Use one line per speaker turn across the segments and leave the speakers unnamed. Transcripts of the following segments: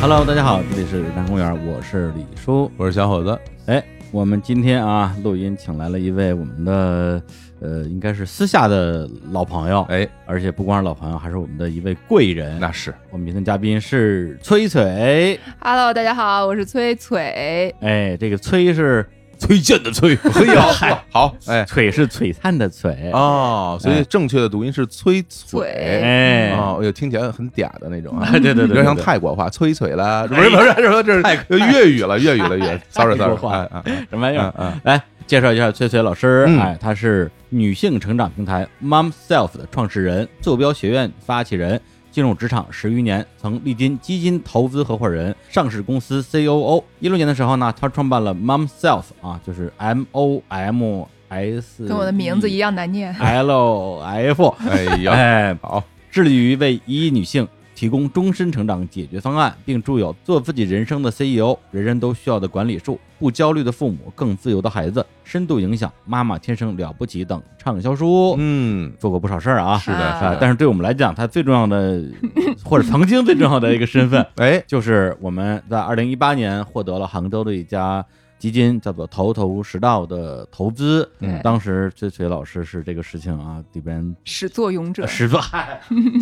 Hello，大家好，这里是日坛公园，我是李叔。
我是小伙子，
哎，我们今天啊，录音请来了一位我们的呃，应该是私下的老朋友，
哎，
而且不光是老朋友，还是我们的一位贵人。
那是
我们今天嘉宾是崔崔，
Hello，大家好，我是崔崔。
哎，这个崔是
崔健的 崔，嘿呦，好，哎，
璀是璀璨的璀，
哦，所以正确的读音是崔
璀
璨，
哎，
哦，哎呦，听起来很嗲的那种 啊，
对对对
有
对，
点像
对
泰国话，崔璨啦，哎不是不是，说这 是粤语了，粤语了， 粤，sorry
泰国
sorry，
话
哎 哎
什么玩意
哎
儿？
哎，
来介绍一下崔崔老师，
嗯
哎，他是女性成长平台 Mom Self 的创始人、坐标学院发起人，进入职场十余年，曾历经基金投资合伙人、上市公司 COO。一六年的时候呢，他创办了 Mom Self 啊，就是 M O M S，
跟我的名字一
样
样难念。
，L F，
哎呀，
哎，
好，
致力于为一亿女性提供终身成长解决方案，并著有《做自己人生的 CEO》《人人都需要的管理术》《不焦虑的父母，更自由的孩子》《深度影响》《妈妈天生了不起》等畅销书，
嗯，
做过不少事儿啊。
是的，
啊
是
啊
的，，
但是对我们来讲，他最重要 的，或者曾经最重要的一个身份，
哎，
就是我们在二零一八年获得了杭州的一家基金叫做头头是道的投资。
对，
当时崔崔老师是这个事情啊里边
始作俑者。
始作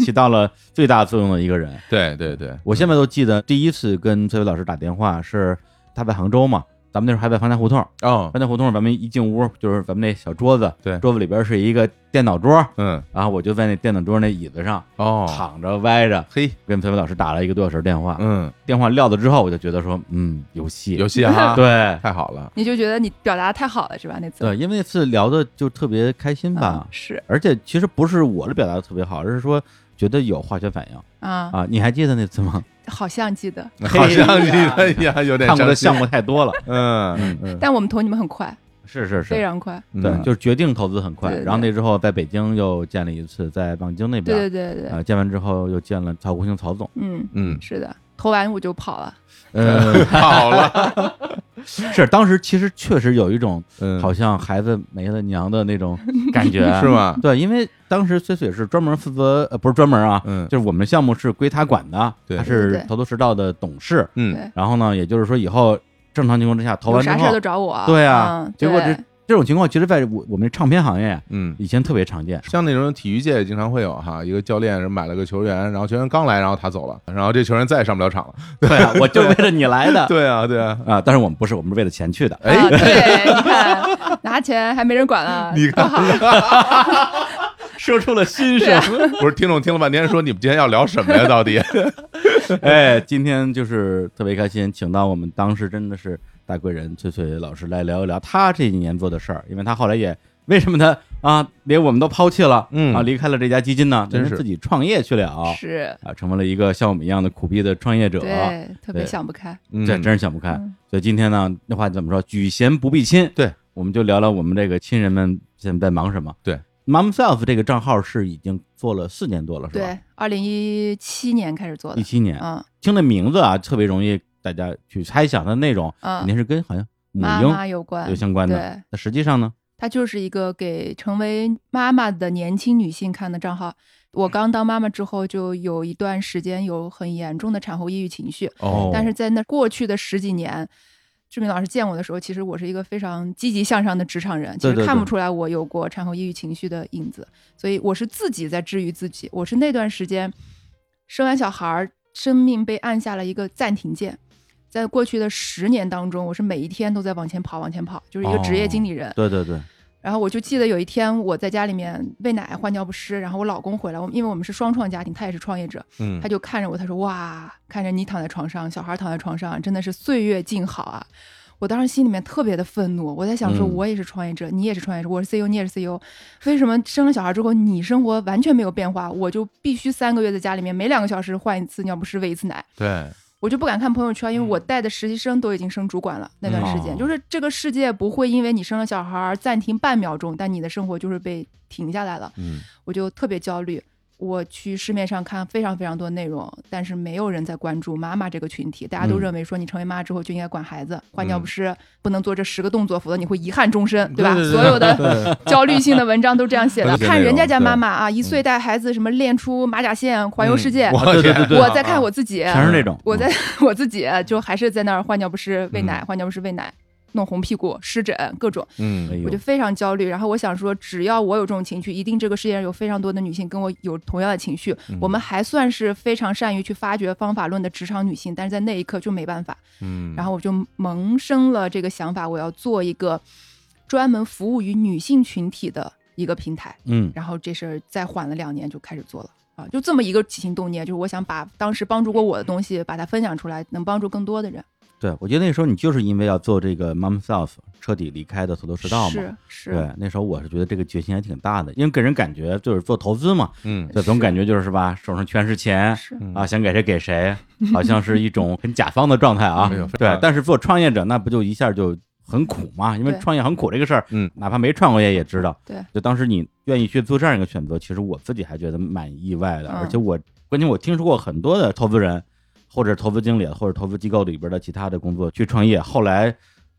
起到了最大作用的一个人。
对对对，
我现在都记得第一次跟崔伟老师打电话是他在杭州嘛，咱们那时候还在方家胡同，
哦，
方家胡同咱们一进屋就是咱们那小桌子，
对
桌子里边是一个电脑桌，
嗯，
然后我就在那电脑桌那椅子上
哦，
躺着歪着。
嘿，
跟崔伟老师打了一个多小时电话，
嗯，
电话撂了之后，我就觉得说，嗯，有戏，
游戏 哈，，
对
太好了，
你就觉得你表达得太好了是吧？那次
对，因为那次聊呃的啊就特别开心吧
嗯，是
而且其实不是我的表达的特别好，而是说觉得有化学反应
啊，
啊。你嗯还记得那次吗？
好像记得，
好像你哎
嘿
呀，有点
看过的
伤心
项目，太多 了。
嗯嗯，
但我们投你们很快，
是是是
非，常快。
嗯
对，就是决定投资很快。
对对
然后那之后，在北京又建了一次，在望京那
对
边
对对对对，
啊，建完之后又见了曹国兴曹总。
嗯，
嗯，
是的。投完我就跑了，
嗯，
好了，
是当时其实确实有一种
嗯，
好像孩子没了娘的那种感觉，啊
是？吗？
对，因为当时崔崔是专门负责，呃，不是专门啊，
嗯
就是我们项目是归他管的，
对
他
对对
是
对
头头是道的董事。
嗯，
对，
然后呢，也就是说以后正常情况之下投
有
完之
啥事儿
后
都，找我。
对啊
嗯
结果
对
这这种情况其实在我我们唱片行业
嗯，
以前特别常见。
像那种体育界也经常会有哈，一个教练是买了个球员，然后球员刚来，然后他走了，然后这球员再也上不了场了。
对啊， 我就为了你来的。
对啊，对啊，
啊，但是我们不是，我们是为了钱去的。
哎
啊，对，你看拿钱还没人管啊 了，
你看，
说出了心声。
不是听众听了半天说你们今天要聊什么呀？到底？
啊
哎，今天就是特别开心，请到我们当时真的是大贵人崔崔老师来聊一聊他这几年做的事儿，因为他后来也为什么他啊连我们都抛弃了，
嗯
啊离开了这家基金呢，
真
人家
是
自己创业去了啊，
是，
成为了一个像我们一样的苦逼的创业者。
对，特别
啊对
想不开。
嗯
这真是想不开。
嗯
所以今天呢，那话怎么说？举贤不避亲。
对，
我们就聊聊我们这个亲人们现在在忙什么。
对
，Momself 这个账号是已经做了四年多了，是吧？
对，二零一七年开始做
一
的，
七年。
嗯
听这名字啊，特别容易大家去猜想它的内容，肯
嗯，
定是跟好像母
妈妈
婴
有关，
有相关的。
对，
那实际上呢，
它就是一个给成为妈妈的年轻女性看的账号。
嗯
我刚当妈妈之后，就有一段时间有很严重的产后抑郁情绪，
哦
但是在那过去的十几年，志明老师见我的时候，其实我是一个非常积极向上的职场人，其
对
实
对
看不
对
出来我有过产后抑郁情绪的影子，所以我是自己在治愈自己。我是那段时间生完小孩儿，生命被按下了一个暂停键。在过去的十年当中，我是每一天都在往前跑，往前跑，就是一个职业
哦
经理人。
对对对，
然后我就记得有一天我在家里面喂奶换尿不湿，然后我老公回来，我们因为我们是双创家庭，他也是创业者，
嗯
他就看着我，他说：“哇，看着你躺在床上，小孩躺在床上，真的是岁月静好啊！”我当时心里面特别的愤怒，我在想说，
嗯
我也是创业者，你也是创业者，我是 E CEO，你也是 CEO，为什么生了小孩之后，你生活完全没有变化，我就必须三个月在家里面每两个小时换一次尿不湿，喂一次奶，
对，
我就不敢看朋友圈，因为
嗯
我带的实习生都已经升主管了。那段时间，
哦
就是这个世界不会因为你生了小孩儿暂停半秒钟，但你的生活就是被停下来了。
嗯
我就特别焦虑。我去市面上看非常非常多内容，但是没有人在关注妈妈这个群体。大家都
嗯
认为说，你成为妈之后就应该管孩子，换尿
嗯
不湿，不能做这十个动作，否则你会遗憾终身，吧？
对对对
所有的
对
焦虑性的文章都这样写
都
的。
是这
看人
内
家
容
家
对嗯
妈妈啊，一岁带孩子什么练出马甲线，环游世界。
我
啊对对对对
我在看我自己，
全是这种。
呃我
嗯
在 我自己啊就还是在那儿换尿不湿、喂奶、
嗯
换尿不湿、喂奶，弄红屁股、湿疹各种，
哎
嗯
呦
我就非常焦虑。然后我想说，只要我有这种情绪，一定这个世界上有非常多的女性跟我有同样的情绪。
嗯
我们还算是非常善于去发掘方法论的职场女性，但是在那一刻就没办法。
嗯，
然
后
后我就萌生了这个想法，我要做一个专门服务于女性群体的一个平台。
嗯
然后这事儿再缓了两年就开始做了啊，就这么一个起心动念，就是我想把当时帮助过我的东西，把它分享出来，能帮助更多的人。
对，我觉得那时候你就是因为要做这个 mom self，彻底离开的头头是道嘛。
是是，
对，那时候我是觉得这个决心还挺大的，因为给人感觉就是做投资嘛，
嗯
这总感觉就是是吧，手上全是钱
是
嗯
啊，想给谁给谁，好像是一种很甲方的状态啊
哎。呦非
对
常，
但是做创业者那不就一下就很苦嘛，因为
对
创业很苦这个事儿，
嗯
哪怕没创过业也知道。
对，
就当时你愿意去做这样一个选择，其实我自己还觉得蛮意外的，
嗯
而且我关键我听说过很多的投资人，或者投资经理，或者投资机构里边的其他的工作去创业，后来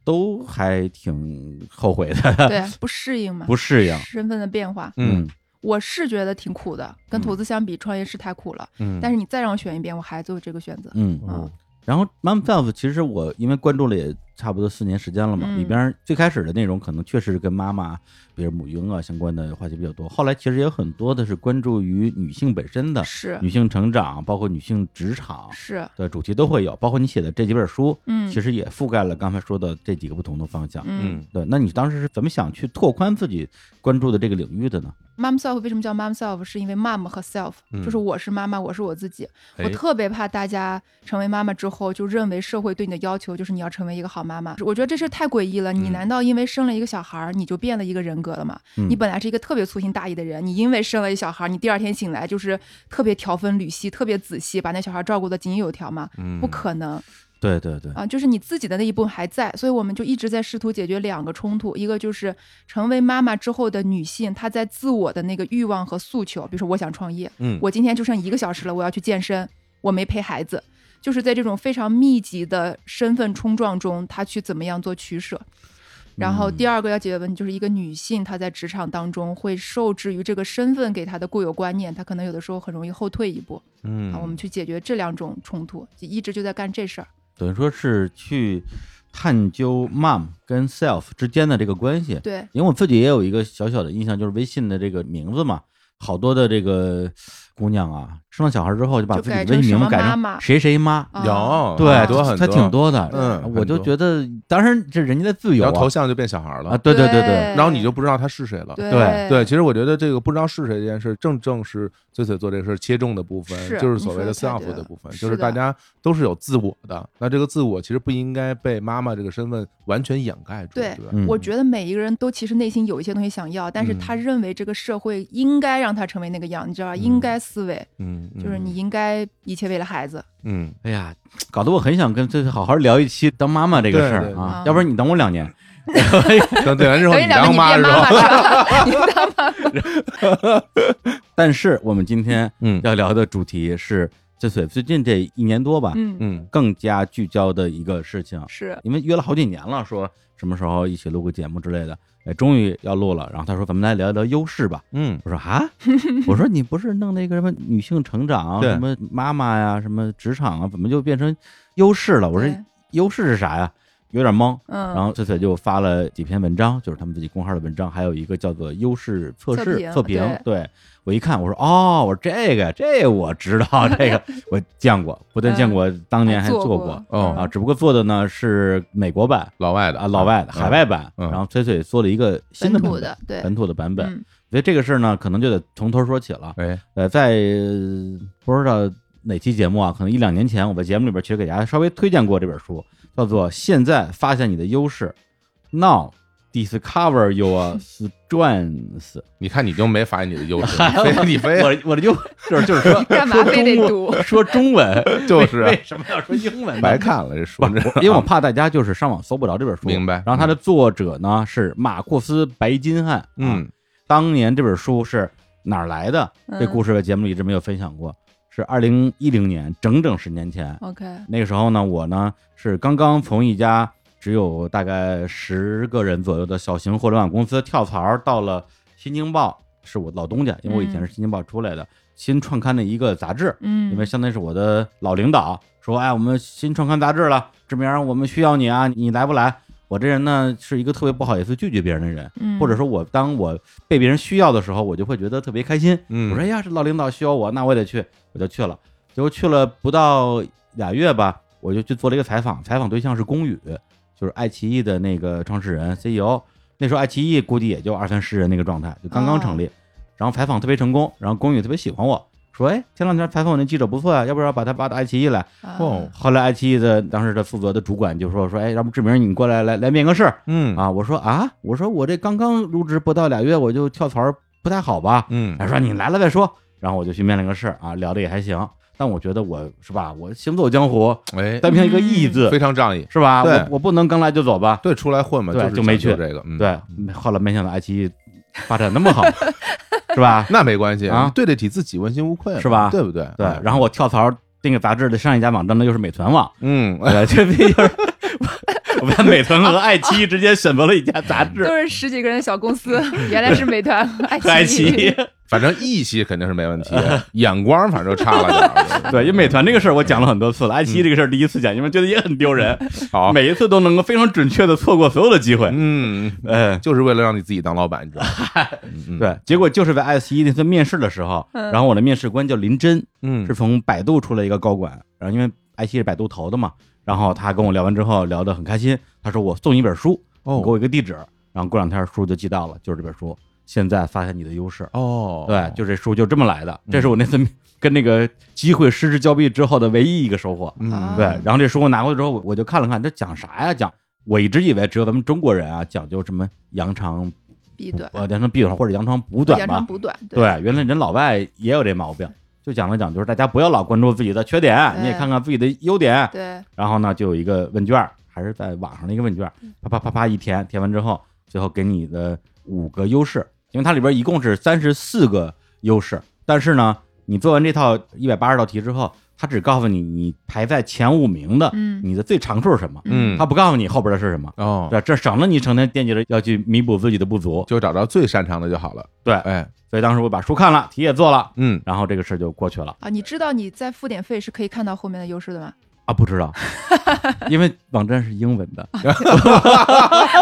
都还挺后悔的，
对，不适应嘛，
不适应。
身份的变化，
嗯
我是觉得挺苦的，跟投
嗯
资相比，创业是太苦了。
嗯，
但
是
是你再让我选一遍，我还做这个选择。
嗯，
嗯
然后 Mom Self 其实我因为关注了也差不多四年时间了嘛，
嗯
里边最开始的内容可能确实是跟妈妈，比如母婴啊相关的话题比较多，后来其实也有很多的是关注于女性本身的。
是
女性成长，包括女性职场
是，
的主题都会有，包括你写的这几本书，
嗯
嗯其实啊也覆盖了刚才说的这几个不同的方向。
嗯
嗯
对，那你当时是怎么想去拓宽自己关注的这个领域的呢？
，mom self 为什么叫 mom self？是因为 mom 和 self，
嗯
就是我是妈妈，我是我自己。
哎
我特别怕大家成为妈妈之后，就认为社会对你的要求就是你要成为一个好妈妈。我觉得这事儿太诡异了。你
嗯
难道因为生了一个小孩儿，你就变了一个人格了吗？
嗯
你本来是一个特别粗心大意的人，你因为生了一小孩儿，你第二天醒来就是特别条分缕析、特别仔细，把那小孩照顾的井井有条吗？
嗯
不可能
对对对，
啊！就是你自己的那一部分还在，所以我们就一直在试图解决两个冲突，一个就是成为妈妈之后的女性，她在自我的那个欲望和诉求，比如说我想创业，
嗯
我今天就剩一个小时了，我要去健身，我没陪孩子，就是在这种非常密集的身份冲撞中，他去怎么样做取舍。
嗯
然后第二个要解决问题，就是一个女性她在职场当中会受制于这个身份给她的固有观念，她可能有的时候很容易后退一步
嗯
啊。我们去解决这两种冲突，就一直就在干这事儿。
等于说是去探究 mom 跟 self 之间的这个关系。
对，
因为我自己也有一个小小的印象，就是微信的这个名字嘛，好多的这个姑娘啊，生了小孩之后就把
就
自己
改
的微信名
成什
字
么
改
妈
成
妈
谁谁妈，
啊、
有啊
对，
很多很
它挺多的。呃
嗯
我就
很多
觉得，当然这人家的自由
然后头
啊，
像就变小孩
啊
了，
对对
对
对，
然后你就不知道他是谁了。
对
对
对，其实我觉得这个不知道是谁这件事，正正是最最做这个事儿切中的部分，
是
就是
你
所
说
谓的
得太
self
对
的
了
部分，
是
就是大
的
家都是有自我的。那这个自我其实不应该被妈妈这个身份完全掩盖住，对
对
吧？
嗯
我觉得每一个人都其实内心有一些东西想要，但是
嗯
他认为这个社会应该让他成为那个样，你知道吧？
嗯
应该思维
嗯，
就是你应该一切为了 孩子。
嗯，
哎呀，搞得我很想跟翠翠好好聊一期当妈妈这个事
对
儿
对
啊
对，
要不然你等我两年，
嗯，等等完之后
等
你
你两个
当
你
妈
变
的时
妈妈
候，
是吧？你当妈妈，
但是我们今天
嗯
要聊的主题是这最最近这一年多吧，
嗯，
嗯
更加聚焦的一个事情，
是
因为约了好几年了，说什么时候一起录个节目之类的，哎，终于要录了。然后他说咱们来聊一聊优势吧。
嗯
我说啊，我说你不是弄那个什么女性成长、啊
对
什么妈妈呀、什么职场啊，怎么就变成优势了？我说
对
优势是啥呀？有点懵。
嗯，
然后翠翠就发了几篇文章，就是他们自己公号的文章，还有一个叫做“优势测试
测评
测评”对我一看，我说哦，我说这个这我知 道，这个我见过，不但见过，当年还
嗯做
做
过嗯
哦
啊，只不过做的呢是美国版
老外的
啊，老外的海，外版，
嗯
然后翠翠做了一个新的
本
版
土
本
的，对，
本土的版本，
嗯
所以这个事儿呢，可能就得从头说起了。
嗯哎，
呃，在呃不知道哪期节目啊，可能一两年前，我在节目里边其实给大家稍微推荐过这本书，叫做《现在发现你的优势》，Now Discover Your Strengths。
你看你就没发现你的优势，你非你非
我我就就是就是 说，
干嘛非得
说中 文说中
读
文，
就是啊
为为什么要说英文呢？
白看了这书，这
因为我怕大家就是上网搜不着这本书，
明白嗯
然后它的作者呢是马库斯·白金汉，啊
嗯
当年这本书是哪儿来的？这
嗯
故事在节目里一直没有分享过，是二零一零年，整整十年前。
OK，
那个时候呢，我呢是刚刚从一家只有大概十个人左右的小型互联网公司跳槽到了新京报，是我老东家，因为我以前是新京报出来的，新创刊的一个杂志。
嗯，
因为相当于是我的老领导说，哎，我们新创刊杂志了，志明儿，我们需要你啊，你来不来？我这人呢是一个特别不好意思拒绝别人的人，
嗯
或者说我当我被别人需要的时候，我就会觉得特别开心。
嗯
我说哎呀，这老领导需要我，那我也得去，我就去了。结果去了不到俩月吧，我就去做了一个采访，采访对象是龚宇，就是爱奇艺的那个创始人 CEO。那时候爱奇艺估计也就二三十人那个状态，就刚刚成立。然后采访特别成功，然后龚宇特别喜欢我，说哎，前两天采访我那记者不错呀、啊要不要把他挖到爱奇艺来？
啊
哦
后来爱奇艺的当时的负责的主管就说说哎，要不志明你过来来来面个试，
嗯
啊，我说啊，我说我这刚刚入职不到俩月，我就跳槽儿不太好吧？
嗯
他说你来了再说，然后我就去面了个试啊，聊的也还行，但我觉得我是吧，我行走江湖，
哎，
单凭一个义
嗯
字、
非常仗义，
是吧？
对
我我不能刚来就走吧？
对，出来混嘛，
对
是
就没
讲究
去
这个，嗯，
对，后来没想到爱奇艺发展那么好，是吧？
那没关系
啊
你对得起自己，问心无愧嘛，
是吧
对不对？
对
哎，
然后我跳槽儿那个杂志的上一家网站呢又是美团网，
嗯，
对，这不 就是 我把美团和爱奇艺之间选择了一家杂志
都是十几个人的小 公司，原来是美团和
和爱
爱
奇
奇
艺。
反正义气肯定是没问题，眼光反正就差了点 儿。
对，因为美团这个事儿我讲了很多次了，爱奇艺这个事儿第一次讲，因为觉得也很丢人，
嗯好，
每一次都能够非常准确的错过所有的机会。
嗯，
嗯，
就是为了让你自己当老板，你知道吗？ 嗯，嗯，
对，结果就是在爱奇艺那次面试的时候，
嗯
然后我的面试官叫林真，
嗯
是从百度出来一个高管，然后因为爱奇艺是百度投的嘛，然后他跟我聊完之后聊得很开心，他说我送你一本书，
哦
给我一个地址，然后过两天书就寄到了，就是这本书。现在发现你的优势，
哦，嗯
对，就这书就这么来的，这是我那次 跟那个机会失之交臂之后的唯一一个收获。
嗯，
对
啊，
然后这书我拿过去之后，我我就看了看，这讲啥呀？讲我一直以为只有咱们中国人啊，讲究什么扬长
弊短，
呃扬长避短或者扬长补短
扬
吧
长？补短，
对，原来人老外也有这毛病。就讲了讲，就是大家不要老关注自己的缺点，
对
你也看看自己的优点。
对，
然后呢，就有一个问卷儿，还是在网上的一个问卷儿，
嗯
啪啪啪啪一填，填完之后，最后给你的五个优势，因为它里边一共是三十四个优势，但是呢，你做完这套一百八十道题之后，它只告诉你你排在前五名的，
嗯
你的最长处是什么，
嗯，
它不告诉你后边的是什么。
哦，
对，这省了你成天惦记着要去弥补自己的不足。
就找到最擅长的就好了。
对
哎，
所以当时我把书看了，题也做了，
嗯，
然后这个事儿就过去了
啊，你知道你再付点费是可以看到后面的优势的吗？
啊。不知 道，因为网站是英文的，
哦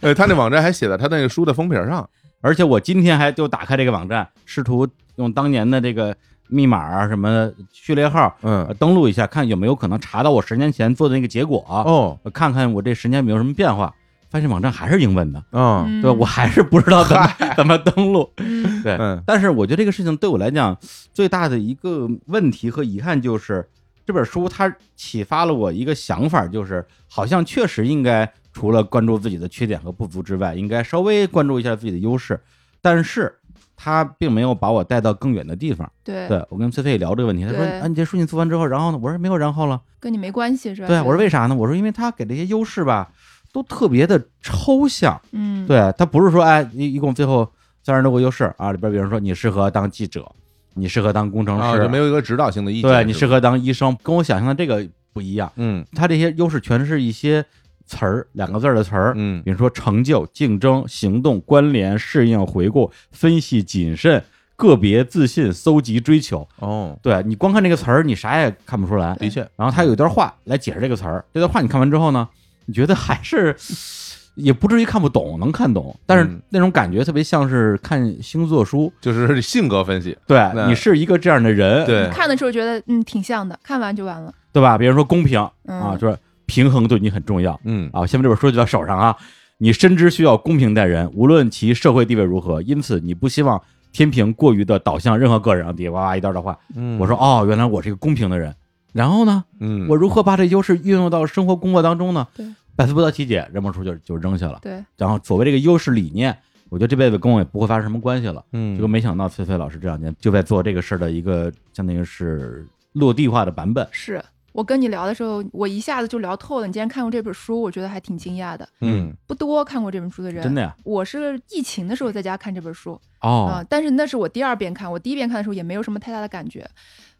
呃，他那网站还写在他那个书的封皮儿上。
而且我今天还就打开这个网站，试图用当年的这个密码啊什么的序列号、呃
嗯，
登录一下，看有没有可能查到我十年前做的那个结果，
哦，
呃看看我这十年有没有什么变化。发现网站还是英文的，
嗯，
对吧我还是不知道怎么怎么登录。
嗯
对，
嗯
但是我觉得这个事情对我来讲最大的一个问题和遗憾就是，这本书它启发了我一个想法，就是好像确实应该除了关注自己的缺点和不足之外，应该稍微关注一下自己的优势，但是。它并没有把我带到更远的地方。
对，
对我跟菲菲也聊这个问题，她说：“
对
啊，你这书你做完之后，然后呢？”我说：“没有然后了。
跟你没关系是”吧？
对，我说：“为啥呢？”我说：“因为他给这些优势吧，都特别的抽象。”
嗯，
对他不是说哎，一一共最后三十多个优势啊，里边比如说你适合当记者，你适合当工程
啊，
师，
就没有一个指导性的意见。
对你适
是吧，
合当医生，跟我想象的这个不一样。
嗯
他这些优势全是一些词儿，两个字儿的词儿，
嗯
比如说成就、竞争、行动、关联、适应、回顾、分析、谨慎、个别、自信、搜集、追求。
哦，
对你光看这个词儿，你啥也看不出来。
的确，
然后他有一段话来解释这个词儿，这段话你看完之后呢，你觉得还是也不至于看不懂，能看懂，但是
嗯
那种感觉特别像是看星座书，
就是性格分析。
对
对
你是一个这样的人，
对，
看的时候觉得嗯挺像的，看完就完了。
对吧？比如说公平
嗯
啊，就是平衡对你很重要
嗯
啊。下面这本书就到手上啊，你深知需要公平待人，无论其社会地位如何，因此你不希望天平过于的导向任何个人啊。底哇哇一段的话，
嗯
我说哦，原来我是一个公平的人。然后呢，
嗯，
我如何把这优势运用到生活工作当中呢
对？
百思不得其解，扔本书就就扔下了。
对，
然后所谓这个优势理念，我觉得这辈子跟我也不会发生什么关系了。
嗯
结果没想到菲菲老师这两年就在做这个事儿的一个，相当于是落地化的版本。
是。我跟你聊的时候，我一下子就聊透了。你竟然看过这本书，我觉得还挺惊讶的。
嗯
不多看过这本书的人，
真的呀？
我是疫情的时候在家看这本书啊、
哦，
但是那是我第二遍看，我第一遍看的时候也没有什么太大的感觉。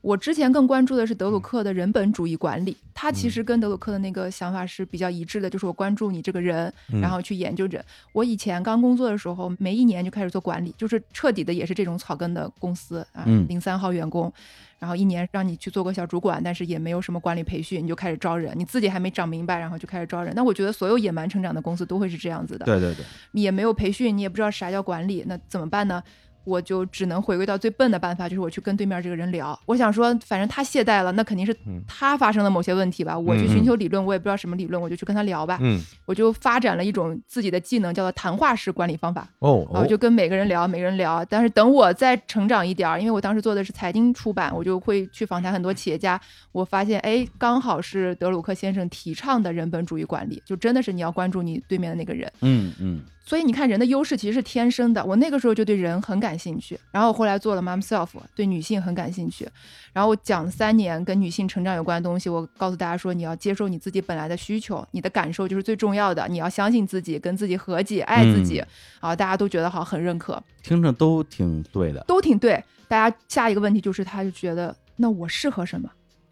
我之前更关注的是德
嗯
鲁克的人本主义管理，他其实跟德鲁克的那个想法是比较一致的，就是我关注你这个人，
嗯
然后去研究人。我以前刚工作的时候，每一年就开始做管理，就是彻底的也是这种草根的公司啊
嗯，
零三号员工，然后一年让你去做个小主管，但是也没有什么管理培训，你就开始招人，你自己还没长明白，然后就开始招人。那我觉得所有野蛮成长的公司都会是这样子的，
对对对，
你也没有培训，你也不知道啥叫管理，那怎么办呢？我就只能回归到最笨的办法，就是我去跟对面这个人聊。我想说，反正他懈怠了，那肯定是
嗯
他发生了某些问题吧。我去
嗯
寻求理论，我也不知道什么理论，我就去跟他聊吧。
嗯
我就发展了一种自己的技能，叫做谈话式管理方法。
哦
啊，我就跟每个人聊，每个人聊。但是等我再成长一点儿，因为我当时做的是财经出版，我就会去访谈很多企业家。我发现，哎，刚好是德鲁克先生提倡的人本主义管理，就真的是你要关注你对面的那个人。
嗯嗯，
所以你看，人的优势其实是天生的。我那个时候就对人很感兴趣，然后后来做了 Mom Self，对女性很感兴趣。然后我讲三年跟女性成长有关的东西，我告诉大家说，你要接受你自己本来的需求，你的感受就是最重要的。你要相信自己，跟自己和解，爱自己。啊，大家都觉得好，很认可，
听着都挺对的，
都挺对。大家下一个问题就是，他就觉得那我适合什么，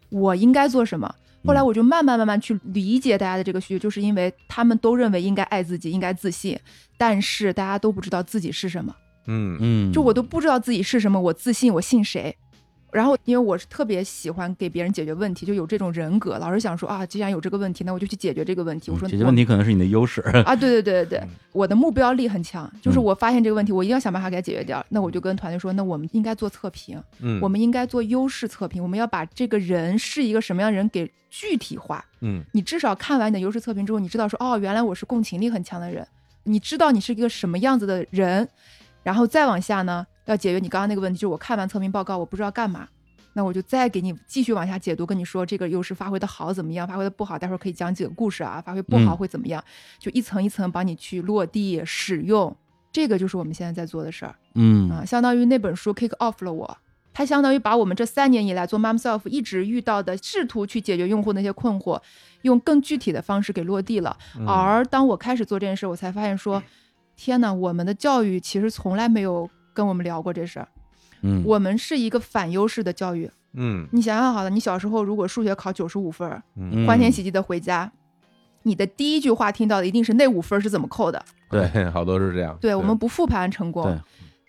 我应该做什么。
嗯
后来我就慢慢慢慢去理解大家的这个需求，就是因为他们都认为应该爱自己，应该自信，但是大家都不知道自己是什么。
嗯
嗯，
就我都不知道自己是什么，我自信，我信谁？然后，因为我是特别喜欢给别人解决问题，就有这种人格，老是想说啊，既然有这个问题，那我就去解决这个问题。我说
嗯解决问
题
题可能是你的优势，
啊，对对对对对
嗯，
我的目标力很强，就是
嗯
我发现这个问题，我一定要想办法给它解决掉。那我就跟团队说，那我们应该做测评，
嗯
我们应该做优势测评，我们要把这个人是一个什么样的人给具体化。
嗯
你至少看完你的优势测评之后，你知道说，哦，原来我是共情力很强的人，你知道你是一个什么样子的人，然后再往下呢，要解决你刚刚那个问题，就是我看完测评报告，我不知道干嘛，那我就再给你继续往下解读，跟你说这个优势发挥的好怎么样，发挥的不好，待会儿可以讲几个故事啊，发挥不好
嗯
会怎么样，就一层一层帮你去落地使用，这个就是我们现在在做的事儿。
嗯
啊，相当于那本书 kick off 了我。它相当于把我们这三年以来做 Mom Self 一直遇到的试图去解决用户那些困惑，用更具体的方式给落地了。
嗯
嗯
而当我开始做这件事，我才发现说，天呐，我们的教育其实从来没有跟我们聊过这事儿。
嗯，
我们是一个反优势的教育。
嗯
你想想好了，你小时候如果数学考九十五分儿，
嗯
欢天喜地的回家，你的第一句话听到的一定是那五分儿是怎么扣的。
对，
好多是这样，
对我们不复盘成功
对。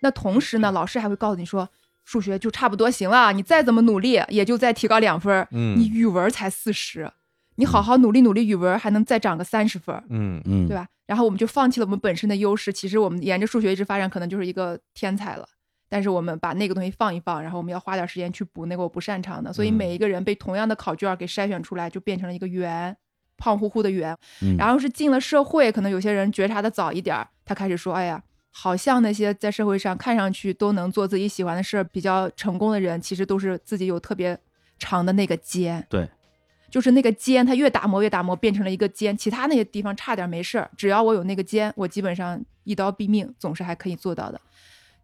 那同时呢，老师还会告诉你说，数学就差不多行了，你再怎么努力，也就再提高两分儿。
嗯
你语文才四十，你好好努力努力，语文还能再涨个三十分儿，
嗯
嗯，
对吧？然后我们就放弃了我们本身的优势，其实我们沿着数学一直发展，可能就是一个天才了。但是我们把那个东西放一放，然后我们要花点时间去补那个我不擅长的，所以
嗯
每一个人被同样的考卷儿给筛选出来，就变成了一个圆，胖乎乎的圆。
嗯？
然后是进了社会，可能有些人觉察的早一点儿，他开始说：“哎呀，好像那些在社会上看上去都能做自己喜欢的事儿、比较成功的人，其实都是自己有特别长的那个尖。”
对，
就是那个尖，他越打磨越打磨，变成了一个尖。其他那些地方差点没事儿，只要我有那个尖，我基本上一刀毙命，总是还可以做到的。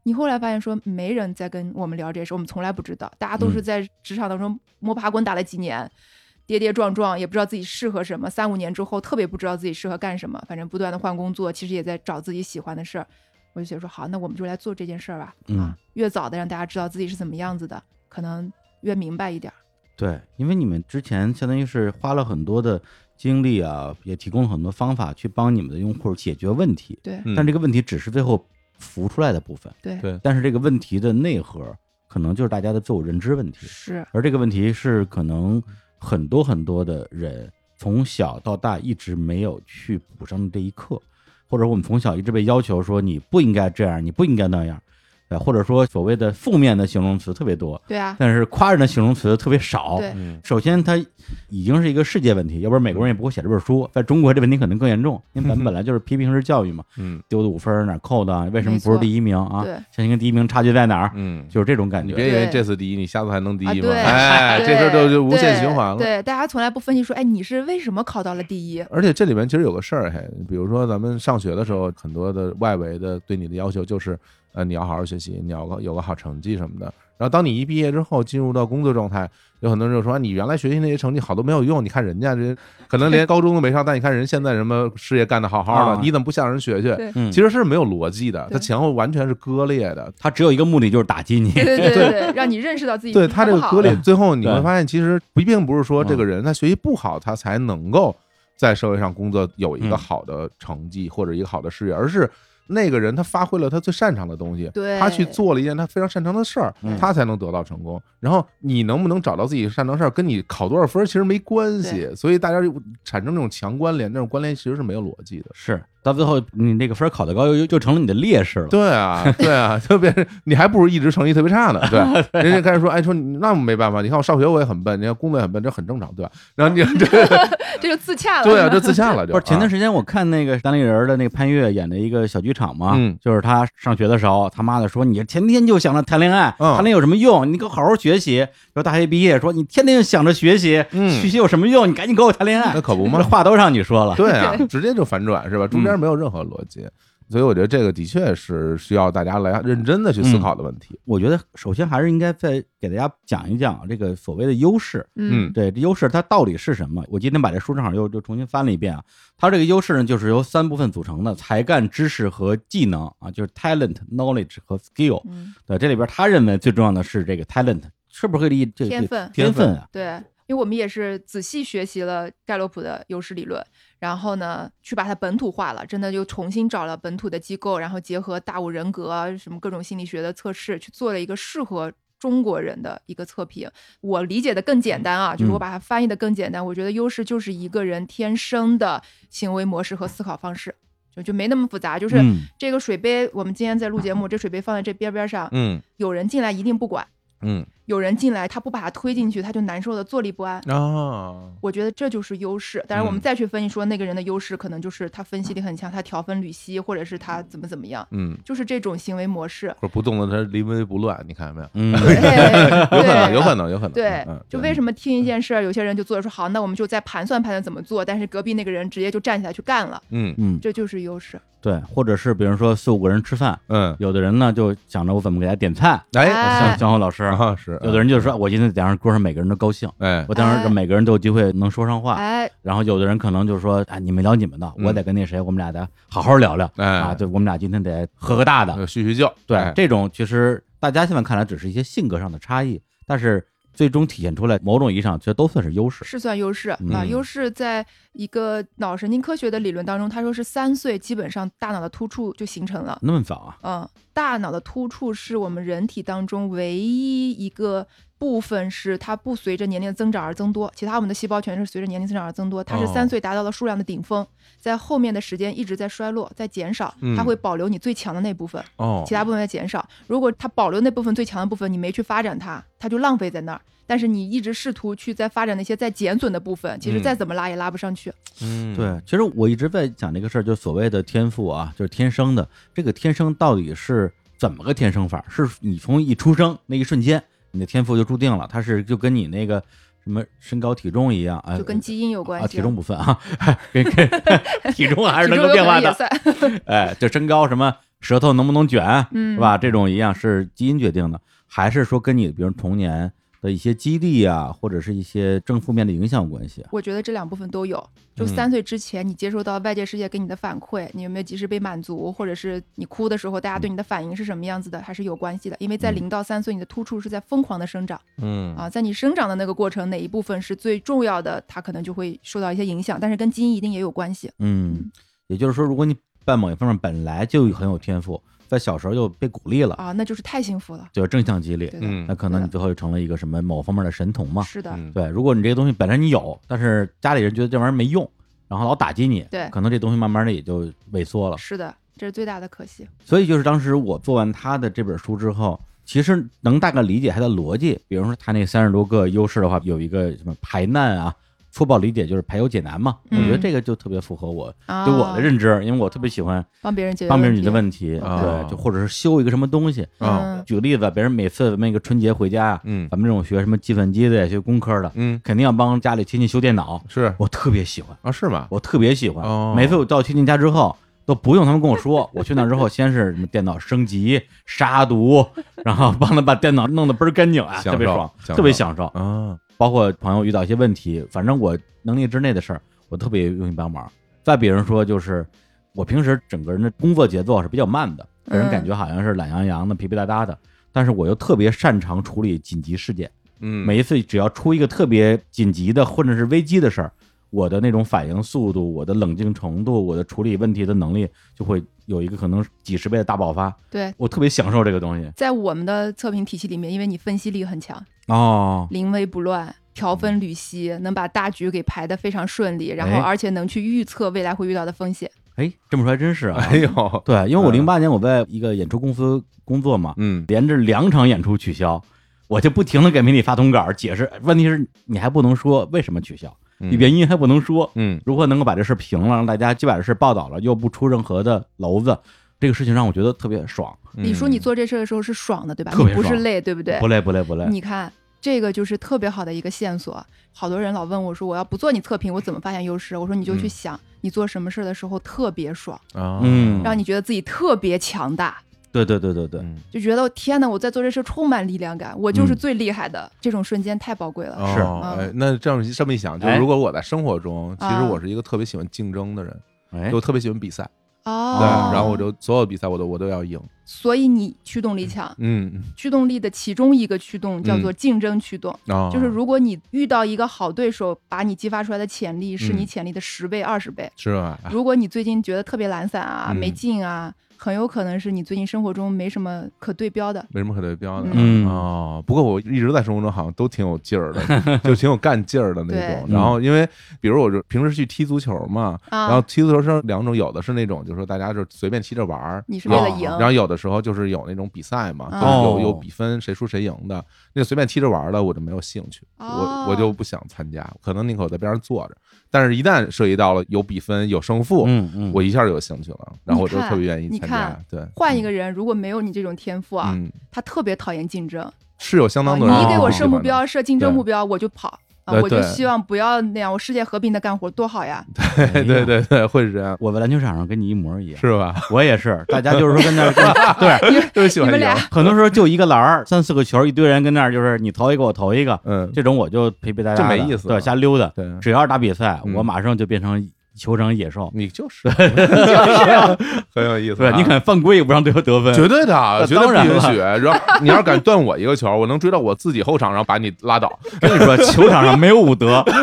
你后来发现说没人在跟我们聊这事，我们从来不知道，大家都是
嗯
在职场当中摸爬滚打了几年，跌跌撞撞，也不知道自己适合什么。三五年之后，特别不知道自己适合干什么，反正不断的换工作，其实也在找自己喜欢的事儿。我就觉得说好，那我们就来做这件事儿吧。
嗯
啊，越早的让大家知道自己是怎么样子的，可能越明白一点儿。
对，因为你们之前相当于是花了很多的精力啊，也提供了很多方法去帮你们的用户解决问题，
对
嗯
但这个问题只是最后浮出来的部分，
对
对
但是这个问题的内核可能就是大家的自我认知问题，
是，
而这个问题是可能很多很多的人从小到大一直没有去补上的这一课，或者我们从小一直被要求说你不应该这样，你不应该那样，呃，或者说所谓的负面的形容词特别多，
对啊，
但是夸人的形容词特别少。
对
嗯
首先，它已经是一个世界问题，要不然美国人也不会写这本
嗯
书。在中国，这问题可能更严 重，因为咱们本来就是批评式教育嘛，
嗯
丢的五分儿哪儿扣的啊，为什么不
没
是
错
第一名啊？
对
现在跟第一名差距在哪儿？
嗯，
就是这种感
你
觉。
别以为
对
这次第一，你下次还能第
啊
一吗？
对
哎，这
对
事儿就就无限循环了。
对，对大家从来不分析说，哎，你是为什么考到了第一？
而且这里面其实有个事儿，嘿，比如说咱们上学的时候，很多的外围的对你的要求就是，呃，你要好好学习，你要有个有个好成绩什么的。然后当你一毕业之后进入到工作状态，有很多人就说、啊、你原来学习那些成绩好都没有用，你看人家这可能连高中都没上，但你看人现在什么事业干得好好
啊
的，你怎么不向人学学？
对
嗯
其实是没有逻辑的，它
对
前后完全是割裂的。
他只有一个目的就是打击你，
对对对对对，让你认识到自己
对他这个
不好
割裂，最后你
对
会发现，其实不并不是说
嗯
这个人他学习不好，他才能够在社会上工作有一
嗯
个好的成绩或者一个好的事业，而是那个人他发挥了他最擅长的东西，
对
他去做了一件他非常擅长的事儿
嗯，
他才能得到成功。然后你能不能找到自己擅长事儿，跟你考多少分儿其实没关系，所以大家就产生这种强关联，这种关联其实是没有逻辑的。
是到最后你那个分儿考得高，又又就成了你的劣势了。
对啊，对啊，特别是你还不如一直成绩特别差呢，对 吧人家开始说，哎，说你那没办法，你看我上学我也很笨，人家工作也很笨，这很正常，对吧？ 然后你这，
这就自洽了。
对啊，这自洽了就。
不是前段
时
时间我看那个单立人儿的那个潘越演的一个小剧场嘛，
嗯
就是他上学的时候，他妈的说你天天就想着谈恋爱，
嗯
谈恋爱有什么用？你给我好好学习。说大学毕业说你天天就想着学习，
嗯
学习有什么用？你赶紧给我谈恋爱。
那可不
这
嘛，
话都让你说了，
对啊，直接就反转
嗯
是吧？中间没有任何逻辑，所以我觉得这个的确是需要大家来认真的去思考的问题。
我觉得首先还是应该再给大家讲一讲这个所谓的优势。
嗯，
对，这优势它到底是什么？我今天把这书正好又又重新翻了一遍啊。它这个优势呢，就是由三部分组成的：才干、知识和技能啊，就是 talent、knowledge 和 skill。
嗯，
对，这里边他认为最重要的是这个 talent，是不是可以理解这个
天分
天分啊？
对，因为我们也是仔细学习了盖洛普的优势理论，然后呢，去把它本土化了，真的就重新找了本土的机构，然后结合大五人格啊什么各种心理学的测试，去做了一个适合。中国人的一个测评，我理解的更简单啊，就是
嗯
我把它翻译的更简单。我觉得优势就是一个人天生的行为模式和思考方式，就就没那么复杂。就是
嗯
这个水杯，我们今天在录节目，这水杯放在这边边上，
嗯
有人进来一定不管，
嗯
有人进来他不把它推进去，他就难受的坐立不安。
啊，
哦
我觉得这就是优势。当然，我们
嗯
再去分析说那个人的优势，可能就是他分析力很强，他条分缕析，或者是他怎么怎么样，
嗯，。
就是这种行为模式
或者不动的他临危不乱，你看见没有？
嗯，
对，
有可能，
对
有可能，有可能。
对
嗯，，
就为什么听一件事儿，有些人就做着说好，那我们就再盘算盘算怎么做，但是隔壁那个人直接就站起来去干了，
嗯
嗯，
这就是优势。
对，或者是比如说四五个人吃饭，
嗯，
有的人呢就想着我怎么给大家点菜，
哎，
哎
像江浩老师，
啊是，
有的人就说我今天得让桌上每个人都高兴，
哎
我当然让
哎
每个人都有机会能说上
啊
话。
哎，
然后有的人可能就说，哎，你们聊你们的，我得跟那谁，我们俩得好好聊聊
嗯哎
啊，对，我啊们俩今天得喝个大的。
呃叙叙旧，
对
哎，
这种其实大家现在看来只是一些性格上的差异，但是最终体现出来，某种意义上其实都算是优势。
是算优势啊。
嗯
优势在一个脑神经科学的理论当中，他说是三岁基本上大脑的突触就形成了。
那么早啊？
嗯，大脑的突触是我们人体当中唯一一个部分是它不随着年龄增长而增多，其他我们的细胞全是随着年龄增长而增多。它是
哦
三岁达到了数量的顶峰，在后面的时间一直在衰落，在减少，它
嗯
会保留你最强的那部分，
哦，
其他部分在减少。如果它保留那部分最强的部分，你没去发展它，它就浪费在那儿。但是你一直试图去再发展那些在减损的部分，其实
嗯
再怎么拉也拉不上去。
嗯，
对，其实我一直在讲这个事儿，就所谓的天赋啊，就是天生的。这个天生到底是怎么个天生法儿？是你从一出生那一瞬间，你的天赋就注定了，它是就跟你那个什么身高体重一样，哎，
就跟基因有关系
啊
了，
体重不算啊，跟 跟体重还是能
体
够
重
变
有可
化
能也
的，
算。
哎，就身高什么舌头能不能卷，
嗯
是吧？这种一样是基因决定的，还是说跟你比如童年的一些激励啊，或者是一些正负面的影响有关系啊？
我觉得这两部分都有。就
嗯
三岁之前，你接收到外界世界给你的反馈，你有没有及时被满足，或者是你哭的时候，大家对你的反应是什么样子的，还是有关系的。因为在
嗯
零到三岁，你的突触是在疯狂的生长
嗯
啊，在你生长的那个过程，哪一部分是最重要的，它可能就会受到一些影响，但是跟基因一定也有关系。
嗯，也就是说，如果你在某一方面本来就很有天赋，在小时候就被鼓励了，
啊，那就是太幸福了。
就是正向激励，
对的，
嗯
那可能
对
你最后就成了一个什么某方面的神童嘛。
是的，
嗯
对，如果你这个东西本来你有，但是家里人觉得这玩意儿没用，然后老打击你，
对
可能这东西慢慢的也就萎缩了。
是的，这是最大的可惜。
所以就是当时我做完他的这本书之后，其实能大概理解他的逻辑。比如说他那三十多个优势的话，有一个什么排难啊，粗暴理解就是排忧解难嘛。
嗯
我觉得这个就特别符合我
啊，
对我的认知，因为我特别喜欢
帮别人解决
帮别人解决
题，
问题，
啊
对，就或者是修一个什么东西。
啊
嗯
举个例子，别人每次那个春节回家啊，
嗯
咱们这种学什么计算机的、学工科的，
嗯
肯定要帮家里亲戚修电脑，
是
我特别喜欢。
啊是吗？
我特别喜欢。
哦
每次我到亲戚家之后，都不用他们跟我说。我去那之后，先是什么电脑升级、杀毒，然后帮他把电脑弄得倍儿干净啊，
享
特别
受
爽，
享
特别
受
享受。
啊，
包括朋友遇到一些问题，反正我能力之内的事儿，我特别愿意帮忙。再比如说，就是我平时整个人的工作节奏是比较慢的，给人
嗯
感觉好像是懒洋洋的、皮皮哒哒的。但是我又特别擅长处理紧急事件，
嗯，
每一次只要出一个特别紧急的或者是危机的事儿，我的那种反应速度、我的冷静程度、我的处理问题的能力，就会有一个可能几十倍的大爆发。
对，
我特别享受这个东西
在我们的测评体系里面，因为你分析力很强，
哦，
临危不乱，条分缕析，能把大局给排得非常顺利，然后
嗯哎
而且能去预测未来会遇到的风险。
哎，这么说还真是啊，
哎呦，
对，因为我
嗯
零八年我在一个演出公司工作嘛，
嗯，
连着两场演出取消，我就不停的给媒体发通稿解释。问题是你还不能说为什么取消，你
别，
原因还不能说。
嗯
如何能够把这事平了，让大家既把这事报道了，又不出任何的娄子，这个事情让我觉得特别爽，
你说你做这事儿的时候是爽的，对吧？
嗯特
你
别
不是
爽
累，对不对？
不累不累不累。
你看，这个就是特别好的一个线索。好多人老问我说，我要不做你测评，我怎么发现优势？我说你就去
嗯
想，你做什么事儿的时候特别爽，
啊，
嗯
让你觉得自己特别强大，
对对对对对，
嗯
就觉得天哪，我在做这事儿充满力量感，我就是
嗯
最厉害的。这种瞬间太宝贵了。
是
哦哎
嗯，
那这样这么一想，就是
哎
如果我在生活中，其实
啊
我是一个特别喜欢竞争的人，
哎
嗯就，特别喜欢比赛，
哦
对，，然后我就所有比赛我都我都要赢，
所以你驱动力强，
嗯，
驱动力的其中一个驱动叫做竞争驱动。
嗯
啊，
就是如果你遇到一个好对手，把你激发出来的潜力是你
嗯
潜力的十倍、二十倍。
是吧？
如果你最近觉得特别懒散啊、
嗯
没劲啊，很有可能是你最近生活中没什么可对标的。
没什么可对标的，
嗯
哦，不过我一直在生活中好像都挺有劲 儿的，就挺有干劲儿的那种。
对
然后因为比如我就平时去踢足球嘛，
啊
然后踢足球是两种，有的是那种就是说大家就随便踢着玩儿，
你是为了赢
哦然后有的时候就是有那种比赛嘛，
啊
就是有有
哦
比分谁输谁赢的，那随便踢着玩儿的我就没有兴趣，
哦
我我就不想参加，可能宁可在边上坐着。但是一旦涉及到了有比分有胜负，
嗯嗯，
我一下就有兴趣了，然后我就
你看
特别愿意
你
参
看
加。对，
换一个人，如果没有你这种天赋啊，
嗯。
他特别讨厌竞争。
是有相
啊
当
你
多人、
一给我
哦
设目，标，设竞争
对
目标，我就跑。啊，
对
我就
对
希望不要那样，我世界和平的干活多好呀！
哎呀
对对，对对，会是这样，
我在篮球场上跟你一模一样，
是吧？
我也是，大家就是说 跟那儿对。
特别喜
你
欢
们
赢
俩，
很多时候就一个篮儿，三四个球，一堆人跟那儿就是你投一个我投一个，
嗯，
这种我就陪陪大家
这没意思
对，
了
瞎溜达。
对，
只要是打比赛，
嗯
我马上就变成球场野兽。
你就是，就是 很有意 思、啊
对，你。敢犯规也不让对方得分，
绝对的，绝对
当然
不允
了
许。然后你要是敢断我一个球，我能追到我自己后场，然后把你拉倒。
跟你说，球场上没有武德。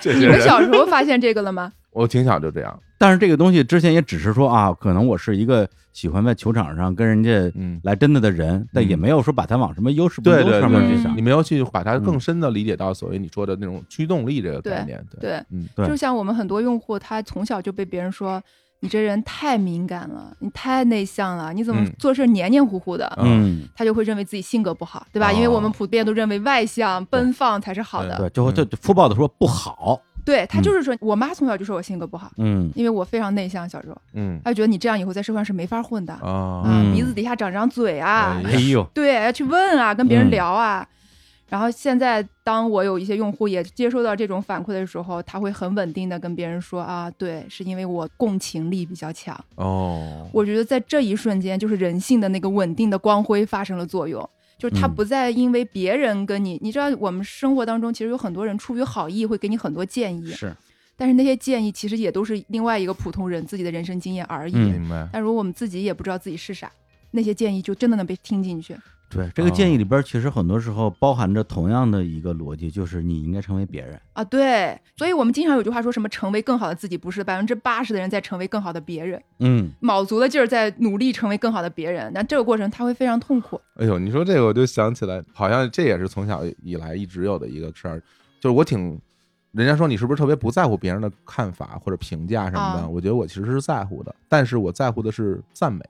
这
你
些
们
人，
小时候发现这个了吗？
我挺想就这样。
但是这个东西之前也只是说啊，可能我是一个喜欢在球场上跟人家
嗯，
来真的的人，但也没有说把他往什么优势不
对
优势
对
上面去
对，
想
你。没有去把它更深的理解到所谓你说的那种驱动力这个概念。对，
对，
嗯
对
就像我们很多用户，他从小就被别人说你这人太敏感了，你太内向了，你怎么
嗯
做事黏黏糊糊的？
嗯，
他就会认为自己性格不好，对吧？
哦
因为我们普遍都认为外向、奔放才是
嗯
好的。
对，就会就就粗暴的说不好。
对他就是说，我妈从小就说我性格不好，
嗯，
因为我非常内向，小时候，
嗯
她就觉得你这样以后在社会上是没法混的，
啊
嗯
啊，鼻子底下长张嘴啊，
哎
哎呦，
对，要去问啊，跟别人
嗯
聊啊。然后现在，当我有一些用户也接收到这种反馈的时候，他会很稳定的跟别人说啊，对，是因为我共情力比较强。
哦，
我觉得在这一瞬间，就是人性的那个稳定的光辉发生了作用，就是他
嗯
不再因为别人跟你，你知道，我们生活当中其实有很多人出于好意会给你很多建议，
是，
但是那些建议其实也都是另外一个普通人自己的人生经验而已。
嗯
明白。
但如果我们自己也不知道自己是啥，那些建议就真的能被听进去。
对，这个
哦
建议里边其实很多时候包含着同样的一个逻辑，就是你应该成为别人。
啊，对，所以我们经常有句话说什么“成为更好的自己”，不是百分之八十的人在成为更好的别人，
嗯，
卯足了劲儿在努力成为更好的别人，那这个过程他会非常痛苦。
哎呦，你说这个我就想起来，好像这也是从小以来一直有的一个事儿，就是我挺，人家说你是不是特别不在乎别人的看法或者评价什么的，
啊
我觉得我其实是在乎的，但是我在乎的是赞美，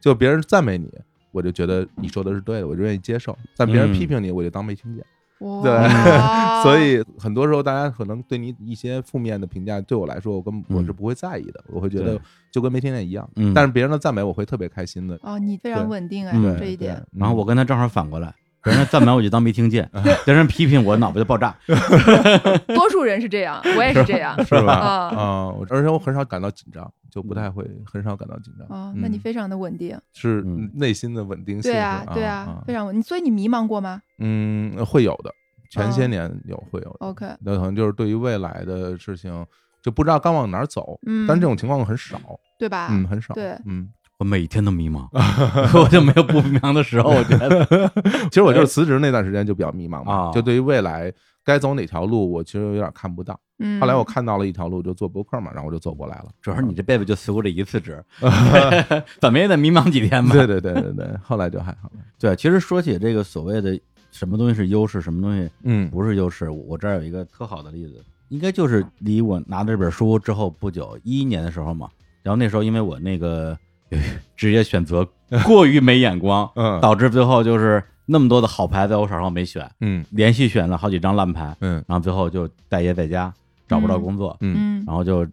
就别人赞美你。我就觉得你说的是对的，我就愿意接受；但别
嗯
人批评你，我就当没听见。
哇，哦
对所以很多时候，大家可能对你一些负面的评价，对我来说，我根本我是
嗯
不会在意的，我会觉得
对
就跟没听见一样。
嗯
但是别人的赞美，我会特别开心的。
哦，你非常
对
稳定哎，
嗯
这一点
对，
然后我跟他正好反过来，别人赞美我就当没听见，别人批评我脑袋就爆炸。
多数人是这样，我也是这样，
是 吧？
啊
啊，我而且我很少感到紧张，就
嗯
不太会，很少感到紧张。
啊，那你
嗯
非常的稳定，
是
嗯
内心的稳定性
对
是。
啊，对
啊，
非常稳。所以你迷茫过吗
嗯，会有的，前些
啊
年有会有的。
？OK，
那可能就是对于未来的事情就不知道该往哪儿走，
嗯
但这种情况很少，
对吧？
嗯，很少，
对
嗯，
我每天都迷茫，我就没有不迷茫的时候。我觉得，
其实我就是辞职那段时间就比较迷茫嘛，
啊
就对于未来该走哪条路，我其实有点看不到。
嗯，
后来我看到了一条路，就做博客嘛，然后我就走过来 了。
主要是你这辈子就辞过这一次职，怎么也得迷茫几天吧？
对对对对对，后来就还好了。
对，其实说起这个所谓的什么东西是优势，什么东西
嗯，
不是优势，我这儿有一个特好的例子，应该就是离我拿这本书之后不久，一一年的时候嘛。然后那时候因为我那个职业选择过于没眼光，
嗯
导致最后就是那么多的好牌在我手上没选，
嗯
连续选了好几张烂牌，
嗯
然后最后就待业在家，找不到工作，
嗯
嗯，
然后就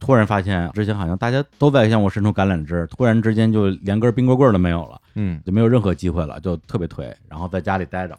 突然发现之前好像大家都在向我伸出橄榄枝，突然之间就连根冰棍棍儿都没有了。
嗯
就没有任何机会了，就特别颓，然后在家里待着。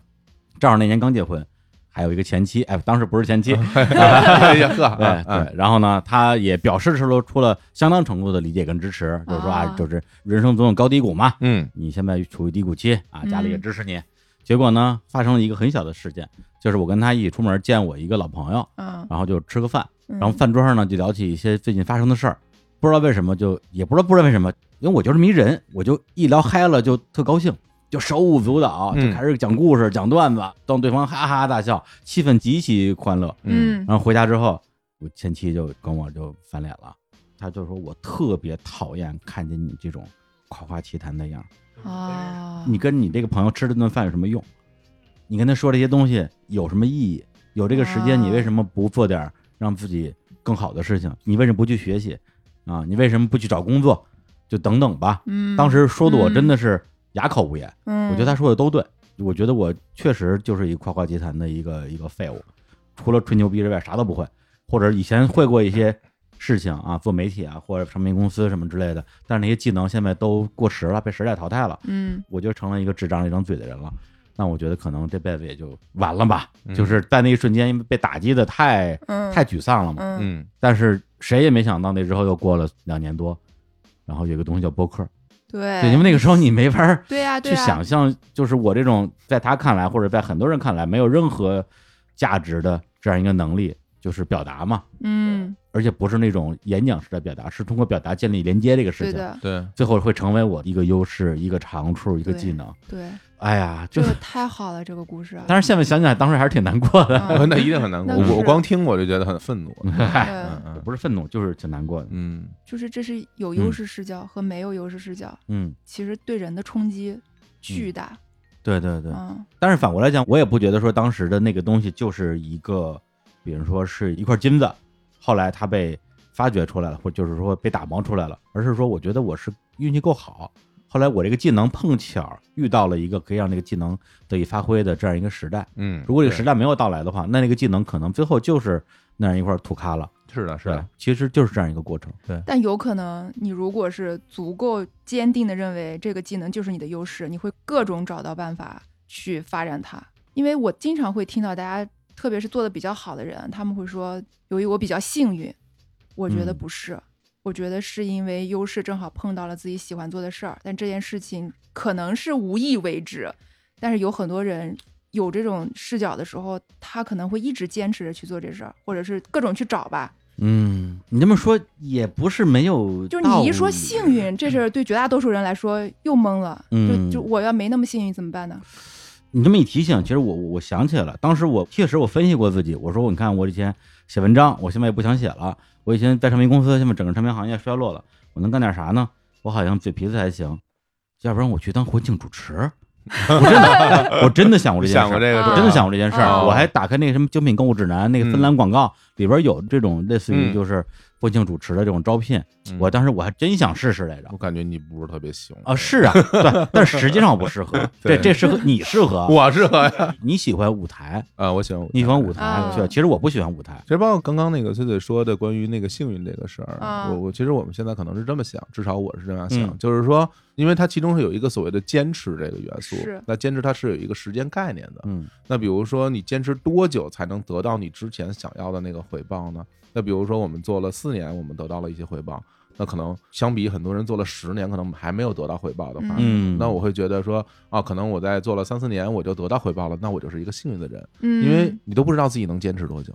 正好那年刚结婚，还有一个前妻，哎，当时不是前妻，
哎呀呵，
对
啊啊
对。然后呢，他也表示出出了相当程度的理解跟支持，就是说啊
啊，
就是人生总有高低谷嘛，
嗯
你现在处于低谷期啊，
嗯
家里也支持你。结果呢，发生了一个很小的事件，就是我跟他一起出门见我一个老朋友，
嗯，
然后就吃个饭，
然
然后饭桌上呢就聊起一些最近发生的事儿，不知道为什么就也不知道不知道为什么，因为我就是迷人，我就一聊嗨了就特高兴，就手舞足蹈，
嗯
就开始讲故事、讲段子，逗对方哈哈大笑，气氛极其欢乐。
嗯
然后回家之后，我前妻就跟我就翻脸了，她就说我特别讨厌看见你这种夸夸其谈的样儿，
啊，
你跟你这个朋友吃这顿饭有什么用？你跟他说这些东西有什么意义？有这个时间，
啊
你为什么不做点儿让自己更好的事情？你为什么不去学习？啊，你为什么不去找工作？就等等吧。
嗯，
当时说的我真的是哑口无言，
嗯，
我觉得他说的都对，我觉得我确实就是一夸夸其谈的一个一个废物，除了吹牛逼之外啥都不会，或者以前会过一些事情啊，做媒体啊或者唱片公司什么之类的，但是那些技能现在都过时了，被时代淘汰了。
嗯
我就成了一个只长了一张嘴的人了。那我觉得可能这辈子也就完了吧，
嗯
就是在那一瞬间，因为被打击的太
嗯
太沮丧了嘛。
嗯
嗯
但是谁也没想到，那之后又过了两年多，然后有一个东西叫播客，
对
对，因为那个时候你没法儿
对呀哎对啊
去
呀，
想象，就是我这种在他看来或者在很多人看来没有任何价值的这样一个能力，就是表达嘛，
嗯，
而且不是那种演讲式的表达，是通过表达建立连接这个事
对
情，
的
对，
最后会成为我一个优势、一个长处、一个
对
技能。
对，
哎呀，
这
就
个太好了，这个故事，啊
但是现在想起来，当时还是挺难过 的，
嗯
那一定很难过。
那
我我
是
光听我就觉得很愤怒。
嗨
对，
嗯
哎不是愤怒，就是挺难过的。
嗯
就是这是有
嗯
优势视角和没有优势视角，
嗯，
其实对人的冲击巨大，
对嗯对对。
嗯
但是反过来讲，我也不觉得说当时的那个东西就是一个，比如说是一块金子，后来它被发掘出来了，或就是说被打磨出来了，而是说我觉得我是运气够好。后来我这个技能碰巧遇到了一个可以让这个技能得以发挥的这样一个时代。
嗯，
如果这个
对
时代没有到来的话，那那个技能可能最后就是那样一块土咖了。
是的，是啊
对
的，，
其实就是这样一个过程。
但有可能，你如果是足够坚定的认为这个技能就是你的优势，你会各种找到办法去发展它。因为我经常会听到大家，特别是做的比较好的人，他们会说：“由于我比较幸运。”我觉得
嗯
不是，我觉得是因为优势正好碰到了自己喜欢做的事儿，但这件事情可能是无意为之。但是有很多人有这种视角的时候，他可能会一直坚持着去做这事儿，或者是各种去找吧。
嗯，你这么说也不是没有道
就
理，
是你一说幸运这事儿，对绝大多数人来说又懵了。
嗯
就就我要没那么幸运怎么办呢？
你这么一提醒，其实我我我想起来了，当时我确实我分析过自己，我说我你看我以前写文章，我现在也不想写了，我以前在唱片公司，现在整个唱片行业衰落了，我能干点啥呢？我好像嘴皮子还行，要不然我去当婚庆主 持，我真的我真的想过
我
这件
想
事
过
儿。
这个，
我
是
啊真的
吧
想过这件事儿，
啊
我还打开那个什么精品购物指南，那个芬兰广告里边有这种类似于
嗯
就是婚庆主持的这种招聘，我当时我还真想试试来着
我。感觉你不是特别行
啊，是啊，对，但是实际上我不适合，这
对
这适合你适合，
我适 合呀，
你喜欢舞台，
啊，我喜欢舞台
你喜欢舞台
啊，
对，其实我不喜欢舞台，
其实包括刚刚那个崔崔说的关于那个幸运这个事儿，
啊
我我其实我们现在可能是这么想，至少我是这样想，
嗯
就是说，因为它其中是有一个所谓的坚持这个元素
是，
那坚持它是有一个时间概念的。
嗯
那比如说你坚持多久才能得到你之前想要的那个回报呢？那比如说我们做了四年，我们得到了一些回报，那可能相比很多人做了十年，可能还没有得到回报的话，
嗯，
那我会觉得说啊，可能我在做了三四年我就得到回报了，那我就是一个幸运的人。
嗯，
因为你都不知道自己能坚持多久，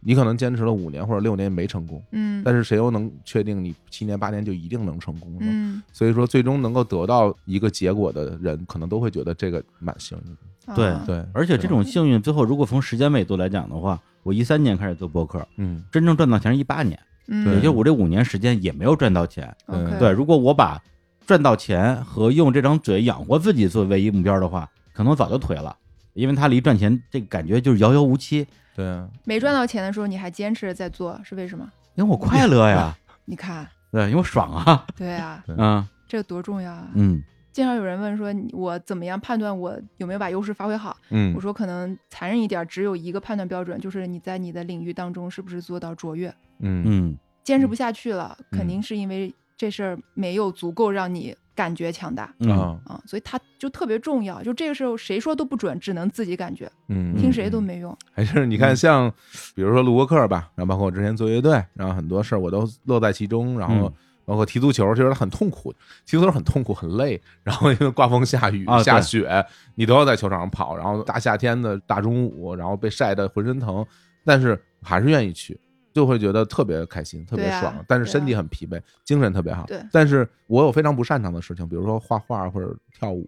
你可能坚持了五年或者六年没成功，
嗯，
但是谁又能确定你七年八年就一定能成功呢？
嗯，
所以说，最终能够得到一个结果的人，可能都会觉得这个蛮幸运的。
对
啊
对，
而且这种幸运，最后如果从时间维度来讲的话，我一三年开始做播客，
嗯，
真正赚到钱是一八年，也
嗯，
就是我这五年时间也没有赚到钱。
OK
对，如果我把赚到钱和用这张嘴养活自己作为一目标的话，可能早就颓了，因为它离赚钱这个感觉就是遥遥无期。
对啊，
没赚到钱的时候你还坚持着在做，是为什么？
因为我快乐 呀，
你看，
对，因为我爽啊，
对啊，
对
嗯
这多重要啊！
嗯
经常有人问说，你我怎么样判断我有没有把优势发挥好？
嗯
我，说可能残忍一点，只有一个判断标准，就是你在你的领域当中是不是做到卓越。
嗯
嗯
坚持不下去了，肯
嗯
定是因为这事儿没有足够让你感觉强大
嗯
啊，
啊，所以它就特别重要。就这个时候谁说都不准，只能自己感觉，
嗯，
听谁都
嗯。
没用。
还是你看，像比如说录播客吧，然后包括我之前做乐队，然后很多事儿我都乐在其中，然后
嗯
包括踢足球，其实很痛苦，踢足球很痛苦，很累，然后因为刮风下雨
啊
下
对
雪，你都要在球场上跑，然后大夏天的大中午，然后被晒得浑身疼，但是还是愿意去。就会觉得特别开心，特别
对啊
爽，但是
对啊
身体很疲惫，精神特别好。
对
但是我有非常不擅长的事情，比如说画画或者跳舞，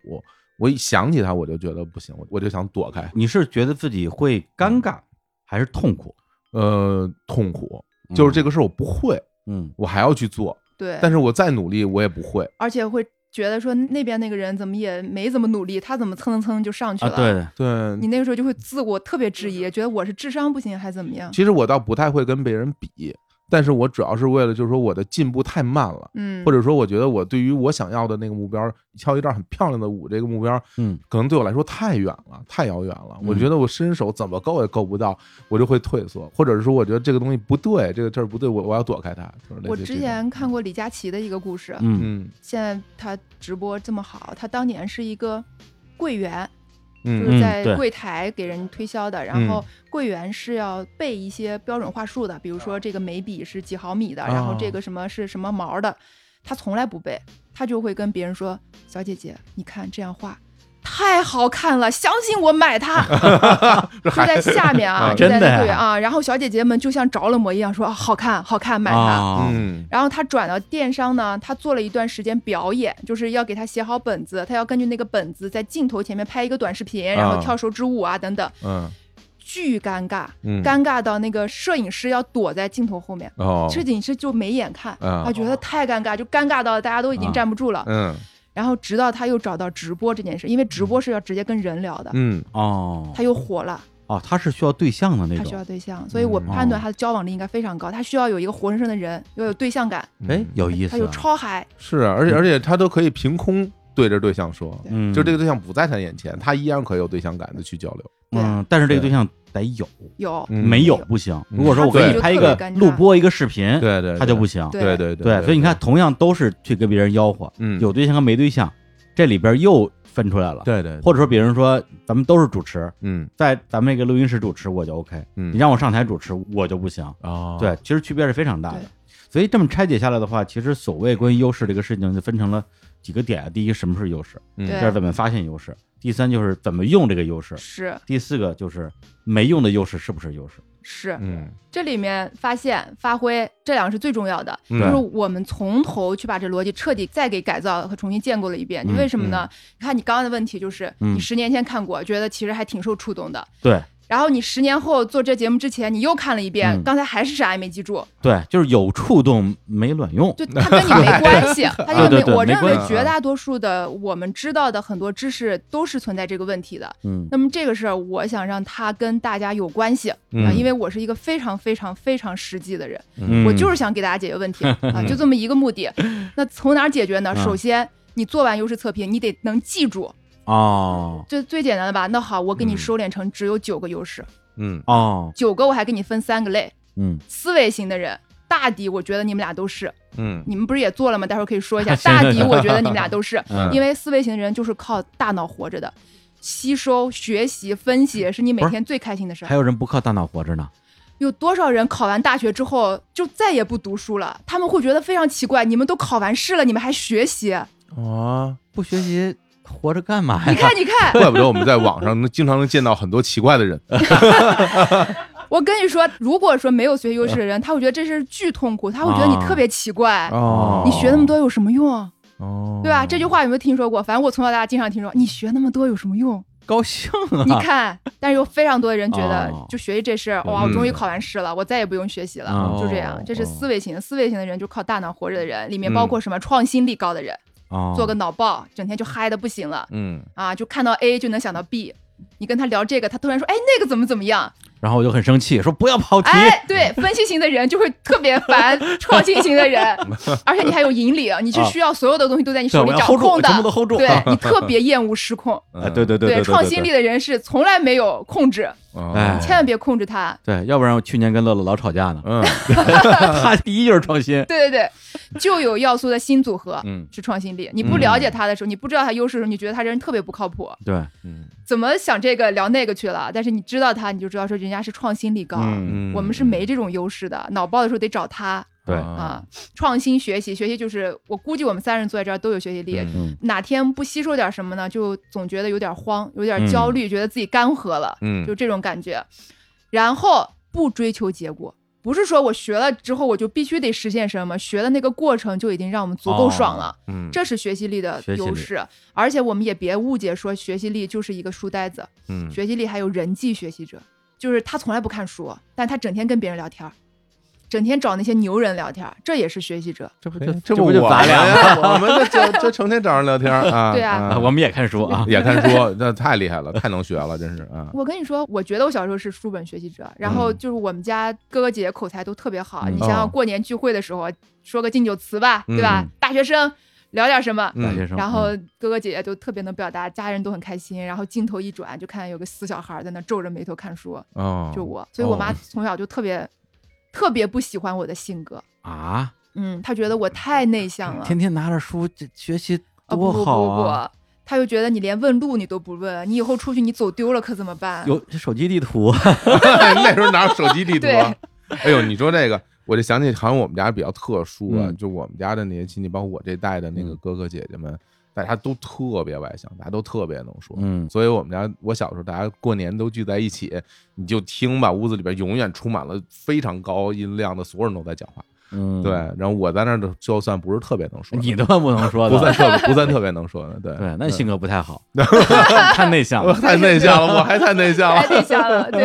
我一想起它我就觉得不行，我我就想躲开。
你是觉得自己会
嗯
尴尬还是痛苦？
呃，痛苦，就是这个事儿我不会，
嗯，
我还要去做，
对，
但是我再努力我也不会。
而且会觉得说那边那个人怎么也没怎么努力，他怎么蹭蹭蹭就上
嗯
去
啊，
了？
对，对
对嗯
你，那个时候就会自我特别质疑，觉得我是智商不行还是怎么样？
其实我倒不太会跟别人比，但是我主要是为了就是说我的进步太慢了，
嗯，
或者说我觉得我对于我想要的那个目标，跳一段很漂亮的舞这个目标，
嗯，
可能对我来说太远了，太遥远了。我
嗯
觉得我伸手怎么够也够不到，我就会退缩，或者是说我觉得这个东西不对，这个事儿不对，我我要躲开它。就是类
我
似于
之
这种
前看过李佳琦的一个故事，
嗯
嗯
现在他直播这么好，他当年是一个柜员，就
嗯
是
对
在柜台给人推销的，然后柜员是要背一些标准话术的，比如说这个眉笔是几毫米的，
哦
然后这个什么是什么毛的，他从来不背，他就会跟别人说：“小姐姐，你看这样画。”太好看了，相信我买它。 就在下面啊，
啊
就
真
在
的呀
那柜员啊，然后小姐姐们就像着了魔一样说啊：“好看，好看，买它。
啊，
嗯
然后他转到电商呢，他做了一段时间表演，就是要给他写好本子，他要根据那个本子在镜头前面拍一个短视频，然后跳手指舞啊等等，
嗯
巨尴尬，
嗯，
尴尬到那个摄影师要躲在镜头后面，
哦，
摄影师就没眼看，
啊
他觉
哦
得太尴尬，就尴尬到大家都已经站不住了。
嗯
然后直到他又找到直播这件事，因为直播是要直接跟人聊的，
嗯
哦
他，又火了，
哦，他是需要对象的那
他需
种
要。对象，所以我判断他的交往力应该非常高，他需要有一个活生生的人，要有对象感，
哎
嗯，
有意思
他
啊，
有超嗨，
是，啊而且而且他都可以凭空对着对象说，
对
嗯，
就这个对象不在他眼前，他依然可以有对象感的去交流。
对啊
嗯，但是这个
对
对象得有，
有，
嗯
没有不行。
嗯
如果说我给你
对
拍一
就特
个
别尴尬
录播一个视频，
对对，
嗯他就不行。
对
对对
对，所以你看，，同样都是去跟别人吆喝，
嗯，
有对象和没对象，这里边又分出来了。
对对，
或者说，别人说咱们都是主持，
嗯
在咱们这个录音室主持我就 OK，
嗯，
你让我上台主持我就不行。
哦，
对，其实区别是非常大的
对。
所以这么拆解下来的话，其实所谓关于优势这个事情就分成了几个点：啊第一，什么是优势；
嗯
第
对
二，怎么发现优势；第三，就是怎么用这个优势；
是
第四个就是没用的优势是不是优势？
是，
嗯
这里面发现、发挥这两个是最重要的，
嗯
就是我们从头去把这逻辑彻底再给改造和重新建构了一遍。
嗯
为什么呢？你看你刚刚的问题就是，
嗯
你十年前看过，觉得其实还挺受触动的。
对，
然后你十年后做这节目之前，你又看了一遍，
嗯
刚才还是啥也没记住，
对，就是有触动没卵用，
就它跟你没关系，它就
对对
没。
对
我
没
认
关啊
为
系
绝大多数的我们知道的很多知识都是存在这个问题的。
嗯
那么这个事儿，我想让它跟大家有关系啊，
嗯
因为我是一个非常非常非常实际的人，
嗯，
我就是想给大家解决问题 啊，就这么一个目的。那从哪儿解决呢？
嗯
首先，你做完优势测评，你得能记住，
哦
这最简单的吧？那好，我给你
嗯
收敛成只有九个优势，
嗯
哦，
九个我还给你分三个类，
嗯，。
思维型的人。大抵我觉得你们俩都是，
嗯
你们不是也做了吗？待会儿可以说一下
行
大抵我觉得你们俩都是，
嗯
因为思维型的人就是靠大脑活着的，吸收、学习、分析是你每
不是
天最开心的事
还
儿。
有人不靠大脑活着呢，
有多少人考完大学之后就再也不读书了？他们会觉得非常奇怪，你们都考完试了，你们还 学习？
啊，
不学习活着干嘛呀？
你看，你看，
怪不得我们在网上能经常能见到很多奇怪的人。
我跟你说，如果说没有学习优势的人，他会觉得这是巨痛
啊
苦，他会觉得你特别奇怪，
哦
你学那么多有什么用？
哦，
对吧？啊这句话有没有听说过？反正我从小到大经常听说，你学那么多有什 么用？
高兴啊，
你看，但是有非常多的人觉得
哦，
就学习这事儿，哇，
啊嗯
我终于考完试了，我再也不用学习了，
哦
就这样。这是思维型的，思维型的人就靠大脑活着的人，里面
嗯
包括什么创新力高的人，
哦
做个脑爆，整天就嗨的不行了
嗯，
啊，就看到 A 就能想到 B。你跟他聊这个，他突然说：“哎，那个怎么怎么样
然后我就很生气，说不要跑？”题，
哎，对，分析型的人就会特别 烦创新型的人，而且你还有引领，你是需要所有的东西都在你手里
啊对我要
掌
hold 住
控的
我全部都 hold 住，啊
对你特别厌恶失控。
嗯
哎对 对对对，
创新力，的人是从来没有控制，
哎
哎，
千万别控制他。
对，要不然我去年跟乐乐老吵 架呢，
嗯
他第一就是创新，
对对对，就有要素的新组合
嗯
是创新力。你不了解他的时候，你不知道他优势的时候，你觉得他这人特别不靠谱，
对，
嗯
怎么想这个聊那个去了。但是你知道他，你就知道说人家是创新力高，
嗯
啊
嗯
我们是没这种优势的。脑爆的时候得找他
对
啊，创新学习，学习就是我估计我们三人坐在这儿都有学习力。
嗯
嗯
哪天不吸收点什么呢？就总觉得有点慌，有点焦虑，觉得自己干涸了，
嗯
就这种感觉。然后不追求结果，不是说我学了之后我就必须得实现什么，学的那个过程就已经让我们足够爽了。
嗯
这是学习力的
学习力
优势，而且我们也别误解说学习力就是一个书呆子，
嗯
学习力还有人际学习者，就是他从来不看书，但他整天跟别人聊天儿，整天找那些牛人聊天儿，这也是学习者。
这不
哎
就
这
不
我
就咱
们
俩吗
呀，我们这这这成天找人聊天儿啊，
对啊
啊？我们也看书 啊，
也看书，那太厉害了，太能学了，真是啊，
我跟你说，我觉得我小时候是书本学习者，然后就是我们家哥哥姐姐口才都特别好。
嗯
你想
哦
想过年聚会的时候，啊说个敬酒词吧，对吧？
嗯
大学生聊点什么。
大
嗯
学生，
然后哥哥姐姐就特别能表达，家人都很开心。然后镜头一转，就看见有个死小孩在那皱着眉头看书，
哦，
就我。所以我妈从小就特别特别不喜欢我的性格，
嗯啊，
嗯，她觉得我太内向了，
天天拿着书这学习
嗯啊不
多
不不
好
不
啊！
不，她就觉得你连问路你都不问，你以后出去你走丢了可怎么办？
有手机地图，啊
那时候哪有手机地图？啊？哎呦，你说这个，我就想起好像我们家比较特殊啊，
嗯
就我们家的那些亲戚，包括我这代的那个哥哥姐姐们，大家都特别外向，大家都特别能说。
嗯，
所以我们家我小时候，大家过年都聚在一起，你就听吧，屋子里边永远充满了非常高音量的，所有人都在讲话。
嗯
对，，然后我在那儿就算不是特别能说的，
你都不能说
不
的，
算特别不算特别能说的，对
对，那
嗯
你性格不太 好，太内向
我
了。
太内向了，我还太内向
太
了，
内向了，对。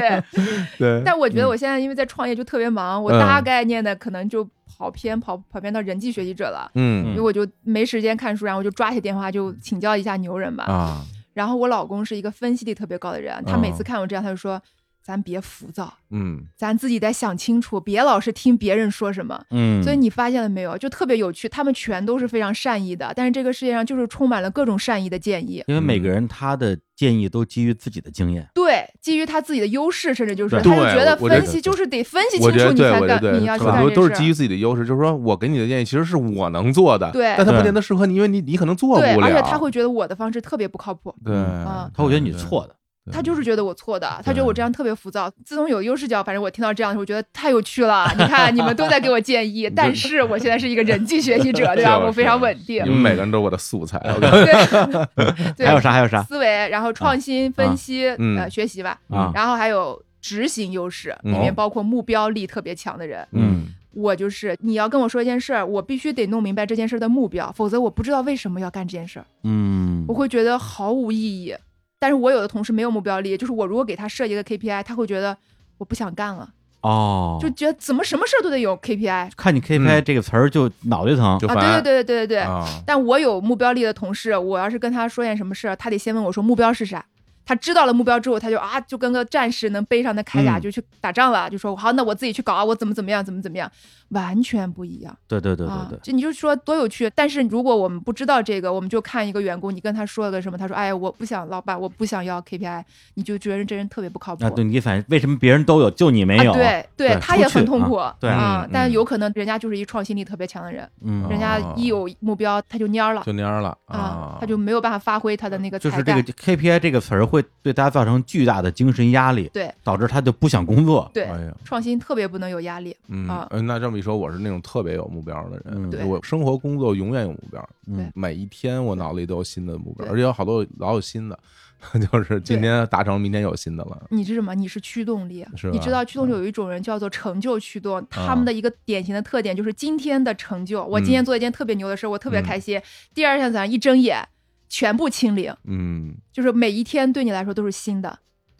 对，
哎但我觉得我现在因为在创业就特别忙，我
嗯
大概念的可能就跑偏跑跑偏到人际学习者了，因
嗯
为我就没时间看书，然后我就抓起电话就请教一下牛人吧。
啊，
然后我老公是一个分析力特别高的人，他
嗯
每次看我这样，他就说：“咱别浮躁，
嗯
咱自己得想清楚，别老是听别人说什么。”
嗯，
所以你发现了没有，就特别有趣，他们全都是非常善意的，但是这个世界上就是充满了各种善意的建议。
因为每个人他的建议都基于自己的经验，
对，基于他自己的优势，甚至就是
对
他就觉得
我我觉得
分析就是得分析清
我觉
楚
得
你
对，
才
我觉得
干，
对，
你要去
很
干
多
这
都是
事
基于自己的优势，就是说我给你的建议其实是我能做的，
对
但它不
对
见得适合你，因为你你可能做不
对，
了，
而且他会觉得我的方式特别不靠谱，
对
嗯，
嗯
他会觉得你，错的。
对
他就是觉得我错的，他
对
觉得我这样特别浮躁。自从有优视角，反正我听到这样的时候，我觉得太有 趣了。你看，你们都在给我建议，但是我现在是一个人际学 习者，对吧？
是
我非常稳
对
定
你。们每个人都是我的素材，我跟
对，对
还有啥？还有啥？
思维，然后创新、分析、
嗯
呃学习吧，
啊
然后还有执行优势，
嗯
里面包括目标力特别强的人。
嗯
我就是你要跟我说一件事儿，我必须得弄明白这件事儿的目标，否则我不知道为什么要干这件事儿，
嗯，
我会觉得毫无意义。但是我有的同事没有目标力，就是我如果给他设一个 KPI，他会觉得我不想干了，
哦，
就觉得怎么什么事儿都得有 KPI
看你 KPI 这个词儿嗯就脑袋疼
就
啊！
烦。
对对对对对对。
啊，
但我有目标力的同事，我要是跟他说件什么事儿，他得先问我说目标是啥。他知道了目标之后，他就啊，就跟个战士能背上那铠甲
嗯
就去打仗了，就说好，那我自己去搞啊，我怎么怎么样，怎么怎么样，完全不一样。
对对对对
啊
对，，
就你就说多有趣。但是如果我们不知道这个，我们就看一个员工，你跟他说了个什么，他说：“哎呀，我不想，老板，我不想要 KPI。”你就觉得这人特别不靠谱。
啊，对你反为什么别人都有，就你没有？
啊，对对
对
他
出
也很
去
痛
啊
苦
对
啊
嗯。
但
嗯
有可能人家就是一创新力特别强的人，
嗯，
人家一有目标他就蔫儿了
就蔫儿了
啊，他就没有办法发挥他的那个
就
才
是这个
干。
KPI 这个词儿会对大家造成巨大的精神压力，
对，
导致他就不想工 作。
对，
哎呀，
创新特别不能有压力。
嗯
啊，
呃那这么一说，我是那种特别有目标的人。
嗯
对
我生活工作永远有目标，
嗯
对，
每一天我脑子里都有新的目标，
对
而且有好多老有新的， 就是今天达成，明天有新的了。
你是什么？你是驱动力
是。
你
吧
知道驱动力有一种人叫做成就驱动，
啊
他们的一个典型的特点就是今天的成就。我今天做一件特别牛的事，我特别
嗯
开心。第二天早上一睁眼，全部清零，
嗯，
就是每一天对你来说都是新的。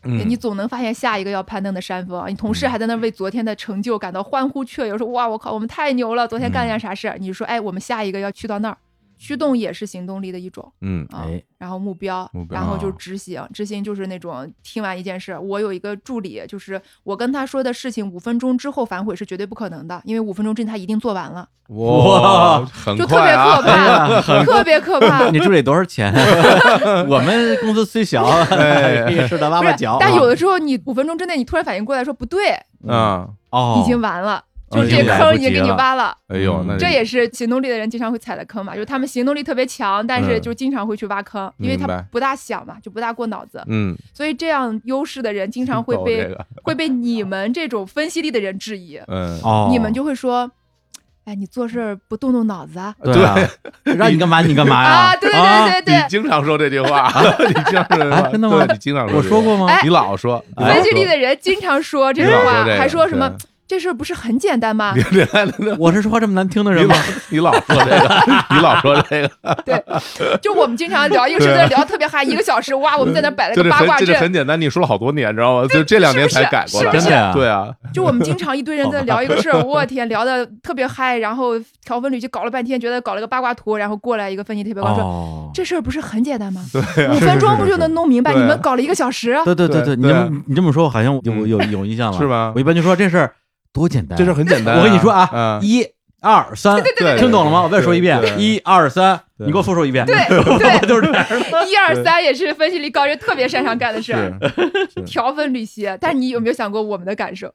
嗯
哎你总能发现下一个要攀登的山峰。啊你同事还在那为昨天的成就感到欢呼雀跃，说：“哇，我靠，我们太牛了！昨天干了件啥事儿？”你就说：“哎，我们下一个要去到那儿。”驱动也是行动力的一种。
嗯
啊
哎，
然后目标
目，标
然后就是
啊
执行，执行就是那种听完一件事，我有一个助理，就是我跟他说的事情，五分钟之后反悔是绝对不可能的，因为五分钟之内他一定做完了，
哇
很
就特别
快
可
啊！
怕，特别可怕。
你助理多少钱？ 我们公司虽小， 可以吃得挖
哎不
挖
是
脚啊。，
但有的时候你五分钟之内你突然反应过来说不对，
啊，
哦，
已经完了，就
哦
是这
已经
个
来
坑
不
已经
及
给你
了
挖了。
哎呦，
嗯
那
这也是行动力的人经常会踩的坑嘛，就是他们行动力特别强，但是
嗯
就经常会去挖坑，因为他
明白
不大想嘛，就不大过脑子，
嗯，
所以这样优势的人经 常会
够
被、
这个
会被你们这种分析力的人质疑，
嗯，
哦，
你们就会说，哎，你做事儿不动动脑子啊？
对 啊，让你干嘛你干嘛呀？
啊，对对对
你
对
经常说这句话， 你经常说这句话
啊真的吗
对你经常
啊
说，
我说，过吗？
哎
你老说，你
对，
老
分析力
说
的人经常说这种
老
话，
这个
还说什么
对
这事儿不是很简 单吗？
我是说话这么难听的人
你
吗
老？你老说这个，你老说这个，
就我们经常聊一 个事情，聊特别嗨，一个小时，哇，我们在那摆了
就这
个八
很
卦
这
阵
就，很简单，你说了好多年，知道吗？就这两年才改过来，
是不
真
是
的呀？
对啊，
就我们经常一堆人在聊一个 事儿，我天，聊的特别嗨，然后条分缕析搞了半天，觉得搞了个八卦图，然后过来一个分析特别高说。
哦，
这事儿不是很简单吗？
对啊
五分钟不就能弄明白？
是是
你
是
们搞了一个小时，
对对对
对
你
对
这
啊
么你这么说，好像有
嗯
有有印象了，
是？吧
我？一般就说这事儿多简单啊，
这事儿很简单啊，
我跟你说啊
啊，，
一二三，
对
听懂了吗？我再说一遍，
一
一二三，
对
你给我复述一遍。
对
我
对，
就是这样。
一二三也是分析力高人特别擅长干的事儿，
是，
条分缕析。但你有没有想过我们的感受？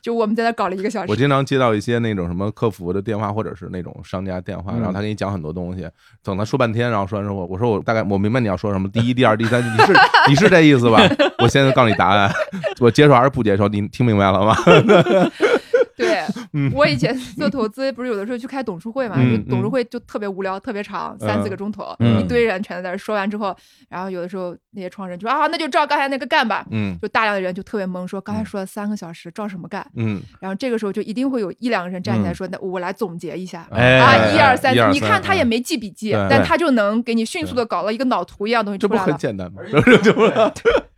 就我们在那搞了一个小
我
时，
经常接到一些那种什么客服的电话，或者是那种商家电话，
嗯
然后他给你讲很多东西，等他说半天，然后说完之后，我说我大概我明白你要说什么，第一、第二、第三，你是你是这意思吧？我现在告诉你答案， 我接受还是不接受？你听明白 了吗？
对我以前做投资，不是有的时候去开董事会嘛，
嗯
就董事会就特别无聊，特别长，三四个钟头，
嗯
一堆人全在那儿说完之后，然后有的时候那些创始人就说啊，那就照刚才那个干吧，
嗯
就大量的人就特别懵，说刚才说了三个小时，照什么干？
嗯，
然后这个时候就一定会有一两个人站起来说，那我来总结一下。
哎
啊，一二三
一二，
你看他也
嗯
没记笔记，
对
但他就能给你迅速的搞了一个脑图一样的东西
这
出
不
来
很
了。
简单吗？ 这不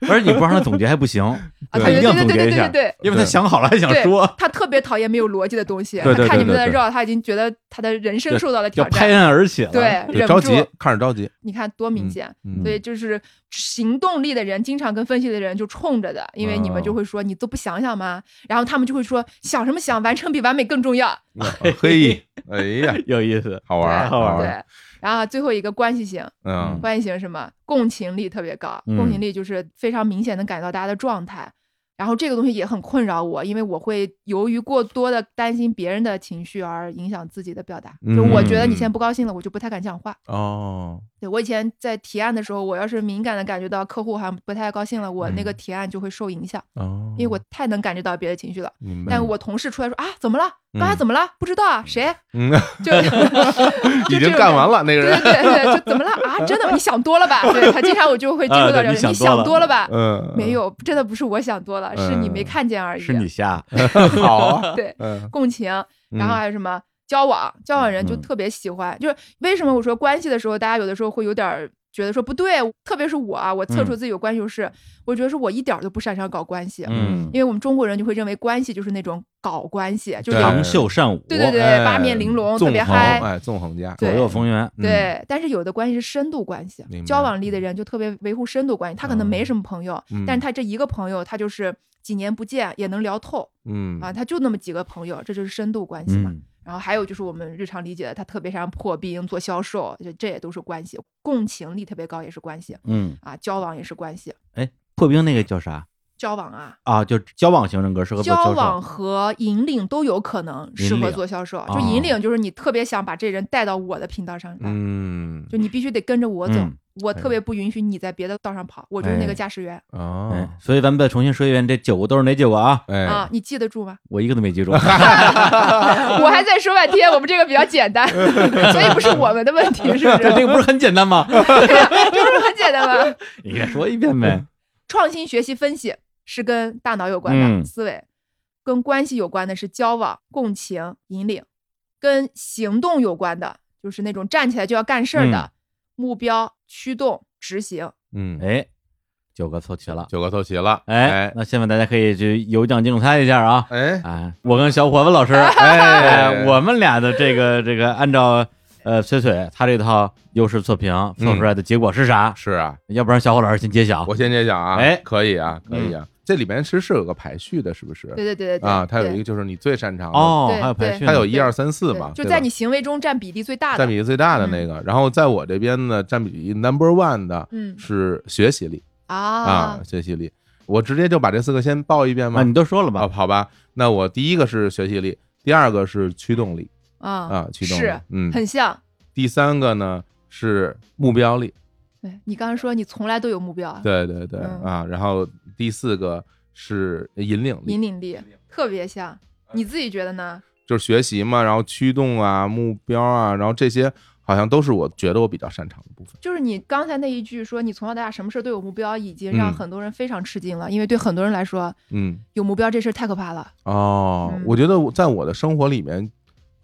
而且你不让他总结还不行，
啊，
他
对
一定
对
要
对
总
对
结
对
一下
对对，
因为他想好了还想
对
说，
他特别讨厌没有逻辑的东西。
对
他
对对
看你们
对
在
对
绕，他已经觉得他的人生
对
受到了
要
挑
拍啊
战。
案而起了。
对，，
对
忍
着
不
急
住。，
看着着 急，
你看多明
嗯
显。
嗯
所以就是行动力的人，经常跟分析的人就冲着的，因为你们就会说你都不想想吗？然后他们就会说想什么想，完成比完美更重要。
嘿，哎呀，
有意思。
好玩儿，
对好玩儿
玩儿，
对，然后最后一个关系型，
嗯
关系型是什么？共情力特别高，
嗯
共情力就是非常明显的感到大家的状态。然后这个东西也很困扰我，因为我会由于过多的担心别人的情绪而影响自己的表达。就我觉得你
嗯
现在不高兴了，我就不太敢讲话。
哦，
对我以前在提案的时候，我要是敏感的感觉到客户好像不太高兴了，我那个
嗯
提案就会受影响，
哦，
因为我太能感觉到别的情绪了。
明白，
但我同事出来说啊，怎么了？刚才
嗯
怎么了？不知道啊，谁？
嗯，
就 就
已
这
经
种
干完了那个
对
人，
对对，对，就怎么了啊？真的吗？你想多了吧？对他经常我就会接触到
啊
这
对
种，
你想
你
多了
想多了吧？
嗯，
没有，真的不是我想多了，是你没
嗯
看见而已。
是你瞎，
好啊，
对
嗯，
共情，然后还有什
嗯
么交往？交往人就特别喜欢，就是为什么我说关系的时候，大家有的时候会有点儿觉得说不对，特别是我啊，我测出自己有关系就是，我觉得说我一点儿都不擅长搞关系，
嗯，
因为我们中国人就会认为关系就是那种搞关系，就是
对
搞
长袖善舞，
对对对
哎
八面玲珑
纵
特别
横
嗨
哎，纵横家，
对
左右逢源，
嗯，
对，但是有的关系是深度关系
明，白
交往力的人
嗯
就特别维护深度关系，他可能没
嗯
什么朋友，
嗯
但是他这一个朋友，他就是几年不见也能聊透
嗯
啊，他就那么几个朋友，这就是深度关系嘛。
嗯
然后还有就是我们日常理解的，他特别擅长破冰、做销售，这这也都是关系，共情力特别高也是关系
嗯，
啊，交往也是关系，
破冰那个叫啥
交往啊，
啊？就交往型人格适合做销
交
售，
往和引领都有可能适
引
合
领
做销售，
哦
就引领就是你特别想把这人带到我的频道上来，
嗯
就你必须得跟着我走，
嗯
我特
哎
别不允许你在别的道上跑，我就是那
哎
个驾驶员、
哦
哎，所以咱们再重新说一遍，这九个都是哪九个啊？
哎
啊，，你记得住吗？
我一个都没记住。
我还在说半天，我们这个比较简单，所以不是我们的问题，是不
这这
是？
个不是很简单吗？
就是很简单嘛。
你再说一遍呗。
创新学习分析是跟大脑有关的、
嗯
思维，跟关系有关的是交往、共情、引领，跟行动有关的就是那种站起来就要干事儿的、目标、驱动、执行。
嗯，
哎，九个凑齐了。
九个凑齐了，
哎，那下面大家可以去有奖竞猜一下啊。
哎
哎，我跟小伙子老 师，哎，我们俩的这个这个，按照呃崔崔他这套优势测评测出来的结果是啥？
是啊，
要不然小伙老师先揭晓
我。先揭晓啊，
哎
可以啊，可以啊，这里面其实是有个排序的，是不是？
嗯对对对对对
啊，它有一
对
个就是你最擅长的，
哦，
对
还有排序呢，
它有一
对
二三四嘛，
对就
对
在
吧
你行为中占比例最大的。
占比最大的那个，然后在我这边呢，占比 number one 的
嗯
是学习力啊，学习力，我直接就把这四个先报一遍吗
啊，？你都说了
啊，
吧？
好吧，那我第一个是学习力，第二个是驱动力
啊
啊，驱动力
是，
嗯，
很像。
第三个呢是目标力，
对你刚才说你从来都有目标啊，
对对对
嗯
啊，然后第四个是引领力
引，领力特别
嗯
像。你自己觉得呢？
就是学习嘛，然后驱动啊、目标啊，然后这些好像都是我觉得我比较擅长的部分。
就是你刚才那一句说你从小到大什么事儿都有目标，已经让
嗯
很多人非常吃惊了，因为对很多人来说，
嗯，
有目标这事儿太可怕了。
哦，
嗯
我觉得我在我的生活里面，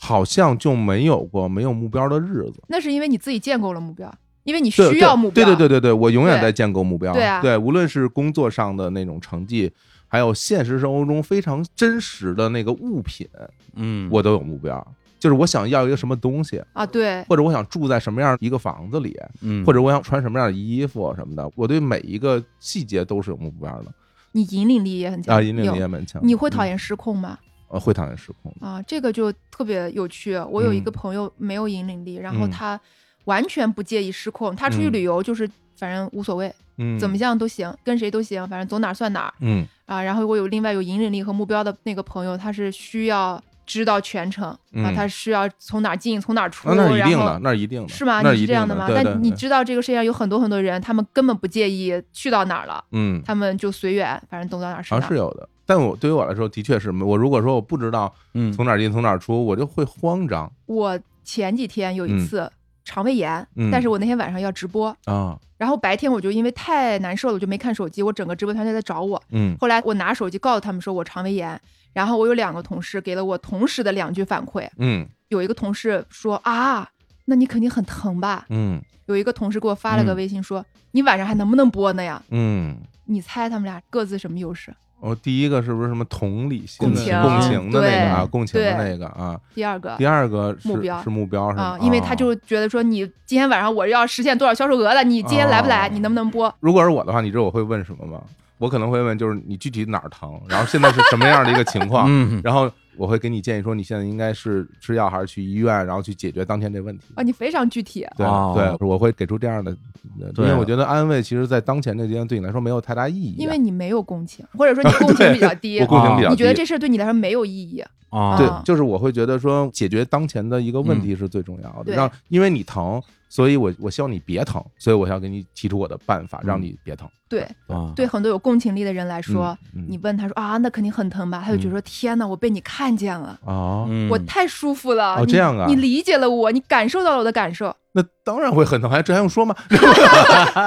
好像就没有过没有目标的日子。
那是因为你自己建构了目标，因为你
对
需要目标。
对对对对
对
对，我永远在建构目标。
对啊
无论是工作上的那种成绩，还有现实生活中非常真实的那个物品，
嗯，
我都有目标。就是我想要一个什么东西，
啊，对，
或者我想住在什么样一个房子里，
嗯
或者我想穿什么样的衣服什么的，我对每一个细节都是有目标的
你引领力也很强。
啊，引领
有
力也蛮强的。
你会讨
嗯？
厌失控吗？
呃，会讨厌失控的。
啊，这个就特别有趣。我有一
嗯
个朋友没有引领力，然后
嗯
他完全不介意失控，他出去
嗯
旅游就是反正无所谓，
嗯，
怎么？样都行，跟谁都行，反正走哪儿算哪儿
嗯
啊。然后我有另外有引领力和目标的那个朋友，他是需要知道全程、啊
嗯，
他需要从哪儿进从哪儿出，
啊，那是一
然
定
后
的，那是一定的，
是吗？
那
你
一
是这
定
样
的
吗？
对
那
对
你
对
知道这个世界上有很多很多人，他们根本不介意去到哪儿了，
嗯，
他们就随缘，反正走到哪儿是
好
哪
啊像是
儿。
有的。但我对于我来说，的确是我如果说我不知道
嗯
从哪儿进从哪儿出，我就会慌张
我前几天有一
嗯
次肠胃炎，
嗯
但是我那天晚上要直播，
啊，
然后白天我就因为太难受了，我就没看手机，我整个直播团队在找我。
嗯
后来我拿手机告诉他们说我肠胃炎，然后我有两个同事给了我同时的两句反馈，
嗯
有一个同事说啊，那你肯定很疼吧？
嗯
有一个同事给我发了个
嗯
微信说、你晚上还能不能播呢呀？
嗯。
你猜他们俩各自什么优势？
哦，第一个是不是什么同理心
共
的
情
共情的那
对
个啊，共情的
对
那个啊？
第二个
第二个是
目标
是目标是吗
啊？，因为他
哦
就觉得说你今天晚上我要实现多少销售额了，你今天来不来？
哦
你能不能播？
如果是我的话，你知道我会问什么吗？我可能会问，就是你具体哪儿疼，然后现在是什么样的一个情况，
嗯，
然后我会给你建议说，你现在应该是吃药还是去医院，然后去解决当前这问题。
啊，你非常具体。
对、
哦
对，我会给出这样的，呃因
对啊
为我觉得安慰其实，在当前这阶段对你来说没有太大意义啊、
因为你没有共情，或者说你 共情比较低
我，共情比较低，
你觉得这事儿对你来说没有意义。
啊，
对
啊，
就是我会觉得说，解决当前的一个问题是最重要的。
嗯对
让
嗯
因为你疼，所以我我希望你别疼，所以我要给你提出我的办法，让你别疼。
对
啊，
对很多有共情力的人来说，
嗯
你问他说啊，那肯定很疼吧？他就觉得说、天哪，我被你看见了，
啊，
嗯，
我太舒服了。
哦
你
这样啊
你理解了我，你感受到了我的感受。
那当然会很疼，还这还用说吗？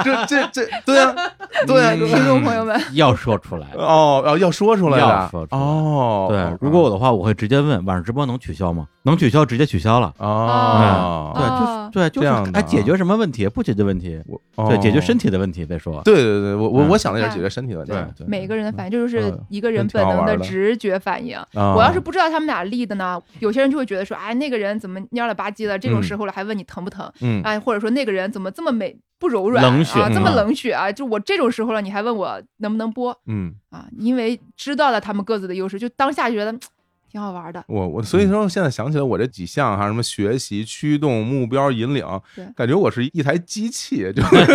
这这这，对 啊，对啊，
嗯
听众朋友们，
要说出来。
哦哦，要说出来
要
的
说出来
哦，
对，如果我的话，我会直接问晚上直播能取消吗？能取消，直接取消了。
哦，
对，就是
哦
对，就
这样
是
的
还
啊
解决什么问题？不解决问题，
我
对，解决身
体，
体的问题再说。
哦对对对，我我
嗯
我想的也是解决身体的问题， 对
每个人的反应，这就是
嗯
一个人
真挺
本
好
能
玩
的
的
直觉反应。
啊
我要是不知道他们俩立的呢，有些人就会觉得说，哎，那个人怎么蔫了吧唧的，这种
嗯
时候了还问你疼不疼？
嗯
哎，或者说那个人怎么这么美不柔软，
冷血
啊，这么
嗯
冷血啊？就我这种时候了，你还问我能不能播
嗯，
啊？因为知道了他们各自的优势，就当下觉得嗯挺好玩的。
我我
嗯
所以说现在想起来我这几项哈，什么学习、驱动、目标、引领
对，
感觉我是一台机器， 就是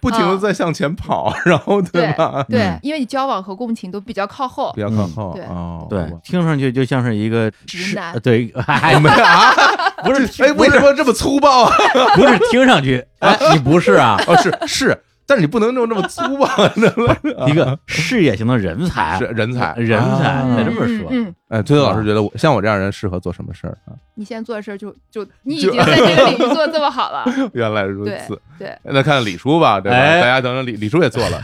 不停的在向前跑，然后对 吧？
嗯对，
嗯
因为你交往和共情都比较靠后
比，较靠后
对
哦，
对，听上去就像是一个
直
是
男
呃对， 哎，
没啊，
不是
哎，为什么这么粗暴啊？
不是听上去，哎，你不是 啊，
哦，是是，但是你不能用这么粗暴，啊 知道吗
一个事业型的人才
是，人才，
哎人才
啊
那这啊
嗯
么说
嗯，嗯
哎，崔老师觉得我像我这样人适合做什么事儿啊？
你现在做的事儿就就你已
就
经在这个领域做的这 么好了，
原来如
对
此。
对，
那看看李叔吧，对吧？
哎
大家等等李李叔也做了，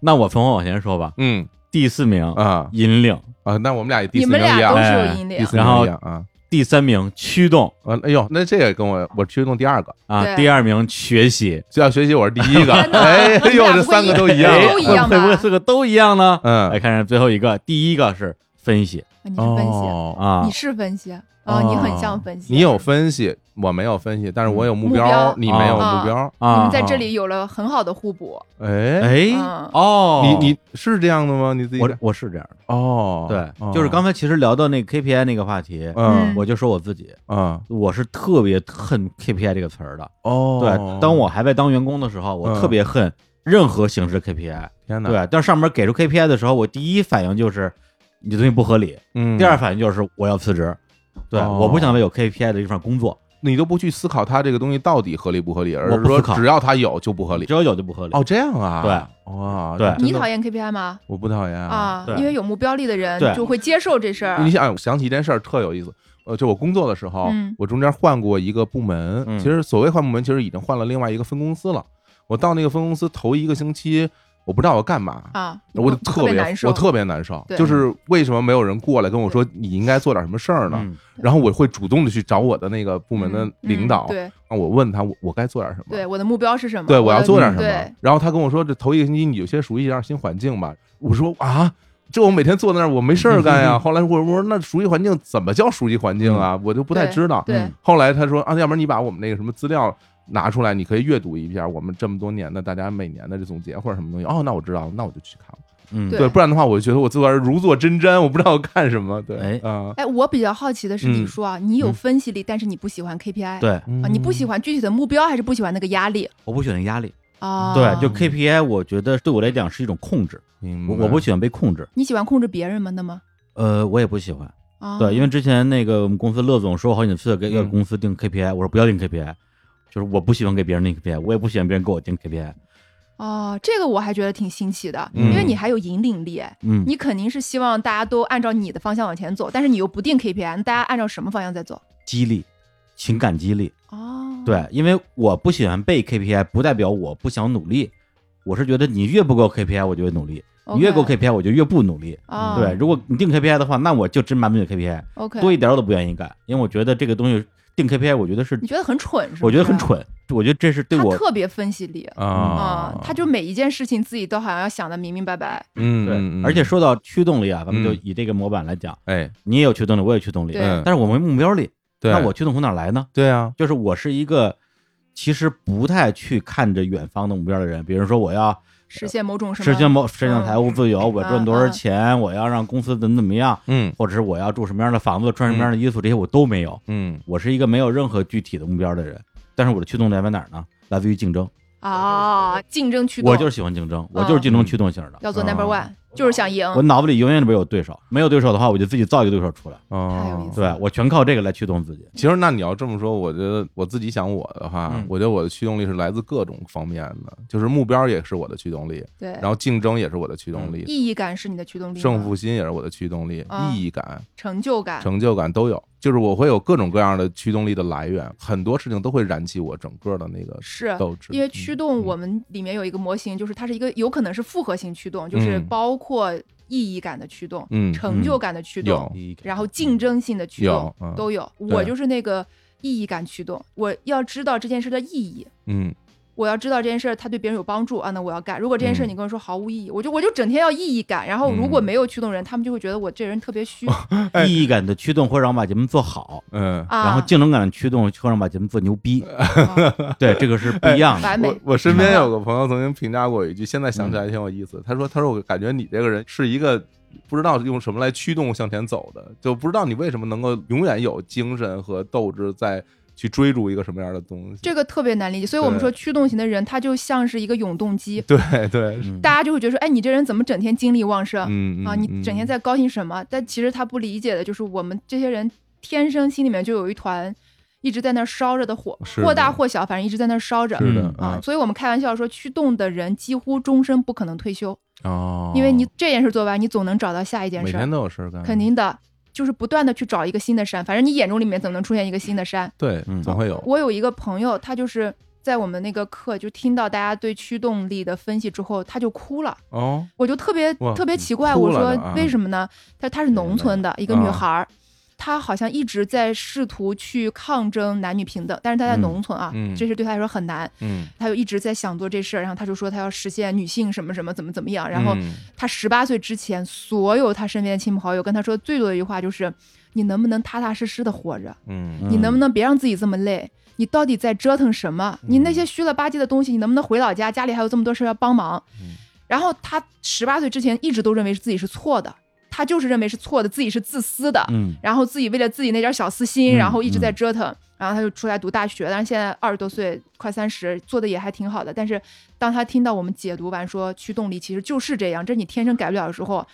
那我从我往前说吧，
嗯
第四名
啊
引领，
啊，那我们俩也第
你
四
们
名一
俩
样
都，
哎
是有引
第
领
四，
然
名
后
一样啊。
第三名驱动
啊，哎呦，那这个跟我我驱动第二个，
啊，
对
第二名学习，
就要学习我是第一 个，
天哪
哎
你们
呦，
俩
这
不
三个都一样
哎
啊，
都一样吧
会不会四个都一样呢？来
嗯，
看看最后一个，第一个是分析
你是分析，
哦，
啊
你，是分析啊，
哦
你很像分析，
你有分析，我没有分析，但是我有目
目标哦
你没有目标，
你
啊
们，
哦
在这里有了很好的互补，
哎，
哎
嗯
哦，
你你是这样的吗？你自己
我我是这样的，
哦，
对，就是刚才其实聊到那个 KPI 那个话题，
嗯
嗯
我就说我自己，
嗯
我是特别恨 KPI 这个词儿的。
哦，
对，当我还在当员工的时候，我
嗯
特别恨任何形式的 KPI。
天哪，
对，但上面给出 KPI 的时候，我第一反应就是你这东西不合理，
嗯，
第二反应就是我要辞职。对，
哦
我不想为有 KPI 的一份工作，
你都不去思考它这个东西到底合理不合理，而
我
是
不
说
思考
只要它有就不合理
只。要有就不合理。
哦，这样啊？
对，
哇，
对
那真的
你讨厌 KPI 吗？
我不讨厌
啊
对，
因为有目标力的人
对
就会接受这事儿。
你想，我想起一件事儿特有意思。呃，就我工作的时候，
嗯
我中间换过一个部门。
嗯
其实所谓换部门，其实已经换了另外一个分公司了。我到那个分公司头一个星期，我不知道我干嘛，
啊，
我就
特
别
难受，
我特别难受。
对
就是为什么没有人过来跟我说你应该做点什么事儿呢？
嗯，
然后我会主动的去找我的那个部门的
嗯
领导，
嗯对
啊我问他我我该做点什么。
对，我的目标是什么？
对，我要
的
做点什
嗯对
么。然后他跟我说，这头一个星期你有些熟悉一下新环境吧。我说啊，这我每天坐在那儿，我没事儿干 呀。后来我说那熟悉环境怎么叫熟悉环境啊？我就不太知道。
对
嗯
后来他说啊，要不然你把我们那个什么资料拿出来，你可以阅读一下我们这么多年的大家每年的这总结或者什么东西。哦，那我知道了，那我就去看了。
嗯，
对
对，不然的话，我就觉得我坐在这儿如坐针毡，我不知道我干什么。对，
哎
啊，
哎，我比较好奇的是，你
嗯
说啊，你有
嗯
分析力，但是你不喜欢 KPI，
对，
嗯
啊，你不喜欢具体的目标，还是不喜欢那个压力
我不喜欢压力。
啊？
嗯对，就 KPI，我觉得对我来讲是一种控制，
嗯明白，
我我不喜欢被控制。
你喜欢控制别人吗？那么
呃，我也不喜欢。
啊，
对，因为之前那个我们公司乐总说我好几次给要
嗯
公司定 KPI，、我说不要定 KPI，就是我不喜欢给别人定 KPI，我也不喜欢别人给我定 KPI。
哦，这个我还觉得挺新奇的，
嗯
因为你还有引领力，哎
嗯，
你肯定是希望大家都按照你的方向往前走，但是你又不定 KPI，那大家按照什么方向在走？
激励，情感激励。
哦，
对，因为我不喜欢被 KPI，不代表我不想努力。我是觉得你越不够 KPI，我就越努力；你越够 KPI，我就越不努力。
啊，
对，如果你定 KPI 的话，那我就真满满的 KPI，
，OK，
多一点我都不愿意干，因为我觉得这个东西定 KPI，我觉得是
你，觉得很蠢是吗？
我觉得很，蠢，我觉得这是对
他
我
特别分析力
啊
啊，，他就每一件事情自己都好像要想的明明白白，
嗯，嗯
对。
嗯
而且说到驱动力啊，咱们就
嗯
以这个模板来讲，
哎，
你也有驱动力，我也驱动力，
对
嗯
但是我没目标力，
对，
那我驱动从哪儿来呢？
对啊，
就是我是一个其实不太去看着远方的目标的人，比如说我要
实现某种什么
实现某实现财务自由，我
啊
赚多少
啊
钱，我要让公司怎么怎么样，
嗯
或者是我要住什么样的房子，穿什么样的衣服，这些我都没有。
嗯，
我是一个没有任何具体的目标的人，但是我的驱动来源哪儿呢？来自于竞争，
啊，竞争驱动，嗯
我就是喜欢竞争，我就是竞争驱动型的。
要做 number
啊
one，就是想赢。
我脑子里永远没有对手，没有对手的话，我就自己造一个对手出来，
太有意
哦
思，
对我全靠这个来驱动自己。
其实那你要这么说，我觉得我自己想我的话，
嗯
我觉得我的驱动力是来自各种方面的，就是目标也是我的驱动力，
对，嗯
然后竞争也是我的驱动力，
意义感是你的驱动力吗，
胜负心也是我的驱动力，
啊
意义感、
成就感，
成就感都有，就是我会有各种各样的驱动力的来源，很多事情都会燃起我整个的那个
是
斗志，
因为
嗯
驱动我们里面有一个模型，就是它是一个有可能是复合型驱动，就是
嗯
包括意义感的驱动、
嗯
成就感的驱动
有，
E
然后竞争性的驱动
有嗯
都有。
对
我就是那个意义感驱动，我要知道这件事的意义。
嗯
我要知道这件事儿，它对别人有帮助啊，那我要干。如果这件事儿
嗯
你跟我说毫无意义，我就我就整天要意义感，然后如果
嗯
没有驱动人，他们就会觉得我这人特别虚
哎
意义感的驱动会让我们把节目做好，
嗯，
啊。
然后竞争感的驱动会让我们把节目做牛逼。
啊
对，这个是不一样的。
完美
我，我身边有个朋友曾经评价过一句，现在想起来挺有意思。他说：“他说我感觉你这个人是一个不知道用什么来驱动向前走的，就不知道你为什么能够永远有精神和斗志在去追逐一个什么样的东西。
这个特别难理解。所以我们
对
说驱动型的人，他就像是一个永动机”，
对 对，
嗯
大家就会觉得说，哎，你这人怎么整天精力旺盛、
嗯
啊？你整天在高兴什么？但其实他不理解的就是，我们这些人天生心里面就有一团一直在那儿烧着的火，
是的
或大或小，反正一直在那儿烧着。
是的
嗯
啊
啊，
所以我们开玩笑说，驱动的人几乎终身不可能退休，
哦
因为你这件事做完，你总能找到下一件
每
事
天
儿，
都有事儿干，
肯定的，就是不断的去找一个新的山，反正你眼中里面总能出现一个新的山。
对
嗯，
总会有
我有一个朋友，他就是在我们那个课就听到大家对驱动力的分析之后，他就哭了。
哦，
我就特别
哇
特别奇怪，
哭
我
了
说
呢啊
为什么呢？她她是农村的一个
嗯
女孩儿，她好像一直在试图去抗争男女平等，但是她在
嗯
农村啊，
嗯
这事对她来说很难。
嗯，
她就一直在想做这事儿，然后她就说她要实现女性什么什么怎么怎么样。然后
嗯
她十八岁之前，所有她身边的亲朋好友跟她说最多的一句话就是：“你能不能踏踏实实的活着？
嗯
你能不能别让自己这么累？你到底在折腾什么？你
嗯
那些虚了吧唧的东西，你能不能回老家？家里还有这么多事儿要帮忙。
嗯
然后他十八岁之前一直都认为是自己是错的，他就是认为是错的，自己是自私的，
嗯
然后自己为了自己那点小私
嗯
心，然后一直在折腾。然后他就出来读大学，但是现在二十多岁，快三十，做的也还挺好的。但是当他听到我们解读完说驱动力其实就是这样，这你天生改不了的时候，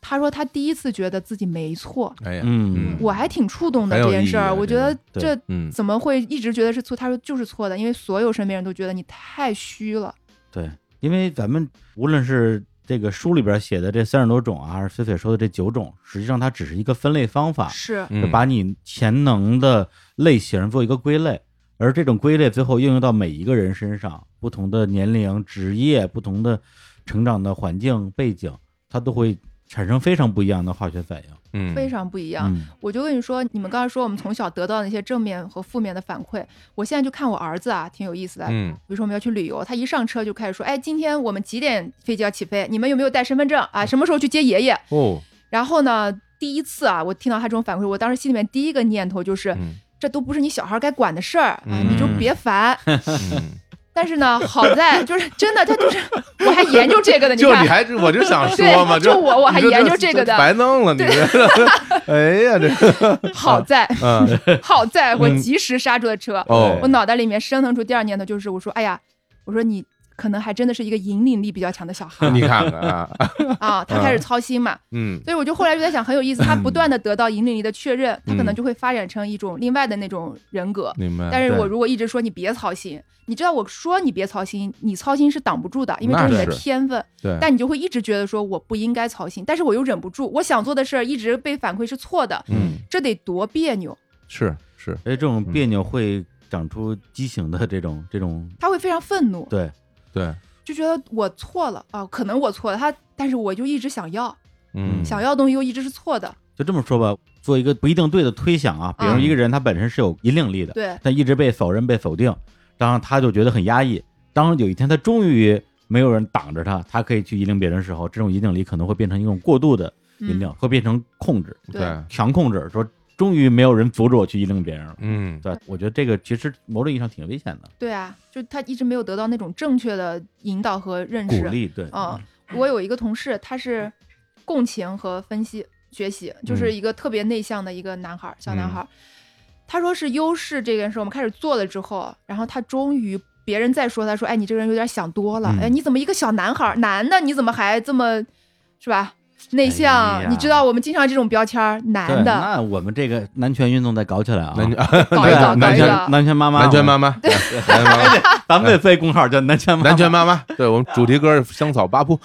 他说他第一次觉得自己没错，
哎呀，
嗯
我还挺触动的
很
这
有
件事
意义
儿，
啊
我
这
觉得
个
这
嗯
怎么会一直觉得是错？他说就是错的，因为所有身边人都觉得你太虚了。
对，因为咱们无论是这个书里边写的这三十多种啊，还是菲菲说的这九种，实际上它只是一个分类方法，
是，
嗯
就把你潜能的类型做一个归类，而这种归类最后应用到每一个人身上，不同的年龄、职业、不同的成长的环境背景，它都会产生非常不一样的化学反应。
嗯
非常不一样。
嗯
我就跟你说，你们刚才说我们从小得到的那些正面和负面的反馈，我现在就看我儿子啊，挺有意思的。
嗯
比如说我们要去旅游，他一上车就开始说：“哎，今天我们几点飞机要起飞？你们有没有带身份证
嗯
啊？什么时候去接爷爷
哦，？”
然后呢，第一次啊，我听到他这种反馈，我当时心里面第一个念头就是，
嗯
这都不是你小孩该管的事儿啊，你就
嗯
别烦。
嗯
但是呢，好在就是真的，他就是我还研究这个呢，
就
看
你还我就 想说
对
嘛，
就我我还
你
研究这个的
白弄了你这，哎呀这个，
好在
嗯
好在我
嗯
及时刹住了车，
哦
我脑袋里面升腾出第二念头就是我说，哎呀，我说你可能还真的是一个引领力比较强的小孩
你看看啊，
啊，他开始操心嘛，
嗯
所以我就后来就在想，很有意思，他不断的得到引领力的确认，他可
嗯
能就会发展成一种另外的那种人格。
明白，
但是
对
我如果一直说你别操心，你知道我说你别操心，你操心是挡不住的，因为这
那
是你的
是
天分。
对，
但你就会一直觉得说我不应该操心，但是我又忍不住，我想做的事儿一直被反馈是错的，
嗯
这得多别扭。
是是，
而且这种别扭会长出畸形的这
嗯
种这种
他会非常愤怒，
对，
对，
就觉得我错了啊，可能我错了，他但是我就一直想要，
嗯
想要的东西又一直是错的，
就这么说吧，做一个不一定对的推想啊，比如一个人他本身是有引领力的，
对，
但一直被否认、被否定，当然他就觉得很压抑。当有一天他终于没有人挡着他，他可以去引领别人的时候，这种引领力可能会变成一种过度的引领，
嗯，
会变成控制、
对
对，
强控制，说终于没有人阻止我去引领别人了。
嗯
对，我觉得这个其实某种意义上挺危险的，
对啊，就他一直没有得到那种正确的引导和认
鼓
识。
励对，
嗯，我有一个同事，他是
嗯
共情和分析学习，就是一个特别内向的一个男孩儿，小男
嗯
孩儿。他说是优势这件事，我们开始做了之后，然后他终于别人再说他说，哎，你这个人有点想多了，
嗯
哎，你怎么一个小男孩儿，男的你怎么还这么是吧？内向，
哎呀
你知道我们经常这种标签儿，男
对，
的
那我们这个男权运动再搞起来啊！
男
搞一
对
搞，搞
男
一
权
搞。
男权妈妈，
男权妈妈，男权妈妈，
咱们得飞公号叫男权妈妈。
男权妈妈，对我们主题歌是《香草八铺》，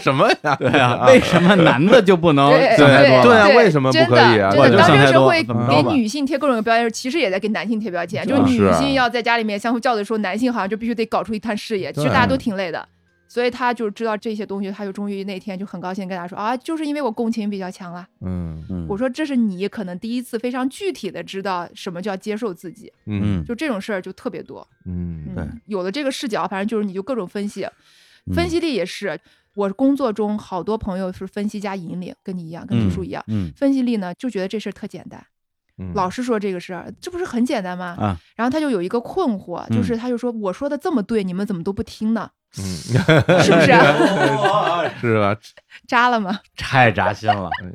什么呀？
对啊，为什么男的就不能
对
想太
对
多了
对啊
对，
为什么不
真的
可以啊
我
真
就
的，当
想
这
太
个社
多嗯
会
怎么着吧
给女性贴各种标签，其实也在给男性贴标签。就是
啊是
女
啊
性要在家里面相夫教子的时候，男性好像就必须得搞出一摊事业，其实
对
大家都挺累的。所以他就知道这些东西，他就终于那天就很高兴跟他说啊，就是因为我共情比较强了。
嗯
嗯
我说这是你可能第一次非常具体的知道什么叫接受自己，
嗯
嗯，
就这种事儿就特别多。
嗯
对
嗯，有了这个视角，反正就是你就各种分析，
嗯
分析力也是。我工作中好多朋友是分析加引领，跟你一样，跟
嗯
读书一样。
嗯
分析力呢，就觉得这事儿特简单，
嗯，
老是说这个事儿，这不是很简单吗？
啊，
然后他就有一个困惑，就
嗯
是他就说：“我说的这么对，你们怎么都不听呢？
嗯
是不是啊
是吧？
扎了吗
太扎心了
嗯。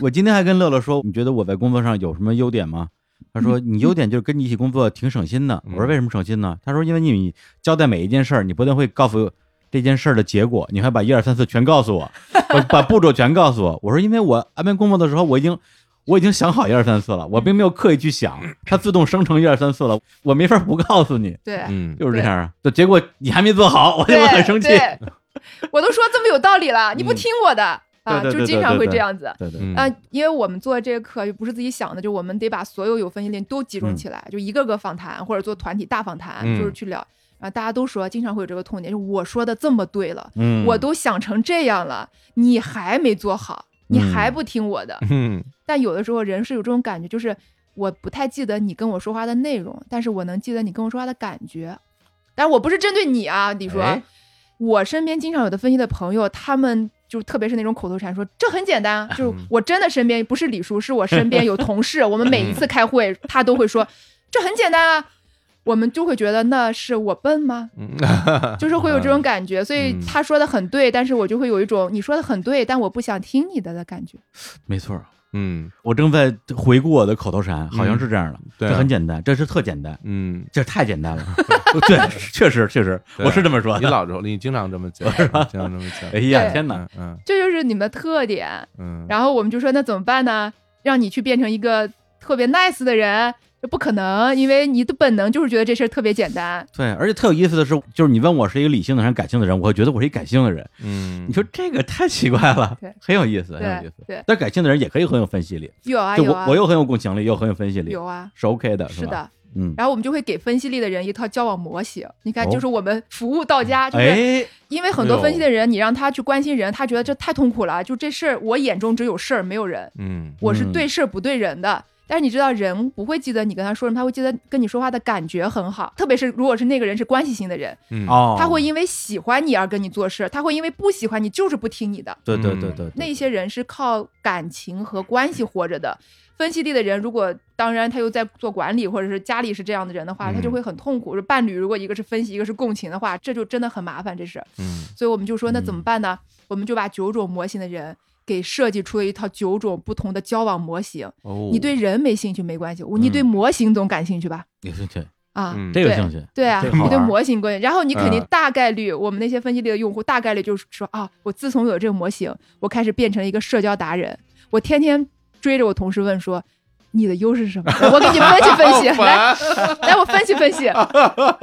我今天还跟乐乐说，你觉得我在工作上有什么优点吗？他说你优点就是跟你一起工作挺省心的。我说
嗯
为什么省心呢？他说因为你交代每一件事儿，你不但会告诉这件事儿的结果，你还把一二三四全告诉我，把把步骤全告诉我。我说因为我安排工作的时候我已经。我已经想好一二三四了，我并没有刻意去想，它自动生成一二三四了，我没法不告诉你，？”
对，
嗯，
就是这样啊。就结果你还没做好， 我就
对，
会很生气。
对我都说这么有道理了，你不
嗯
听我的、啊，
对对
就
对
经
对
常
对
会
对
这样子。
对对，
嗯
啊，因为我们做这个课就不是自己想的，就我们得把所有有分析链都集中
嗯
起来，就一个个访谈或者做团体大访谈，
嗯
就是去聊。啊，大家都说经常会有这个痛点，就我说的这么对了，
嗯，
我都想成这样了，你还没做好，
嗯
你还不听我的。
嗯
但有的时候人是有这种感觉，就是我不太记得你跟我说话的内容，但是我能记得你跟我说话的感觉。但是我不是针对你啊，你说，
哎
我身边经常有的分析的朋友，他们就特别是那种口头禅说这很简 单啊，就是我真的身边不是李叔，是我身边有同事，我们每一次开会，他都会说这很简单啊，我们就会觉得那是我笨吗？
嗯，
就是会有这种感觉，所以
嗯
他说的很对，但是我就会有一种你说的很对，但我不想听你的的感觉。
没错儿，
嗯，
我正在回顾我的口头禅，好像是这样的，
对啊
这很简单，这是特简单，
嗯，
这太简 单了，对，确实确实，
对啊
我是这么说
你
的。
老时候你经常这么讲，经常这么讲
哎，呀，
对
天哪
嗯，嗯
这就是你们的特点。
嗯，
然后我们就说那怎么办呢？让你去变成一个特别 nice 的人，这不可能，因为你的本能就是觉得这事儿特别简单。
对，而且特有意思的是，就是你问我是一个理性的人、感性的人，我会觉得我是一感性的人。
嗯，
你说这个太奇怪了
对，
很有意思，很有意
对
思。
对，
但感性的人也可以很有分析力，
有啊
就
有
我
啊
我又很有共情力，又很有分析力，
有啊，
是 OK 的，
是
吧？
的。
嗯，
然后我们就会给分析力的人一套交往模型。你看，
哦
就是我们服务到家，就是
哎，
因为很多分析的人，你让他去关心人，他觉得这太痛苦了，就这事儿我眼中只有事儿没有人。
嗯
我是
嗯
对事儿不对人的。但是你知道，人不会记得你跟他说什么，他会记得跟你说话的感觉很好。特别是如果是那个人是关系型的人，
嗯，
哦，
他会因为喜欢你而跟你做事，他会因为不喜欢你就是不听你的。
对对对对，对
那些人是靠感情和关系活着的。分析力的人，如果当然他又在做管理，或者是家里是这样的人的话，
嗯
他就会很痛苦。就伴侣如果一个是分析，一个是共情的话，这就真的很麻烦这事。
嗯
所以我们就说，那怎么办呢？我们就把九种模型的人给设计出了一套九种不同的交往模型。
哦，
你对人没兴趣没关系，我你
嗯
对模型总感兴趣吧？
有兴趣，
啊，
嗯
这个
对
兴趣，
对啊，
这个好
你对
玩
模型关心，然后你肯定
嗯
大概率，我们那些分析类的用户大概率就是说啊，我自从有这个模型，我开始变成一个社交达人，我天天追着我同事问说。你的优势是什么？ 我给你分析分析，来来，我分析分析，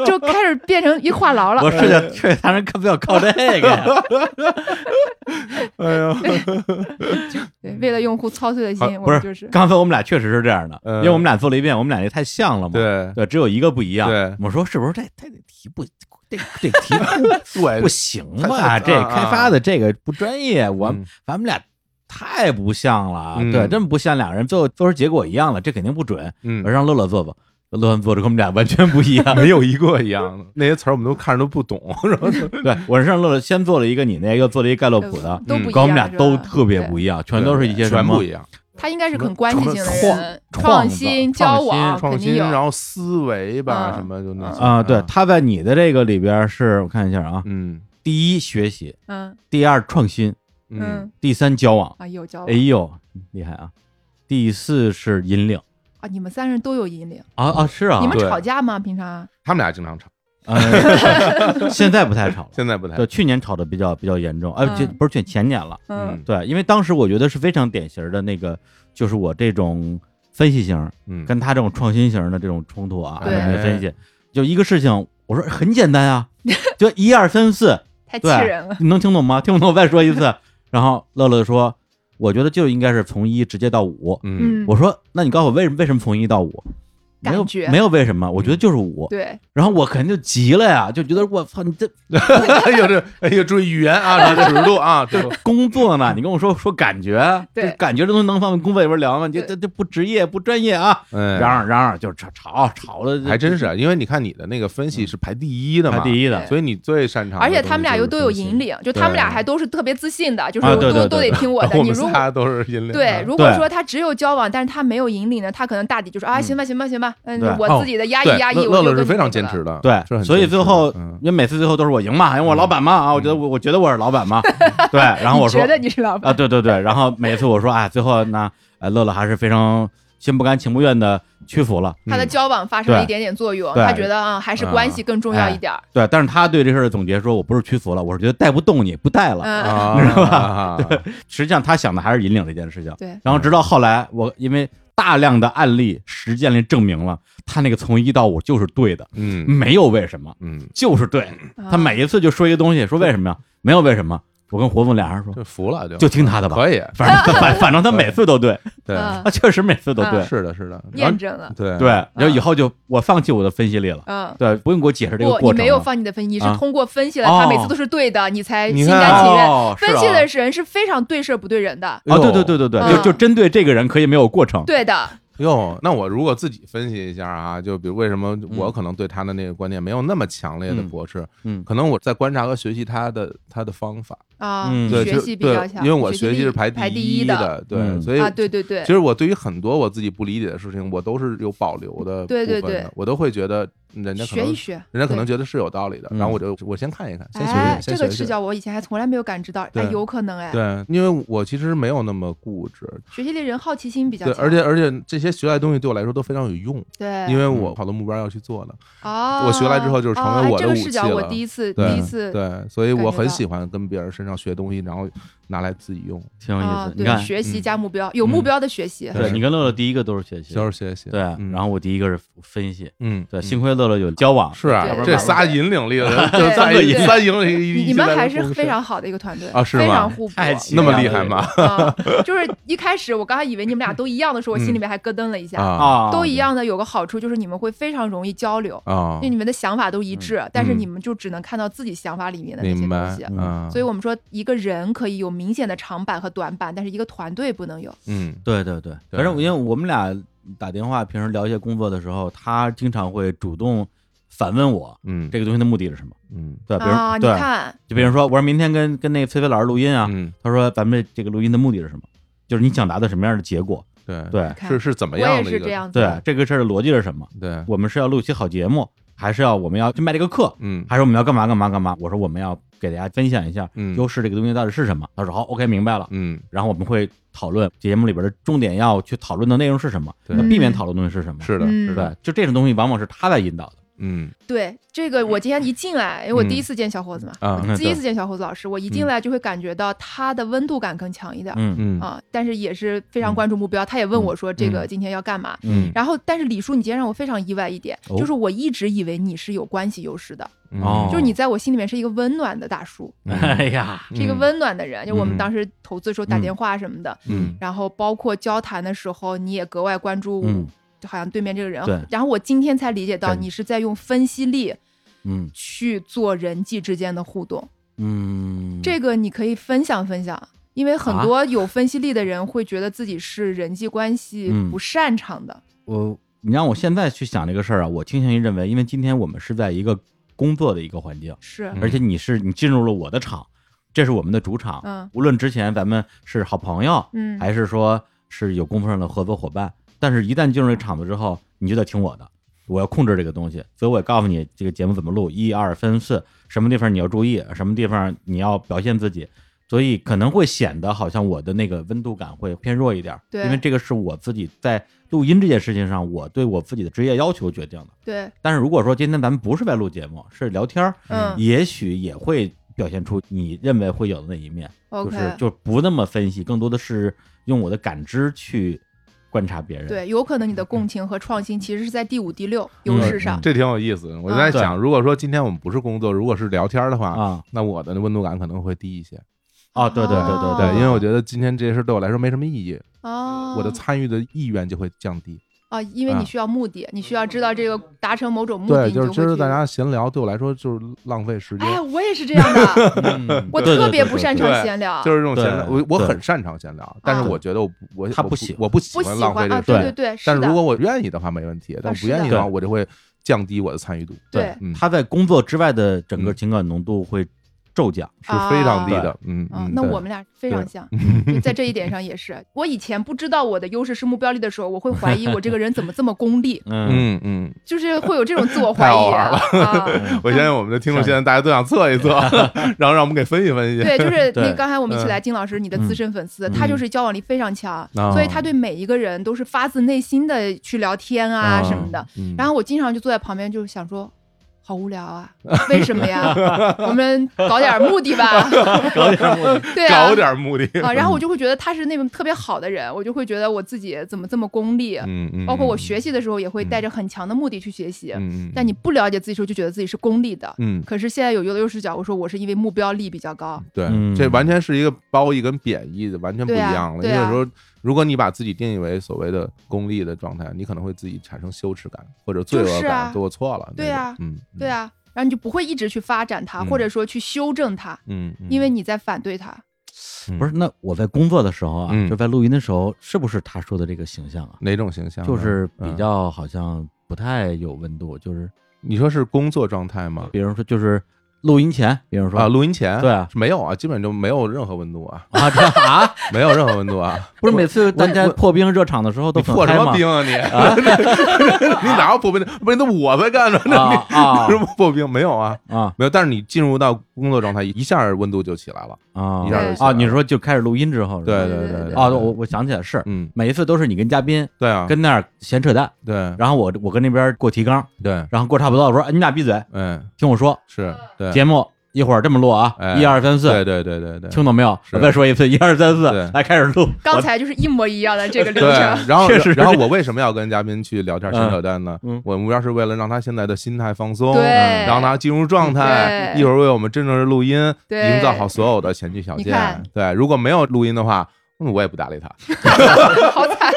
就开始变成一话痨了。
我是
嗯
的，确实，当然可不要靠这个呀。
哎呦，
对，为了用户操碎了
啊
心，我
不
们
是，
就是
刚才我们俩确实是这样的，
嗯
因为我们俩做了一遍，我们俩也太像了嘛。
对
对，啊只有一个不一样。
对
我说是不是这这这题不这这题 不
对
不行吧？
太太
这
哎啊
开发的这个不专业，我
嗯
咱们俩太不像了啊。
嗯
对，真不像俩人，最后做出结果一样了，这肯定不准。
嗯
我，让乐乐做吧，乐乐做的跟我们俩完全不一样。
没有一个一样的，那些词儿我们都看着都不懂， 然后就
对，我是让乐乐先做了一个你那个，又做了一个盖洛普的。嗯
都不一样，
跟我们俩都
是吧
特别不一样，全都是一些什
嗯全
么
不一样，
他应该是
什么
很关系
什么
性的
创
人，
创
创
造创
新、交
新
往
创
肯定
新，然
有。
后思维吧，
嗯
什么就那些
啊？对，，他在你的这个里边儿是我看一下啊，
嗯
第一学习，
嗯
第二创新，
嗯
嗯，
第三交往。
啊，有交
哎
往
呦，厉害啊！第四是引领
啊，你们三人都有引领。
啊啊，是啊
你们
对
吵架吗？平常
他们俩经常吵，
嗯，现在不太吵了。
现在不太
对，去年吵得比较比较严重，哎、
嗯
这不是去前年了。
嗯
对，因为当时我觉得是非常典型的那个，就是我这种分析型
嗯
跟他这种创新型的这种冲突啊，
对
我们分析，就一个事情，我说很简单 啊，就一二三四，
太气
对
人了。
你能听懂吗？听 不懂我再说一次。然后乐乐说，我觉得就应该是从一直接到五。
嗯
嗯，
我说，那你告诉我为什么为什么从一到五？没有
感觉嗯
没有为什么，我觉得就是五。
对，
然后我肯定就急了呀，就觉得我操，你这
哎呦这哎呦注意语 言啊，这个尺度啊，这个
工作呢？你跟我说说感觉，
嗯对
这感觉这东西能放在工作里边聊吗？你这
对
这这不职业不专业啊！
哎
嚷嚷嚷嚷就吵吵吵的，
还真是，啊因为你看你的那个分析是排第一的
嗯排
嘛，
第一的
对，
所以你最擅长的
而
东西啊就是分
且
析。
他们俩又都 有引领，就他们俩
对
还都是特别自信的，就是
啊
我
对
都
对
都
对
得听我的。
我
你
们
如果
仨都是引啊领的。
对，如果
对
说他只有交往，但是他没有引领呢，他可能大抵就是啊，
嗯
行吧，行吧，行吧，嗯
对，
哦
我自己的压抑
对
压抑，
乐
我
乐
就
乐是
跟
非
你
常
这
坚
个
持的，
对
是很，
所以
坚持
最
的
后
嗯
因为每次最后都是我赢嘛，因为我老板嘛啊，我觉得我我觉得我是老板 嘛，对，然后我说
你觉得你是老
啊，
板，
对对对，然后每次我说啊，最后呢，呃，乐乐还是非常心不甘情不愿的屈服了，
他的
嗯
交往发生了
对
一点点作用，
对
他觉得啊，还是关系更重要一点儿。
对，但是他对这事儿的总结说，我不是屈服了，我是觉得带不动你，不带了。
嗯，
啊，
是吧
啊
实际上他想的还是引领这件事情。
对，
然后直到后来，我因为大量的案例实践里证明了，他那个从一到五就是对的，
嗯
没有为什么，
嗯，
就是对的。
啊
他每一次就说一个东西，说为什么呀？没有为什么。我跟活动俩人说，
就服了就
就听他的吧，
可以，
反正反反正他每次都对，
对，
嗯
他确实每次都对，
是的，是的，然
验
后
证了，
对
对。然后以后就我放弃我的分析力了，
嗯。
对，不用给我解释这个
不，
过
你
程
没
了。
有放你的分析，你是
啊
通过分析了
哦
他每次都是对的，你才
你
心
看
甘情愿。
哦，是
分
啊
析的人是非常对事儿不对人的，
哦，对对对对对，就
嗯
就针对这个人可以没有过程，
对的，
哟，那我如果自己分析一下啊，就比如为什么我可能对他的那个观念没有那么强烈的
嗯
驳斥，
嗯
可能我在观察和学习他的他的方法，
啊
嗯，
对，
学
就
习比
对
较强，
因为我学
力
习是排
排第
一
的，
的，对，
嗯
所以
啊，对对对
其，实我对于很多我自己不理解的事情，我都是有保留的部分的，
对对对
我都会觉得人家可
学
能
一学，
人家可能
对
觉得是有道理的，
嗯
然后我就我先看一看，先学学，，
哎
先学
这个
学
视。角我以前还从来没有感知到，哎，
对
有可能哎，
对，
嗯
因为我其实没有那么固执，
学习力人好奇心比较
对，
强，
而且而且这些学来的东西对我来说都非常有用，
对，
因为
嗯
我好多目标要去做的，
哦，
我学来之后就是成为
哦哎
我的
这个
武
视
器
角，我
了
第一次第
对
一次
对，所以
感
我
觉
很
到
喜欢跟别人身上学东西，然后拿来自己用，
挺有意
啊
思，。你
对，
看，
学习
嗯
加目标，有目
嗯
标的学习，
对
对
你跟乐乐第一个都是学习，
就是学习。
对，
嗯
然后我第一个是分析，
嗯，
对，
嗯
幸亏乐乐有交往，
是啊
对，
这
对
仨引领力的人，就
对
仨
对
引
对
仨引领力一
你
起
你们
在
还
这
是
共
非
事
常好的一个团队
啊是
非
吗
常互补。
太奇
那么
妙
厉
了
害吗？
啊，就是一开始我刚才以为你们俩都一样的时候，我心里
嗯
面还咯噔了一下。
啊
啊，
都一样的有个好处就是你们会非常容易交流，
啊
因为，你们的想法都一致，但是
嗯
你们就只能看到自己想法里面的那些
明
东
白
西。
嗯
啊，
所以我们说，一个人可以有明显的长板和短板，但是一个团队不能有。
嗯
对对对，反正因为我们俩打电话，平时聊一些工作的时候，他经常会主动反问我
嗯
这个东西的目的是什么。
嗯
对，比如、
啊，你
对，
看，
就比如说，我说明天跟跟那个菲菲老师录音啊，
嗯，
他说咱们这个录音的目的是什么？就是你想达到什么样的结果？
对，
对
你看
是是怎么
我
样
也
的一
是这
个
样子。
对，这个事儿的逻辑是什么？
对，
我们是要录一期好节目，还是要我们要去卖这个课，
嗯
还是我们要干嘛干嘛干嘛？我说我们要给大家分享一下
嗯
优势这个东西到底是什么。他说好，OK，明白了。
嗯
然后我们会讨论节目里边的重点要去讨论的内容是什么，
对
那避免讨论的东西是什么。
是的，
嗯
是的，
对，就这种东西往往是他在引导的。
嗯
对这个，我今天一进来，因为我
嗯
第一次见小伙子嘛，
啊
嗯
第一次见小伙子老师，我一进来就会感觉到他的温度感更强一点、
嗯
嗯
啊，但是也是非常关注目标。他也问我说这个今天要干嘛。
嗯
然后，但是李叔，你今天让我非常意外一点，
哦
就是我一直以为你是有关系优势的，
嗯
哦
就是你在我心里面是一个温暖的大叔，
哎呀，
是一个温暖的人。就我们
嗯
当时投资的时候打电话什么的，
嗯
然后包括交谈的时候，你也格外关注，
嗯
就好像对面这个人
对。
然后我今天才理解到，
感
你是在用分析力
嗯
去做人际之间的互动。
嗯，
这个你可以分享分享，因为很
啊
多有分析力的人会觉得自己是人际关系
嗯
不擅长的。
我你让我现在去想这个事儿啊，我倾向于认为，因为今天我们是在一个工作的一个环境，
是，
嗯
而且你是你进入了我的场，这是我们的主场。
嗯
无论之前咱们是好朋友，
嗯，
还是说是有工作上的合作伙伴，但是一旦进入这个场子之后，你就得听我的，我要控制这个东西，所以我也告诉你这个节目怎么录，一二三四，什么地方你要注意，什么地方你要表现自己。所以可能会显得好像我的那个温度感会偏弱一点儿，
对
因为这个是我自己在录音这件事情上，我对我自己的职业要求决定的。
对，
但是如果说今天咱们不是在录节目，是聊天儿，
嗯
也许也会表现出你认为会有的那一面，就
，OK，
是就不那么分析，更多的是用我的感知去观察别人。，
对，有可能你的共情和创新其实是在第五、第六优
嗯
势上，
这挺有意思。我
啊
在想，如果说今天我们不是工作，如果是聊天的话，
啊
那我的温度感可能会低一些。
啊，对对对对
对，因为我觉
得
得今天这些事对我来说没什么意义，
哦，
我的参与的意愿就会降低。
啊，因为
啊
你需要目的，你需要知道这个
嗯
达成某种目
对，
的，你
就是今
会
儿
去
大家闲聊，对我来说就是浪费时间。
哎，我也是这样 的，
嗯
我
对对
特
对
别
对
不擅
对
长
对
闲聊，
就是这种闲聊，
对
我我
对
很擅长闲聊，但是
啊
我觉得我不我
他
我
不
不
喜欢
我不喜
不
欢
喜
浪费
欢
这
啊，
对
个时
对
间。
对，是
但是如果
的，
我愿意的话，没问题；但我
啊
不
是的
愿意的话，
对
我就会降低我的参与度，
对
嗯，
他在工作之外的整个
嗯
情感浓度会骤降。
是非常低
啊，
的。嗯
嗯
嗯，，
那
对
我们俩非 常像，
嗯
就在这一点上也是。我以前不知道我的优势是目标力的时候，我会怀疑我这个人怎么这么功利
嗯，
嗯 嗯，
就是会有这种自我 怀
太好
疑
玩
啊。 啊
我相信我们的听众
是
现在大家都想测 一测，然后让我们给分析分析。
对，就是那
对
刚才我
嗯
们一起来金老师，你的资深粉丝，
嗯
他就是交往力非常强，
啊
所以他对每一个人都是发自内心的去聊天啊什么的。
嗯，
然后我经常就坐在旁边，就是想说，好无聊啊，为什 么呀？我们搞点目的吧，
嗯
搞点目的，
对啊
搞，点目的，
啊。然后我就会觉得他是那种特别好的人，我就会觉得我自己怎么这么功利。
嗯嗯，
包括我
嗯
学习的时候，也会带着很强的目的去学习。
嗯嗯，
但你不了解自己的时候，就觉得自己是功利的。
嗯，
可是现在有优的优势角，我说我是因为目标力比较高。
对，
嗯
这完全是一个褒义跟贬义的，完全不一
对啊
样了。
对
因为
啊
有时候，如果你把自己定义为所谓的功利的状态，你可能会自己产生羞耻感或者罪
就
恶
是
感，
啊
对我错了。
对
那种
啊
嗯，
对啊，然后你就不会一直去发展它，
嗯
或者说去修正它，
嗯，嗯，
因为你在反对它。
不是？那我在工作的时候啊，
嗯
就在录音的时候，是不是他说的这个形象啊？
哪种形象呢？
就是比
嗯，
较好像不太有温度，就是
你说是工作状态吗？
比如说就是录音前，比如说
嗯啊，录音前
对啊
没有啊，基本就没有任何温度啊，
啊这啊，
没有任何温 度啊。
不是每次大家
我
破冰热场的时候都
你
很
破什
嗨
么
吗
冰啊你？ 你哪有破冰的？不是，那我在干着呢。
啊啊
你什么破冰？没有啊，
啊
没有。但是你进入到工作状态，一下温度就起来了。
啊
一下
就
啊
起
来
啊！
了
你说就开始录音之后是吧
对
对对
对
对
啊，我我想起来是
嗯，
每一次都是你跟嘉宾
对啊，嗯
跟那儿闲扯淡，
对
然后我我跟那边过提纲，
对，
然后过差不多了，我说哎你俩闭嘴，
嗯，
听我说，
是对，
节目一会儿这么录啊，
哎
一二三四，
对对对对对，
听懂没有？
是
我再说一次，一二三四
对，
来开始录。
刚才就是一模一样的这个流
对
程。，
然后
确实是
然后我为什么要跟嘉宾去聊天闲扯淡呢？
嗯嗯
我的目标是为了让他现在的心态放松，
对
让他进入状态，
对
一会儿为我们真正的录音
对
营造好所有的前提条
你
件
看。
对，如果没有录音的话。嗯，我也不搭理他，
好惨，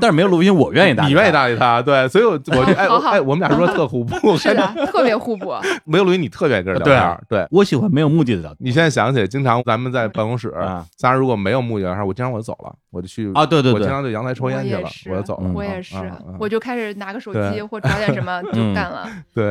但是没有录音，我愿意打，
你愿意，搭理他，对，所以我我就哎
好
我
好
哎，我们俩说特互补，
是啊的，特别互补。
没有录音你特愿意跟人聊天儿，对
我喜欢没有目的的聊
你现在想起来，经常咱们在办公室
啊，
仨人如果没有目的的话，我经常我就走了，我就去
啊，对对
我经
对，
常就阳台抽烟去
我
了
也，是
我就走了。
嗯
我也是
啊啊，
我就开始拿个手
对
机或找点什么就
嗯
干了。
对，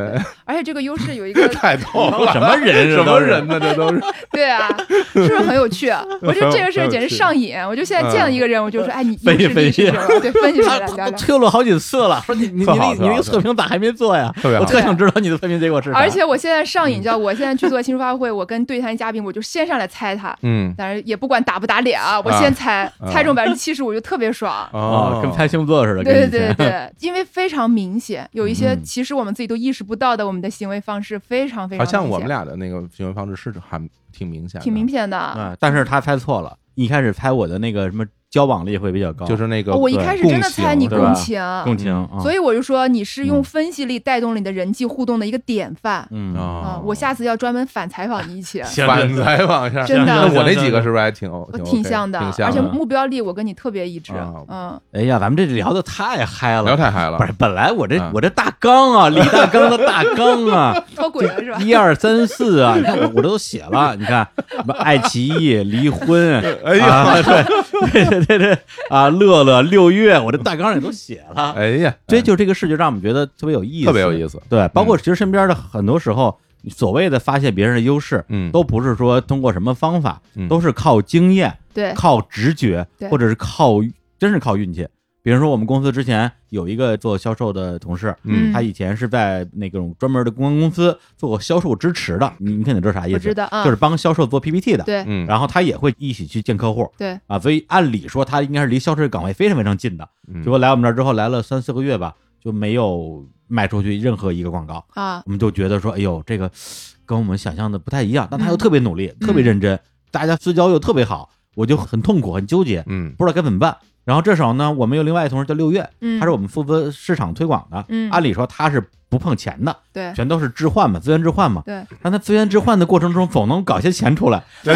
而且这个优势有一 个，
太逗了，
什么人
什
这
么
都是
人呢？这都是
对啊，是不是很有趣？啊我觉得这个事
很有
儿简直
趣
上瘾。我就现在见了一个人，我就说，哎，你
分析
优势
分
力
析
是什么？对，分析出
他
来聊
他
聊
都。推了好几次了，说你你你
特
那
好特好
你那个测评咋还没做呀？
特别好
我特想知道你的测评结果是啥。
而且我现在上瘾，你知道，我现在去做新书发布会，我跟对谈嘉宾，我就先上来猜他，
嗯
但是也不管打不打脸啊，我先猜，猜中百分之七十我就特别 爽。
哦
啊，跟拍星座似的，跟
对
以前
对对对，因为非常明显，有一些
嗯
其实我们自己都意识不到的，我们的行为方式非常非
好
常明显
像我们俩的那个行为方式是还挺明显的，
挺明显的。
啊，但是他猜错了，一开始猜我的那个什么交往力会比较高，
就是那个
哦我一开始真的猜你
对吧
共情，
共情啊，
嗯所
以
以我就说你是
嗯
用分析力带动了你的人际互动的一个典范
嗯哦
啊
啊！，
我下次要专门反采访你一起，
行
反采访一下，
真的
那我那
行
几个
行
是不是还挺
我
挺 OK，
像的，
挺
而且
的
目标力我跟你特别一致
啊，
嗯，
哎呀，咱们这聊的嗯太嗨
聊
了。
太嗨了
不。是，本来我这
啊
我这大纲啊，李大纲的大纲啊，
脱轨 了是吧？
一二三四啊，你看我我这都写了，你看什么爱奇艺、离婚，
哎呀
啊，对对对对对啊，乐乐、六月，我这大纲里都写了。
哎呀，
所以就这个事就让我们觉得特别有意思，
特别有意思。
对，包
嗯
括其实身边的很多时候，所谓的发现别人的优势，
嗯
都不是说通过什么方法，
嗯
都是靠经验、
对
靠直觉，
对
或者是靠真是靠运气。比如说我们公司之前有一个做销售的同事，
嗯
他以前是在那种专门的公关公司做过销售支持的，你你肯定知道啥意
我
思，
知道啊，
就是帮销售做 PPT 的。
对
嗯，
然后他也会一起去见客户
对，
啊，所以按理说他应该是离销售岗位非常非常近的。
嗯
结果来我们这儿之后，来了三四个月吧，就没有卖出去任何一个广告。
啊，
我们就觉得说，哎呦，这个跟我们想象的不太一样。但他又
嗯
特别努力，特别认
嗯
真，大家私交又特别好，我就很痛苦，很纠结，
嗯
不知道该怎么办。然后这时候呢，我们有另外一同事叫六月，
嗯，
他是我们负责市场推广的。
嗯
按理说他是不碰钱的，
嗯
对
全都是置换嘛，资源置换嘛。
对，
但他资源置换的过程中，总能搞些钱出来。
对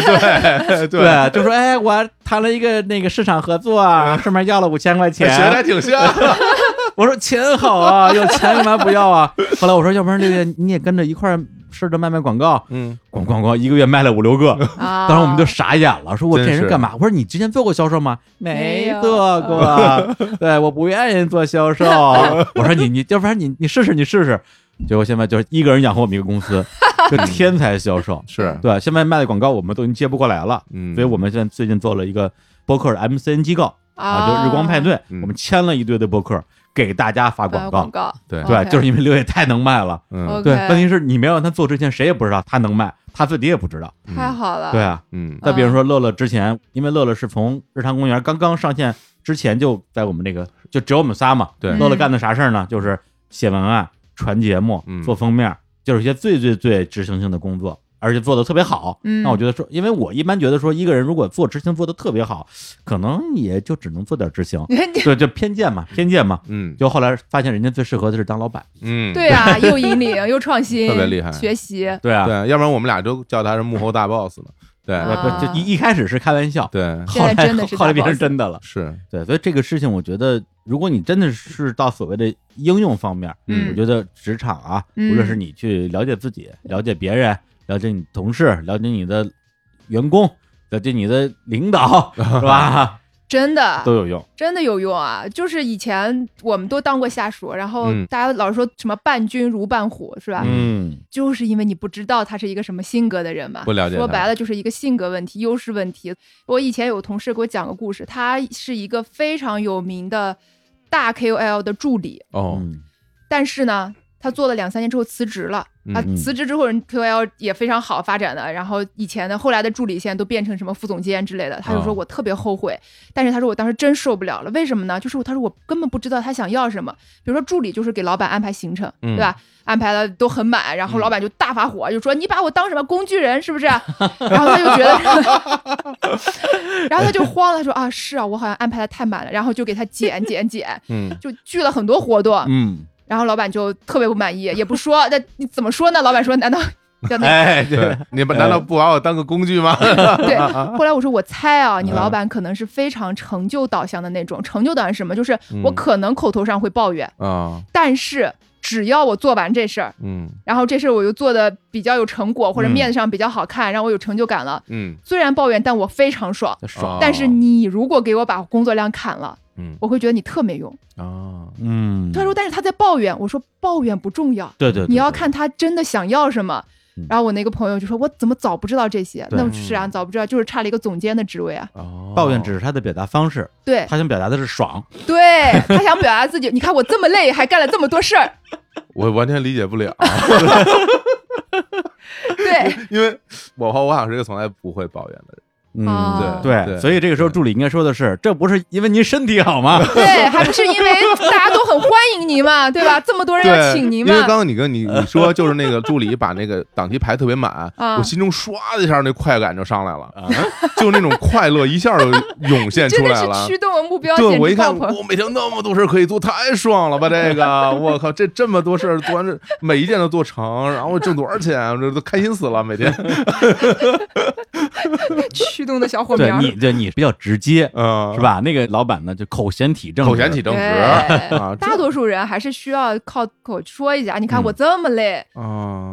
对对，
就说哎，我谈了一个那个市场合作啊，顺便要了五千块
学
钱
的。还挺像，
我说钱好 啊，有钱干嘛不要啊？后来我说，要不然六月你也跟着一块儿试着卖卖广告，
嗯
咣咣咣，一个月卖了五六个，
啊，
当时我们就傻眼了，说我这
真是
人干嘛？我说你之前做过销售吗？
没有
做 过，对，我不愿意做销售。我说你你，要不然你你试试你试试。结果现在就是一个人养活我们一个公 司，就天才销售。
是，
对，现在卖的广告我们都已经接不过来了，
嗯，
所以我们现在最近做了一个播客的 MCN 机构啊，就是日光派
啊
对，
嗯
我们签了一堆的播客给大家发
发
广
广
告。
告，
对
对，
OK
就是因为六月太能卖了。
嗯
OK
对，问题是你没让他做之前，谁也不知道他能卖，他自己也不知道。
嗯
太好了，
对啊，
嗯
再比如说乐乐之前，因为乐乐是从日常公园刚刚上线之前就在我们这个，就只有我们仨嘛。
嗯
对
乐乐干的啥事儿呢？就是写文案、传节目
嗯、
做封面，就是一些最最最执行性的工作，而且做的特别好。
嗯，
那我觉得说，因为我一般觉得说，一个人如果做执行做的特别好，可能也就只能做点执行
你
对，就偏见嘛，偏见嘛。
嗯
就后来发现人家最适合的是当老板，
嗯，
对啊，又引领又 创新，
特别厉害
学习，
对啊，
对，要不然我们俩都叫他是幕后大 boss 呢，对
啊
对不就一一开始是开玩笑，
对
后来
现在真的是
后来
大
变成
boss
真的了。
是，
对，所以这个事情，我觉得，如果你真的是到所谓的应用方面，
嗯
我觉得职场啊，
嗯
无论是你去了解自己、了解别人、了解你同事、了解你的员工、了解你的领导，是吧？
真的
都有用。
真的有用啊！就是以前我们都当过下属，然后
嗯
大家老是说什么伴君如伴虎，是吧？
嗯，
就是因为你不知道他是一个什么性格的人嘛。
不了解他
说白了就是一个性格问题、优势问题。我以前有同事给我讲个故事，他是一个非常有名的大 KOL 的助理，
哦，
嗯
但是呢，他做了两三年之后辞职了。啊
嗯，
辞职之后人 KOL 也非常好发展的，然后以前的后来的助理现在都变成什么副总监之类的，他就
啊
哦
说我特别后悔，但是他说我当时真受不了了，为什么呢？就是他说我根本不知道他想要什么，比如说助理就是给老板安排行程，
嗯
对吧？安排了都很满，然
嗯
后老板就大发火，就说你把我当什么工具人是不是？然后他就觉 得，然后他就慌了，他说啊是啊，我好像安排的太满了，然后就给他减减减，
嗯
就聚了很多活动，
嗯，
然后老板就特别不满意，也不说， 那你怎么说呢？老板 说，难道叫 那、
哎，对
对，，你们难道不把我当个工 具吗？
对？后来我说，我猜啊，
嗯
你老板可能是非常成就导向的那种。成就导向是什么？就是我
嗯
可能口头上会抱怨，
啊，
但是只要我做完这事儿，
嗯
然后这事儿我又做的比较有成果，或者
嗯
面子上比较好看，让我有成就感了。
嗯
虽然抱怨，但我非常爽。
爽
哦。
但是你如果给我把工作量砍了，
嗯
我会觉得你特没用。
啊，
嗯，
他说，但是他在抱怨，我说抱怨不重要。
对，对对，
你要
对，
看他真的想要什么
嗯。
然后我那个朋友就说：“我怎么早不知道这些？
对
那我是啊，早不知道，就是差了一个总监的职 位啊。
哦
抱怨只是他的表达方式，
对
他想表达的是爽。
对，他想表达自己，你看我这么累，还干了这么多事儿。
我完全理解 不了，
对，
因为我和我好像是一个从来不会抱怨的
嗯，
人，
啊
对
对，所以这个时候助理应该说的是，这不是因为您身体好 吗？
对，还不是因为大家都很欢迎您嘛，对吧？这么多人要
对，
请您
因
嘛
为，刚刚你跟你你说就是那个助理把那个档期排特别满，
啊
我心中唰的一下那快感就上来了，
啊，
就那种快乐一下就涌现
真
出
的
来了
是。驱动我目标，
对，
简
我一
直爆
看，
棚。
我每天那么多事儿可以做，太爽了吧！这个， 我靠，这这么多事儿做完这，每一件都做成，然后挣多少钱，这都开心死了，每 天。
驱动的小火
对
苗，
你，对你比较直接，
嗯，
是？吧？那个老板呢，就口嫌体正直，
口嫌体正直
对
啊，嗯
大多数人还是需要靠口说一下。你看我这么累
啊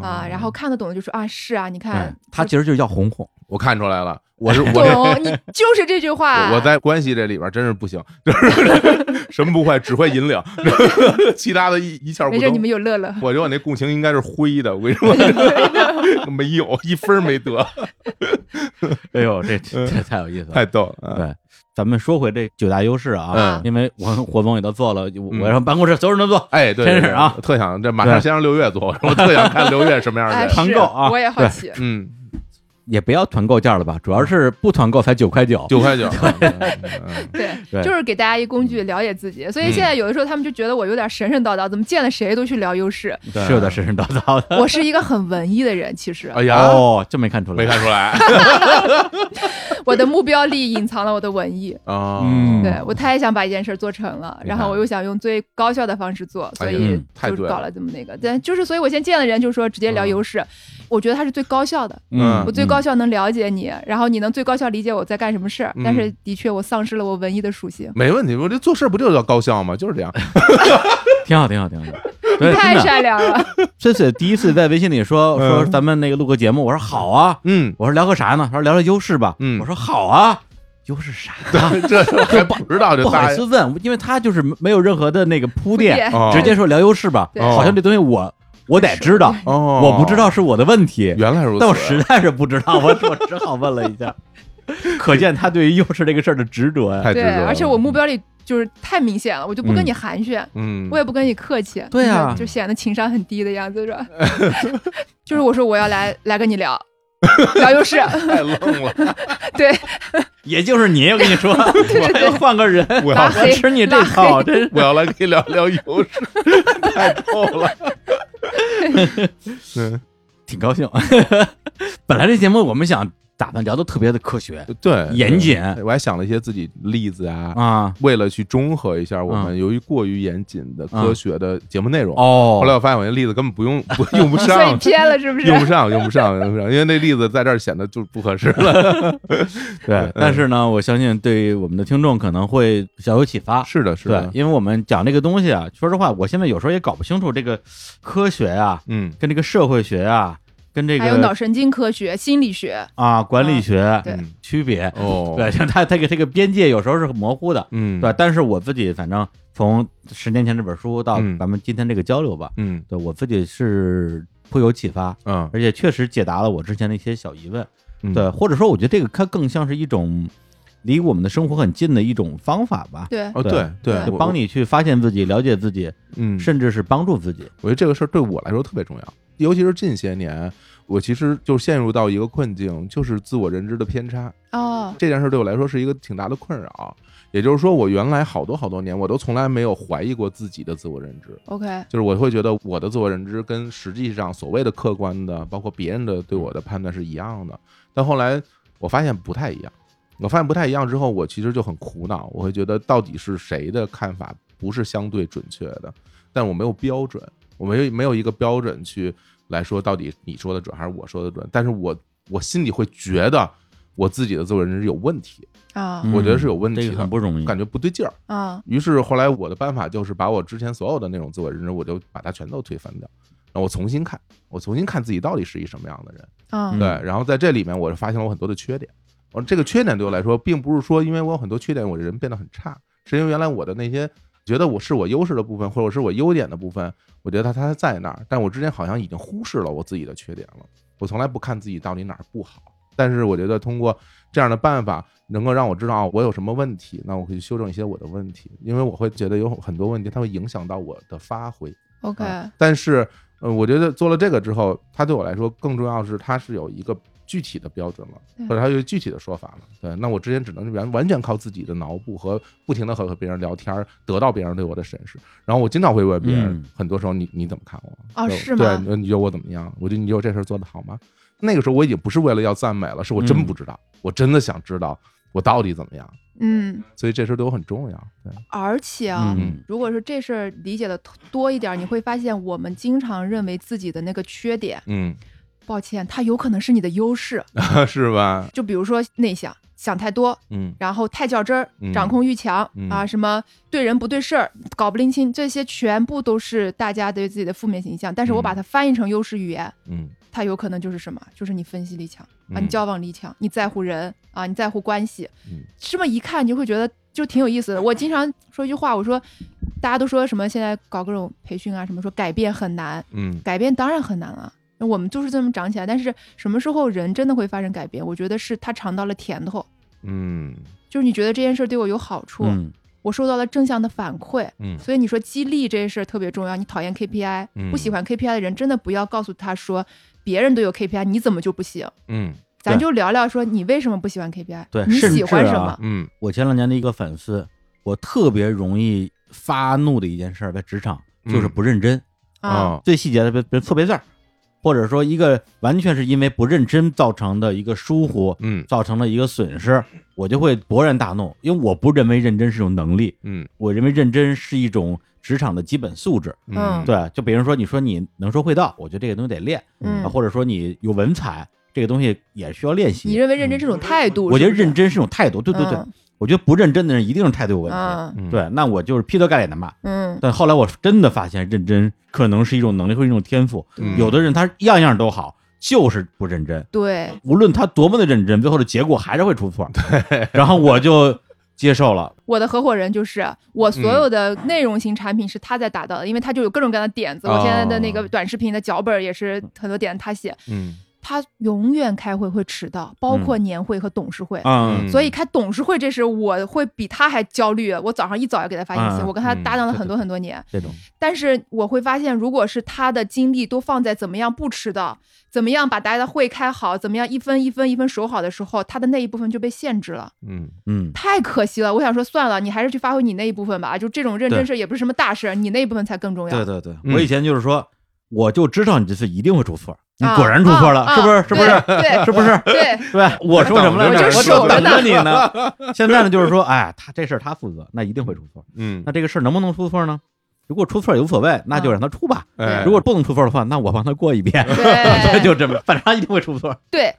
啊，然后看得懂的就说啊，是啊，你
对
看
嗯他其实就是要哄 哄，
我看出来了，我是我这
懂，你就是这句话。
我我在关系这里边真是不行， 就是什么不会，只会引领， 其他的一一窍不
没事，你
通
们。有乐乐。
我觉得我那共情应该是灰的，我跟你说， 没有一分儿没得，
哎呦，这这太有意思了。
嗯太逗了。啊
对，咱们说回这九大优势啊，
嗯
因为我活动也都做了，我
嗯
我让办公室所有人都做，
哎，对，
真
对
是啊，
对特想这马上
对
先让六月做，我特想看六月什么样的
哎，
人。
团
是
购啊
我也好
对
奇。
嗯，
也不要团购价了吧，主要是不团购才九块九，
九块九， 嗯
对
对，嗯
就是给大家一工具了解自己。所以现在有的时候他们就觉得我有点神神叨叨，怎么见了谁都去聊优势。
对
是有点神神叨叨的。
我是一个很文艺的人，其实
哎呀，
哦，这没看出来，
没看出来
我的目标力隐藏了我的文艺。
啊
嗯
对我太想把一件事做成了，
你看
然后我又想用最高效的方式做，所
哎
呀
以
嗯
太
就是
对
搞
了
了这么那个。但就是，所以我先见了人就说直接聊
嗯
优势，我觉得它是最高效的。
嗯，
我最高效能了解你，然后你能最高效理解我在干什么事儿。但是
嗯
的确，我丧失了我文艺的属性，
没问题，我这做事不就叫高效吗？就是这样，
挺好，挺好，挺好。对，
太
真的，
善良了。
这次第一次在微信里说
嗯
说咱们那个录个节目，我说好啊，
嗯，
我说聊个啥呢？他说聊聊优势吧，
嗯
我说好啊，优势啥呀？
这还不知道
嗯
就
不好
大
意思问，因为他就是没有任何的那个铺垫，
哦
直接说聊优势吧，
对
好像这东西我我得知道，
哦，
我不知道是我的问题，
原来如此，
但我实在是不知道，我我只好问了一 下，可见他对于优势这个事儿的执着呀。
太执
对，
着了
而且我目标里就是太明显了，我就不跟
嗯
你寒暄，
嗯，
我也不跟你客气，
对啊
就就显得情商很低的样子是吧？ 就是我说我要来来跟你聊。聊 优势，
太愣了，
对，
也就是你，我跟 你说，我要换个人，
我
拉
要
我
黑
吃你这
拉
套，真是。
我要来跟你聊聊油脂， 太逗了， 嗯，
挺高兴。 本来这节目我们想打算聊的特别的科学
对，
呃严谨
对我还想了一些自己例子啊，
啊，
为了去中和一下我们
嗯
由于过于严谨的科学的节目内容。
哦
后来我发现我那例子根本不 用不用不
啊
所以
上，
偏了是不是？
用不上，用不上，用不上，因为那例子在这儿显得就不合适 了。嗯
对，但是呢，我相信对于我们的听众可能会小有启发。
是的，是
对
的，，
因为我们讲这个东西啊，说实话，我现在有时候也搞不清楚这个科学啊，
嗯，
跟这个社会学啊，跟这
还有脑
个
神经科学、心理学，
啊管理学
对
嗯
区别。
哦，
对，像它这个这个边界有时候是很模糊的。
嗯，
对，，但是我自己反正从十年前这本书到
嗯
咱们今天这个交流吧，
嗯
对我自己是颇有启发。
嗯，
而且确实解答了我之前的一些小疑问。
嗯
对，，或者说我觉得这个它更像是一种离我们的生活很近的一种方法吧，
对，
哦，
对
对对，
就帮
你，
你去发现自己、了解自己，
嗯，
甚至是帮助自己。
我觉得这个事儿对我来说特别重要，尤其是近些年，我其实就陷入到一个困境，就是自我认知的偏差。
哦，
这件事对我来说是一个挺大的困扰。也就是说，我原来好多好多年，我都从来没有怀疑过自己的自我认知，
OK，
就是我会觉得我的自我认知跟实际上所谓的客观的，包括别人的对我的判断是一样的。但后来我发现不太一样，我发现不太一样之后，我其实就很苦恼，我会觉得到底是谁的看法不是相对准确的？但我没有标准，我没有没有一个标准去来说到底你说的准还是我说的准。但是我我心里会觉得我自己的自我认知有问题，
啊
嗯
我觉得是有问题
这个很
的，
不容易。
感觉不对劲儿。
啊，
于是后来我的办法就是把我之前所有的那种自我认知，我就把它全都推翻掉，然后我重新看，我重新看自己到底是一什么样的人。
啊
嗯
对，然后在这里面，我是发现了我很多的缺点。我这个缺点对我来说，并不是说因为我有很多缺点，我人变得很差，是因为原来我的那些觉得我是我优势的部分，或者我是我优点的部分，我觉得它它在那儿，但我之前好像已经忽视了我自己的缺点了。我从来不看自己到底哪儿不好，但是我觉得通过这样的办法，能够让我知道啊我有什么问题，那我可以修正一些我的问题，因为我会觉得有很多问题，它会影响到我的发挥。
，OK，
嗯
啊但是，呃，我觉得做了这个之后，它对我来说更重要的是，它是有一个具体的标准了，
对
或者它有具体的说法了。对，那我之前只能完完全靠自己的脑补和不停的和和别人聊天儿，得到别人对我的审视。然后我经常会问别人，
嗯
很多时候你你怎么看我？
哦
对
是吗
对，你觉得我怎么样？我觉得你觉得我这事儿做得好吗？那个时候我已经不是为了要赞美了，是我真
嗯
不知道，我真的想知道我到底怎么样。
嗯，
所以这事儿对我很重要。对，
而且啊，
嗯，
如果是这事儿理解的多一点儿，你会发现我们经常认为自己的那个缺点，
嗯，
抱歉，它有可能是你的优势。
是吧？
就比如说内向，想太多，
嗯
然后太较真儿
嗯，
掌控欲强、
嗯
啊，什么对人不对事儿，搞不拎清，这些全部都是大家对自己的负面形象。但是我
嗯
把它翻译成优势语言，
嗯
它有可能就是什么？就是你分析力强啊，
嗯
你交往力强，你在乎人啊，你在乎关系。
嗯
这么一看，你就会觉得就挺有意思的。我经常说一句话，我说大家都说什么现在搞各种培训啊，什么说改变很难，
嗯
改变当然很难啊了。那我们就是这么长起来，但是什么时候人真的会发生改变？我觉得是他尝到了甜头，
嗯
就是你觉得这件事儿对我有好处，
嗯
我受到了正向的反馈。
嗯
所以你说激励这件事儿特别重要。你讨厌 KPI，、
嗯
不喜欢 KPI 的人，真的不要告诉他说别人都有 KPI，你怎么就不行？
嗯
咱
对
就聊聊说你为什么不喜欢 KPI？
对
你
甚
喜欢
至啊
什么？
嗯
我前两年的一个反思，我特别容易发怒的一件事儿，在职场就是
嗯哦
不认真，
啊，
最细节的，比比如错别字儿，或者说一个完全是因为不认真造成的一个疏忽，
嗯
造成了一个损失，我就会勃然大怒，因为我不认为认真是一种能力，
嗯
我认为认真是一种职场的基本素质。
嗯
对，就比如说你说你能说会道，我觉得这个东西得练，
嗯
啊或者说你有文采，这个东西也需要练习。
你认为认真是种态度？
嗯我觉得
是不是
认，真是一种态度，对对对，
嗯
我觉得不认真的人一定是态度有问题。
嗯
嗯
对，那我就是劈头盖脸的骂。
嗯，
但后来我真的发现，认真可能是一种能力，或者一种天赋。
嗯
有的人他样样都好，就是不认真。
对，
无论他多么的认真，最后的结果还是会出错。对，然后我就接受了。
我的合伙人就是我所
嗯
有的内容型产品是他在打造的，因为他就有各种各样的点子。
哦
我现在的那个短视频的脚本也是很多点他写，
嗯
他永远开会会迟到，包括年会和董事会。
嗯
嗯
所以开董事会这事，我会比他还焦虑。我早上一早要给他发信息，
嗯
我跟他搭档了
嗯
很多
对对
很多年。
这种
但是我会发现，如果是他的精力都放在怎么样不迟到，怎么样把大家的会开好，怎么样一分一分一分守好的时候，他的那一部分就被限制了，
嗯
嗯，
太可惜了。我想说，算了，你还是去发挥你那一部分吧。就这种认真
对
事儿也不是什么大事儿，你那一部分才更重要。
对对对，
嗯
我以前就是说，我就知道你这次一定会出错，你
啊
果然出错了，
啊
是不是
啊？
是不是？
对
是不 是？
对，
对，我说什么来
我
着？
就
我
守
等着
着
你 呢。现在呢，就是说，哎，他这事儿他负责，那一定会出错。
嗯
那，这个事儿能不能出错呢？如果出错也无所谓，那就让他出吧。
哎
如果不能出错的话，那我帮他过一遍。
对
就这么，反正他一定会出错。
对，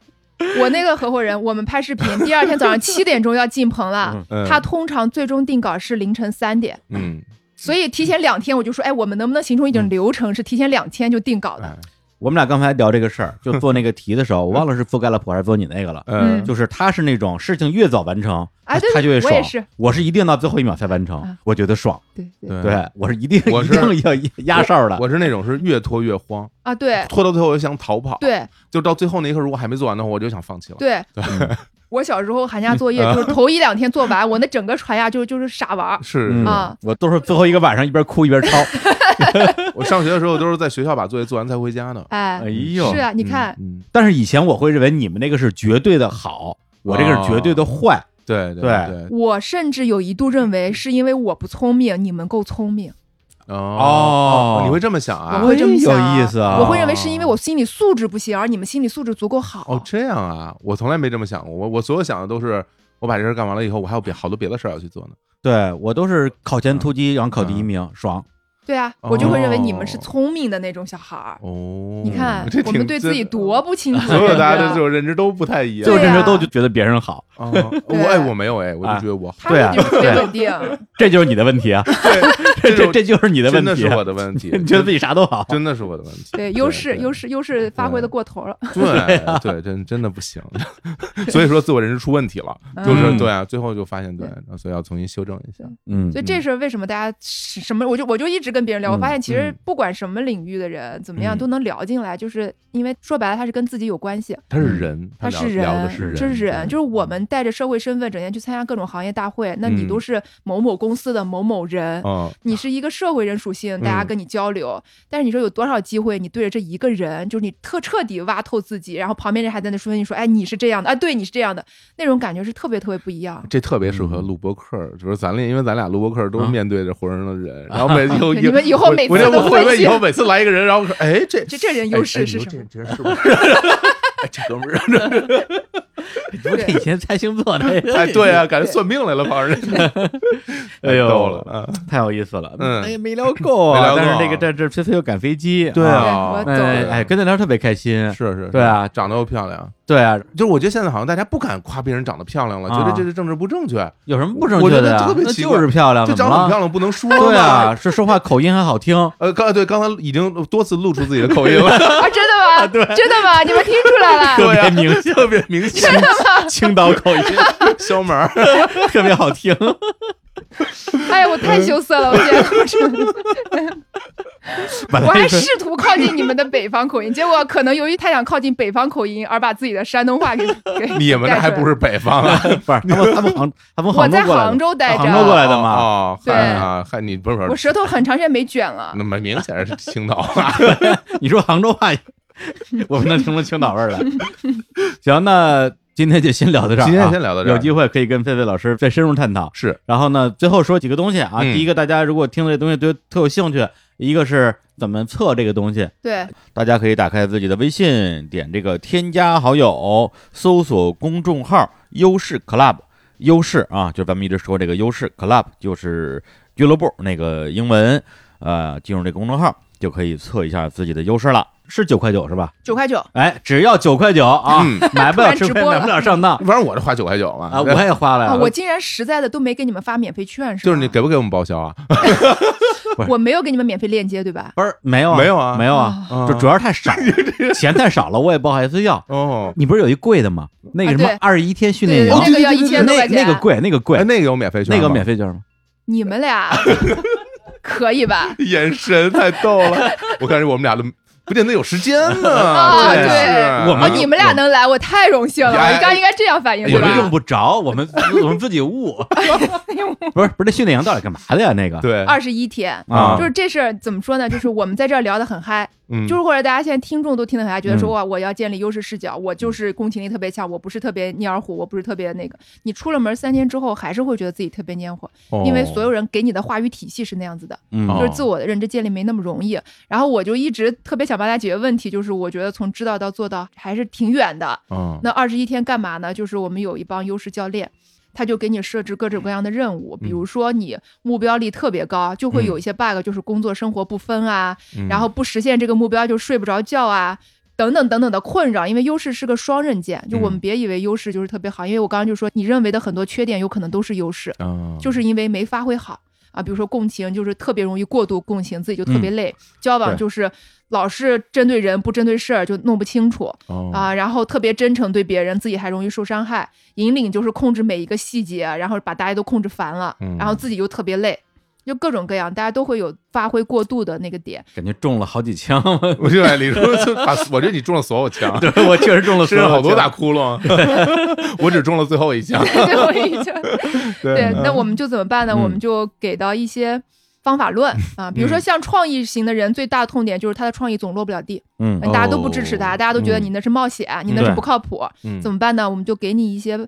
我那个合伙人，我们拍视频，第二天早上七点钟要进棚了。
嗯
他通常最终定稿是凌晨三点，
嗯
所以提前两天我就说，哎，我们能不能形成一种流程，是提前两天就定稿
哎
的？
我们俩刚才聊这个事 儿，就做那个题的时候，我忘了是覆盖了普还是做你那个了。
嗯
就是他是那种事情越早完成，
哎对
他就越
对
爽。
我也是，
一定到最后一秒才完成
啊，
我觉得爽。
对对
对
对我是一定
嗯 我
一
是
定要压哨的。
我是那种是越拖越慌，
啊，对
拖到最后我就想逃跑，，
对
就到最后那一刻如果还没做完的话，我就想放弃了。
对。 我小时候寒假作业就是头一两天做完，我那整个寒假就就是傻玩儿。
是，
嗯
是
啊
我都是最后一个晚上一边哭一边 抄。
我上学的时候都是在学校把作业做完才回家呢。
哎
哎，呦，
是啊，你看，
嗯，嗯，
但是以前我会认为你们那个是绝对的
哦
好，我这个是绝对的坏。
对
对
对，
我甚至有一度认为是因为我不聪明，你们够聪明，
哦
哦
你会这么想啊？
我会这么想啊。
有意思啊
我会认为是因为我心理素质不行，而你们心理素质足够好。
哦，这样啊，我从来没这么想过。我我所有想的都是，我把这事儿干完了以后，我还有别好多别的事儿要去做呢。
对我都是考前突
嗯
击，然后考第一名，爽。
对啊，
哦
我就会认为你们是聪明的那种小孩儿。
哦，
你看
这，
我
挺啊
们对自己，多不清楚，
这所有大家
对
的这
啊不对
种认知都不太一样。
就
对
认
啊
识都就觉得别人好，
哦，我哎，我没有哎，我就觉得我
他们就是
对啊
不稳定。
这就是你的问题啊！ 这
这
这
种
这就是你的问
真的
题
是
啊。
我的问题，
你觉得自己啥都好，
真的是我的问题。
对，优势
对啊嗯
优势优势发挥的过头了。
对对，真真的不行。 所以说自我认知出问题了，就是
嗯
对啊，最后就发现对
对，
然后所以要重新修正一下。
嗯
所以这事儿为什么大家是什么？我就我就一直跟别人聊，
嗯
我发现其实
嗯
不管什么领域的人，怎么样
嗯
都能聊进来，就是因为说白了，他是跟自己有关系，
嗯他是人，嗯
他
聊
是人
聊的是，
这是人，
对
就是我们带着社会身份，整天去参加各种行业大会，那你
嗯
都是某某公司的某某人，
嗯
你是一个社会人属性，大家跟你交流。但是你说有多少机会，你对着这一个人，就是你特彻底挖透自己，然后旁边人还在那说你说，哎，你是这样的，啊，对，你是这样的，那种感觉是特别特别不一样。
这特别适合录播客，
嗯
就是咱俩，因为咱俩录播客都
啊
面对着活生生的人，然后 每有
对你们以后
我
每次
我就
都
会不
分
会
析
以后每次来一个人，然后我说哎这
这这人
哎
优
哎
势
你
是
说
什么？
这这人是 不是？哎这哥们
啊
儿，
我以前猜星座的，
哎对啊，感觉算命来了，反正
哎呦
逗了啊，
太有意思了。
嗯
哎呀，没聊够
没
啊！
聊够
但
啊
是这个这这菲菲又赶飞机，
对
啊，
啊，
对我
哎
懂
哎，跟他聊特别开心
是，是，
对啊
是长得又漂亮，
对啊，
就是我觉得现在好像大家不敢夸别人长得漂亮了，觉
啊
得这是政治不正确，
有什么不正
我
确
觉得
的呀？
特别
那
奇怪
就是漂亮，
就
怎
长
么
得很
了
漂亮不能说
对
嘛
啊，。是说话口音还好 听，
呃，刚对，刚才已经多次露出自己的口音 了，
啊，真 的吗？真的吗？你们听出来了？
特
对
别
啊
明显，
特别明显，
青岛口音
肖门儿。
特别好 听。
哎呀，我太羞涩了，我天！
本
我还
来
试图靠近你们的北方口音，结果可能由于太想靠近北方口音，而把自己的山东 话给给
你们那还不
是
是北方 啊？
不是他们他们杭他们
我
杭州
在
过来
杭
的，
州待着，
杭州过来的嘛
哦，
对
嗨啊，嗨，你不是不
我
是，
舌头很长时间没卷了
嗯
那。么明显是青岛 话。
你说杭州话， 我们能听出青岛味儿来。行，那今天就先聊到这儿、啊，
今天先聊到这儿
有机会可以跟狒狒老师再深入探讨。
是，
然后呢，最后说几个东西啊。
嗯
第一个，大家如果听了这东西对特有兴趣，一个是怎么测这个东西，
对，
大家可以打开自己的微信，点这个添加好友，搜索公众号“优势 Club”，优势啊，就咱们一直说这个优势 Club 就是俱乐部那个英文，呃，进入这个公众号就可以测一下自己的优势了。是九块九是吧？
九块九，
哎，只要九块九啊，
嗯
买不了吃
突然直
亏，
播
买
了
不了上当
反正我这花九块九嘛。
啊！我也花了呀，
啊，我竟然实在的都没给你们发免费券，
就是
吗
你给不给我们报销啊？
我没有给你们免费链接，对吧？
不是没有啊
没有啊
没有啊，
啊
就主要是太少， 钱太少了，我也不好意思要。
哦，
你不是有一贵的吗？那个什么
啊对
二十一天训
对
练
对，
营，
那个要
对对对
一千多
那
块钱，啊
那个贵，那个贵
哎，，那个有免费券吗，
那个免费券吗？
你 们俩可以吧？
眼神太逗 了，我感觉我们俩都不见得有时间呢。
啊
真
对
是啊
我
哦，
们
你们俩能来，我太荣幸了。
哎
你刚应该这样反应，
我
对
们用
吧？哎
不着，我们我们自己 悟。不是不是，那训练营到底干嘛的呀？那个
对，
二十一天，
啊
就，是这事儿怎么说呢？就是我们在这儿聊得很嗨，
嗯
就是或者大家现在听众都听得很嗨，觉得说
嗯
哇，我要建立优势视角，我
嗯
就是共情力特别强，我不是特别蔫儿虎，我不是特别那个。你出了门三天之后，还是会觉得自己特别蔫火，因为所有人给你的话语体系是那样子的，
嗯
哦
就是自我的认知建立没那么容易。然后我就一直特别想帮大家解决问题，就是我觉得从知道到做到还是挺远的。
哦
那二十一天干嘛呢？就是我们有一帮优势教练，他就给你设置各种各样的任务，
嗯
比如说你目标力特别高，就会有一些 bug，就是工作生活不分啊，
嗯
然后不实现这个目标就睡不着觉啊。等等等等的困扰，因为优势是个双刃剑，就我们
嗯
别以为优势就是特别好，因为我刚刚就说，你认为的很多缺点有可能都是优势，
哦
就是因为没发挥好啊。比如说共情，就是特别容易过度共情，自己就特
嗯
别累；交往
对
就是老是针对人不针对事儿，就弄不清楚。
哦
啊，然后特别真诚对别人，自己还容易受伤害。引领就是控制每一个细节，啊然后把大家都控制烦了，然后
嗯
自己又特别累，就各种各样，大家都会有发挥过度的那个点。
感觉中了 好几枪，
我就爱李叔，就把我觉得你中了所有枪，
对我确实中了
身上好多大
大。
窟 窿， 我只中了最后一枪。
最后一枪， 对，那
嗯
我们就怎么办呢？我们
嗯
就给到一些方 法论啊，比如说
嗯
像创意型的人，最大的痛点就是他的创意总落不了地，
嗯
大家都不支持他，
哦
大家都觉得你那是冒险，你那是
对
不靠谱，
嗯
怎么办呢？我们就给你一些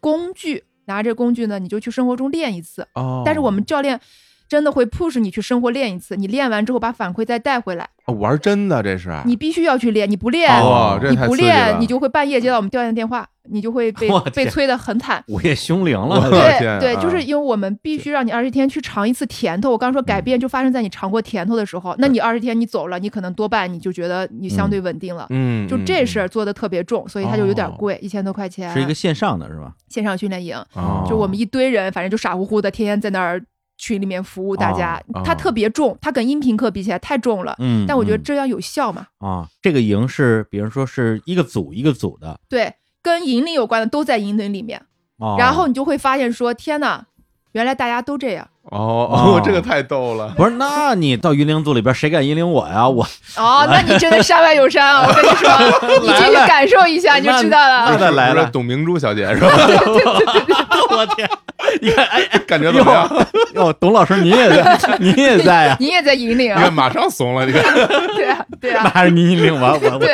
工具，拿着工具呢，你就去生活中练一次。
哦
但是我们教练真的会 push 你去生活练一次，你练完之后把反馈再带回来，
哦玩真的这是
你必须要去练，你不练，
哇，哦这
你
太
不
刺激了
练，你就会半夜接到我们教练的电话，你就会被
我天
被催得很惨。
午夜凶铃了，
我
对
天啊
对对，就是因为我们必须让你二十天去尝一次甜头。我刚说改
嗯
变就发生在你尝过甜头的时候，那你二十天你走了，你可能多半你就觉得你相对稳定了。
嗯
就这事儿做的特别重，所以它就有点
哦
贵，一千多块钱。
是一个线上的是吧？
线上训练营，
哦
就我们一堆人，反正就傻乎乎的，天天在那儿群里面服务大家。
哦哦
它特别重，它跟音频课比起来太重了，
嗯
但我觉得这样有效嘛？
啊，这个营是，比如说是一个组一个组的，
对，跟引领有关的都在引领里面，
哦
然后你就会发现说，天呐，原来大家都这样
哦
哦
哦，这个太逗 了。
不是，那你到引领组里边，谁敢引领我呀？我
哦，那你真的山外有山 啊！我跟你说，你进去感受一下你就知道
那
了。
再来
是不是
了
董明珠小姐是吧？
我天，你看，哎哎，
感觉怎么样？
哟，董老师您也 在，您也在呀、
你也在引
你
领
看
啊？
马上怂了，你看，
对啊，对啊，
那是您引领我，我我
对。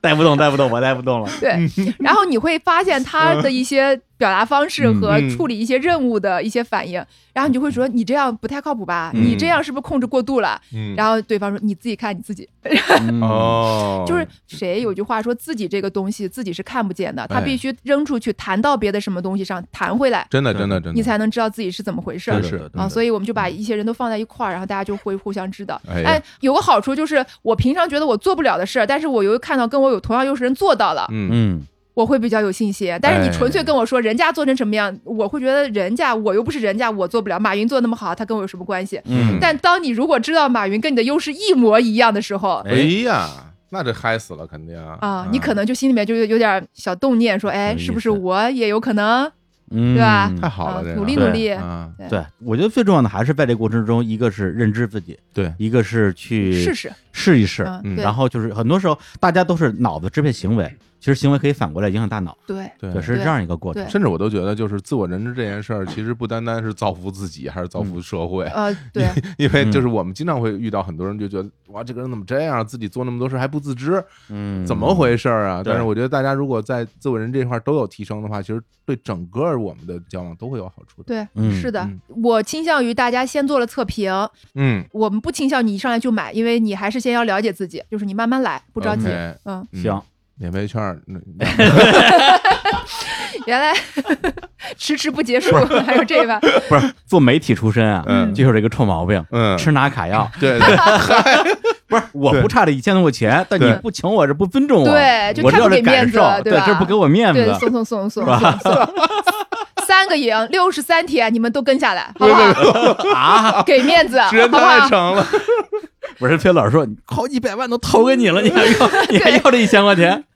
带不动，带不动，我带不动了。
对，
嗯
然后你会发现他的一些表达方式和
嗯嗯
处理一些任务的一些反应，然后你就会说你这样不太靠谱吧？
嗯
你这样是不是控制过度了？
嗯，
然后对方说你自己看你自己，
嗯
哦，
嗯就是谁有句话说自己这个东西自己是看不见的，他
哎
必须扔出去弹到别的什么东西上弹回来，
真的，真的，真的，
你才能知道自己是怎么回事儿
真。是
啊，所
以
以我们就把一些人都放在一块儿，然后大家就会互相指导。
哎呀
哎，有个好处就是，我平常觉得我做不了的事儿，但是我又看到跟我有同样优势人做到了，
嗯，
嗯，
我会比较有信心。但是你纯粹
哎
跟我说人家做成什么样，我会觉得人家我又不是人家，我做不了。马云做那么好，他跟我有什么关系？
嗯
但当你如果知道马云跟你的优势一模一样的时候，
哎呀，那这嗨死了，肯定
啊
啊
啊，你可能就心里面就有有点小动念，说，哎，
有意思
是不是我也有可能？
嗯，
对吧
太好了，
啊
这个
努力
努
力
啊
对
对，我觉得最重要的还是在这过程中，一个是认知自己，
对
一个是去
试试，
试一试，
嗯
嗯，
对
然后就是很多时候大家都是脑子支配行为，其实行为可以反过来影响大脑，
对
对
对，是这
对
样一个过程
对。
甚至我都觉得，就是自我认知这件事儿，其实不单单是造福自己，还是造福社会。
呃， 对，
因为就是我们经常会遇到很多人就觉得，哇，这个人怎么这样？自己做那么多事还不自知，
嗯，
怎么？回事儿啊？
对
但是我觉得大家如果在自我认知这块儿都有提升的话，其实对整个我们的交往都会有好处的。
对，
嗯
是的
嗯，
我倾向于大家先做了测评，
嗯，
我们不倾向你一上来就买，因为你还是先要了解自己，就是你慢慢来，不着急。
OK，
嗯，
嗯
行，
免费券儿，嗯那
原来 迟迟不结束，还有这个，
不是做媒体出身啊，
嗯
就是这个臭毛病，
嗯，
吃拿卡要。
对对，
不是，我
对
不差这一千多块钱，但你
对
不请我是不尊重我，
对就
我
太不
这
给面
感
子
受
了，对
对，
吧
这不给我面
对，
子，
送送送送送送，三个赢，六十三天，你们都跟下来，好不好？
啊！
给面子，
时间
好不
太
好？
长了。
我是崔老师说，你好几百万都投给你 了，你还要你还要这一千块钱？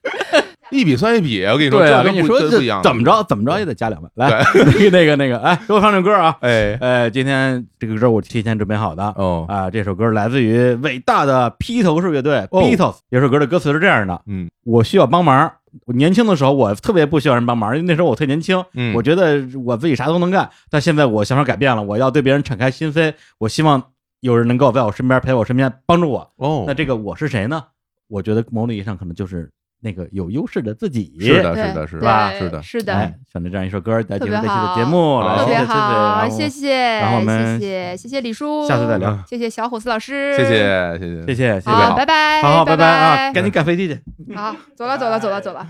一笔算一笔，我跟你说，
对啊，
这
跟
跟
你说
这不一样，
怎么着？怎么着也得加两万。来， 那个那个那个，哎，给我放首歌啊！
哎，
呃，今天这个歌我提前准备好的
哦，
啊，这首歌来自于伟大的披头士乐队
哦
Beatles。有首歌的歌词是这样的：
嗯，
我需要帮忙。我年轻的时候，我特别不需要人帮忙，因为那时候我特年轻，
嗯
我觉得我自己啥都能干。但现在我想法改变了，我要对别人敞开心扉，我希望有人能够在我身边陪我身边帮助我。
哦，
那这个我是谁呢？我觉得某种意义上可能就是那个有优势的自己。
是的，
对
是的，是
对
的，是的，
是
哎
的，，
选择这样一首歌来结束这
特别
期的
好
节目，
好
来
特
谢
别
嗯谢翠翠，
好，
然后
谢谢
然后我们
谢谢谢谢李叔，
下次再聊，
谢谢小伙子老师，
谢，谢，谢谢
谢。谢，谢谢，
好，拜拜，
好好拜拜啊，
拜
赶紧赶飞机去。
好，走了走了走了走了。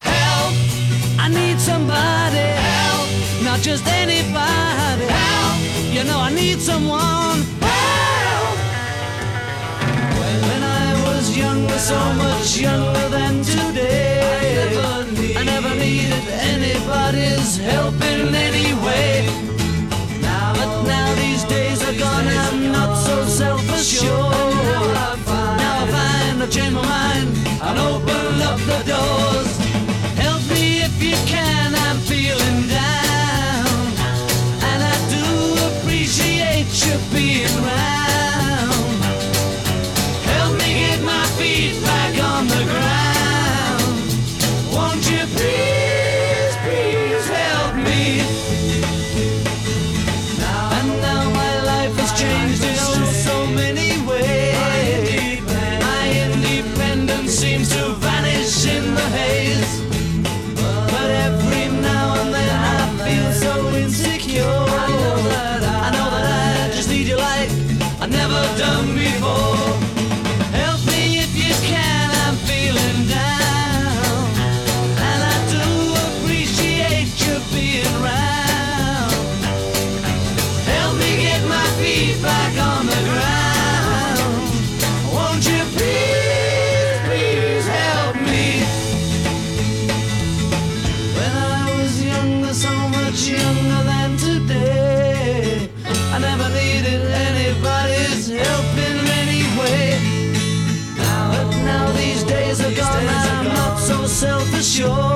Help! I need somebody. Help! Not just anybody. Help! You know I need someone. Help! When, when I was younger, so much younger than today, I never, I never needed anybody's help in any way. Now, but now these days are gone, I'm not so self-assured. Now I find I change my mind and open up the doors. Help me if you can, I'm feeling down. And I do appreciate you being round. Help me get my feet back on the ground. Won't you please, please help me? And now my life has changed in oh so many ways. My independence seems to vanish in the haze. But every now and then I feel so insecure. I know that I just need your light. I've never done before. Help me if you can. I'm feeling down, and I do appreciate you being round. Help me get my feet back on the ground. Won't you please, please help me? When I was younger, so much younger than today, I never needed anybody's help in any way. Now, but now these days are gone, I'm not so self-assured.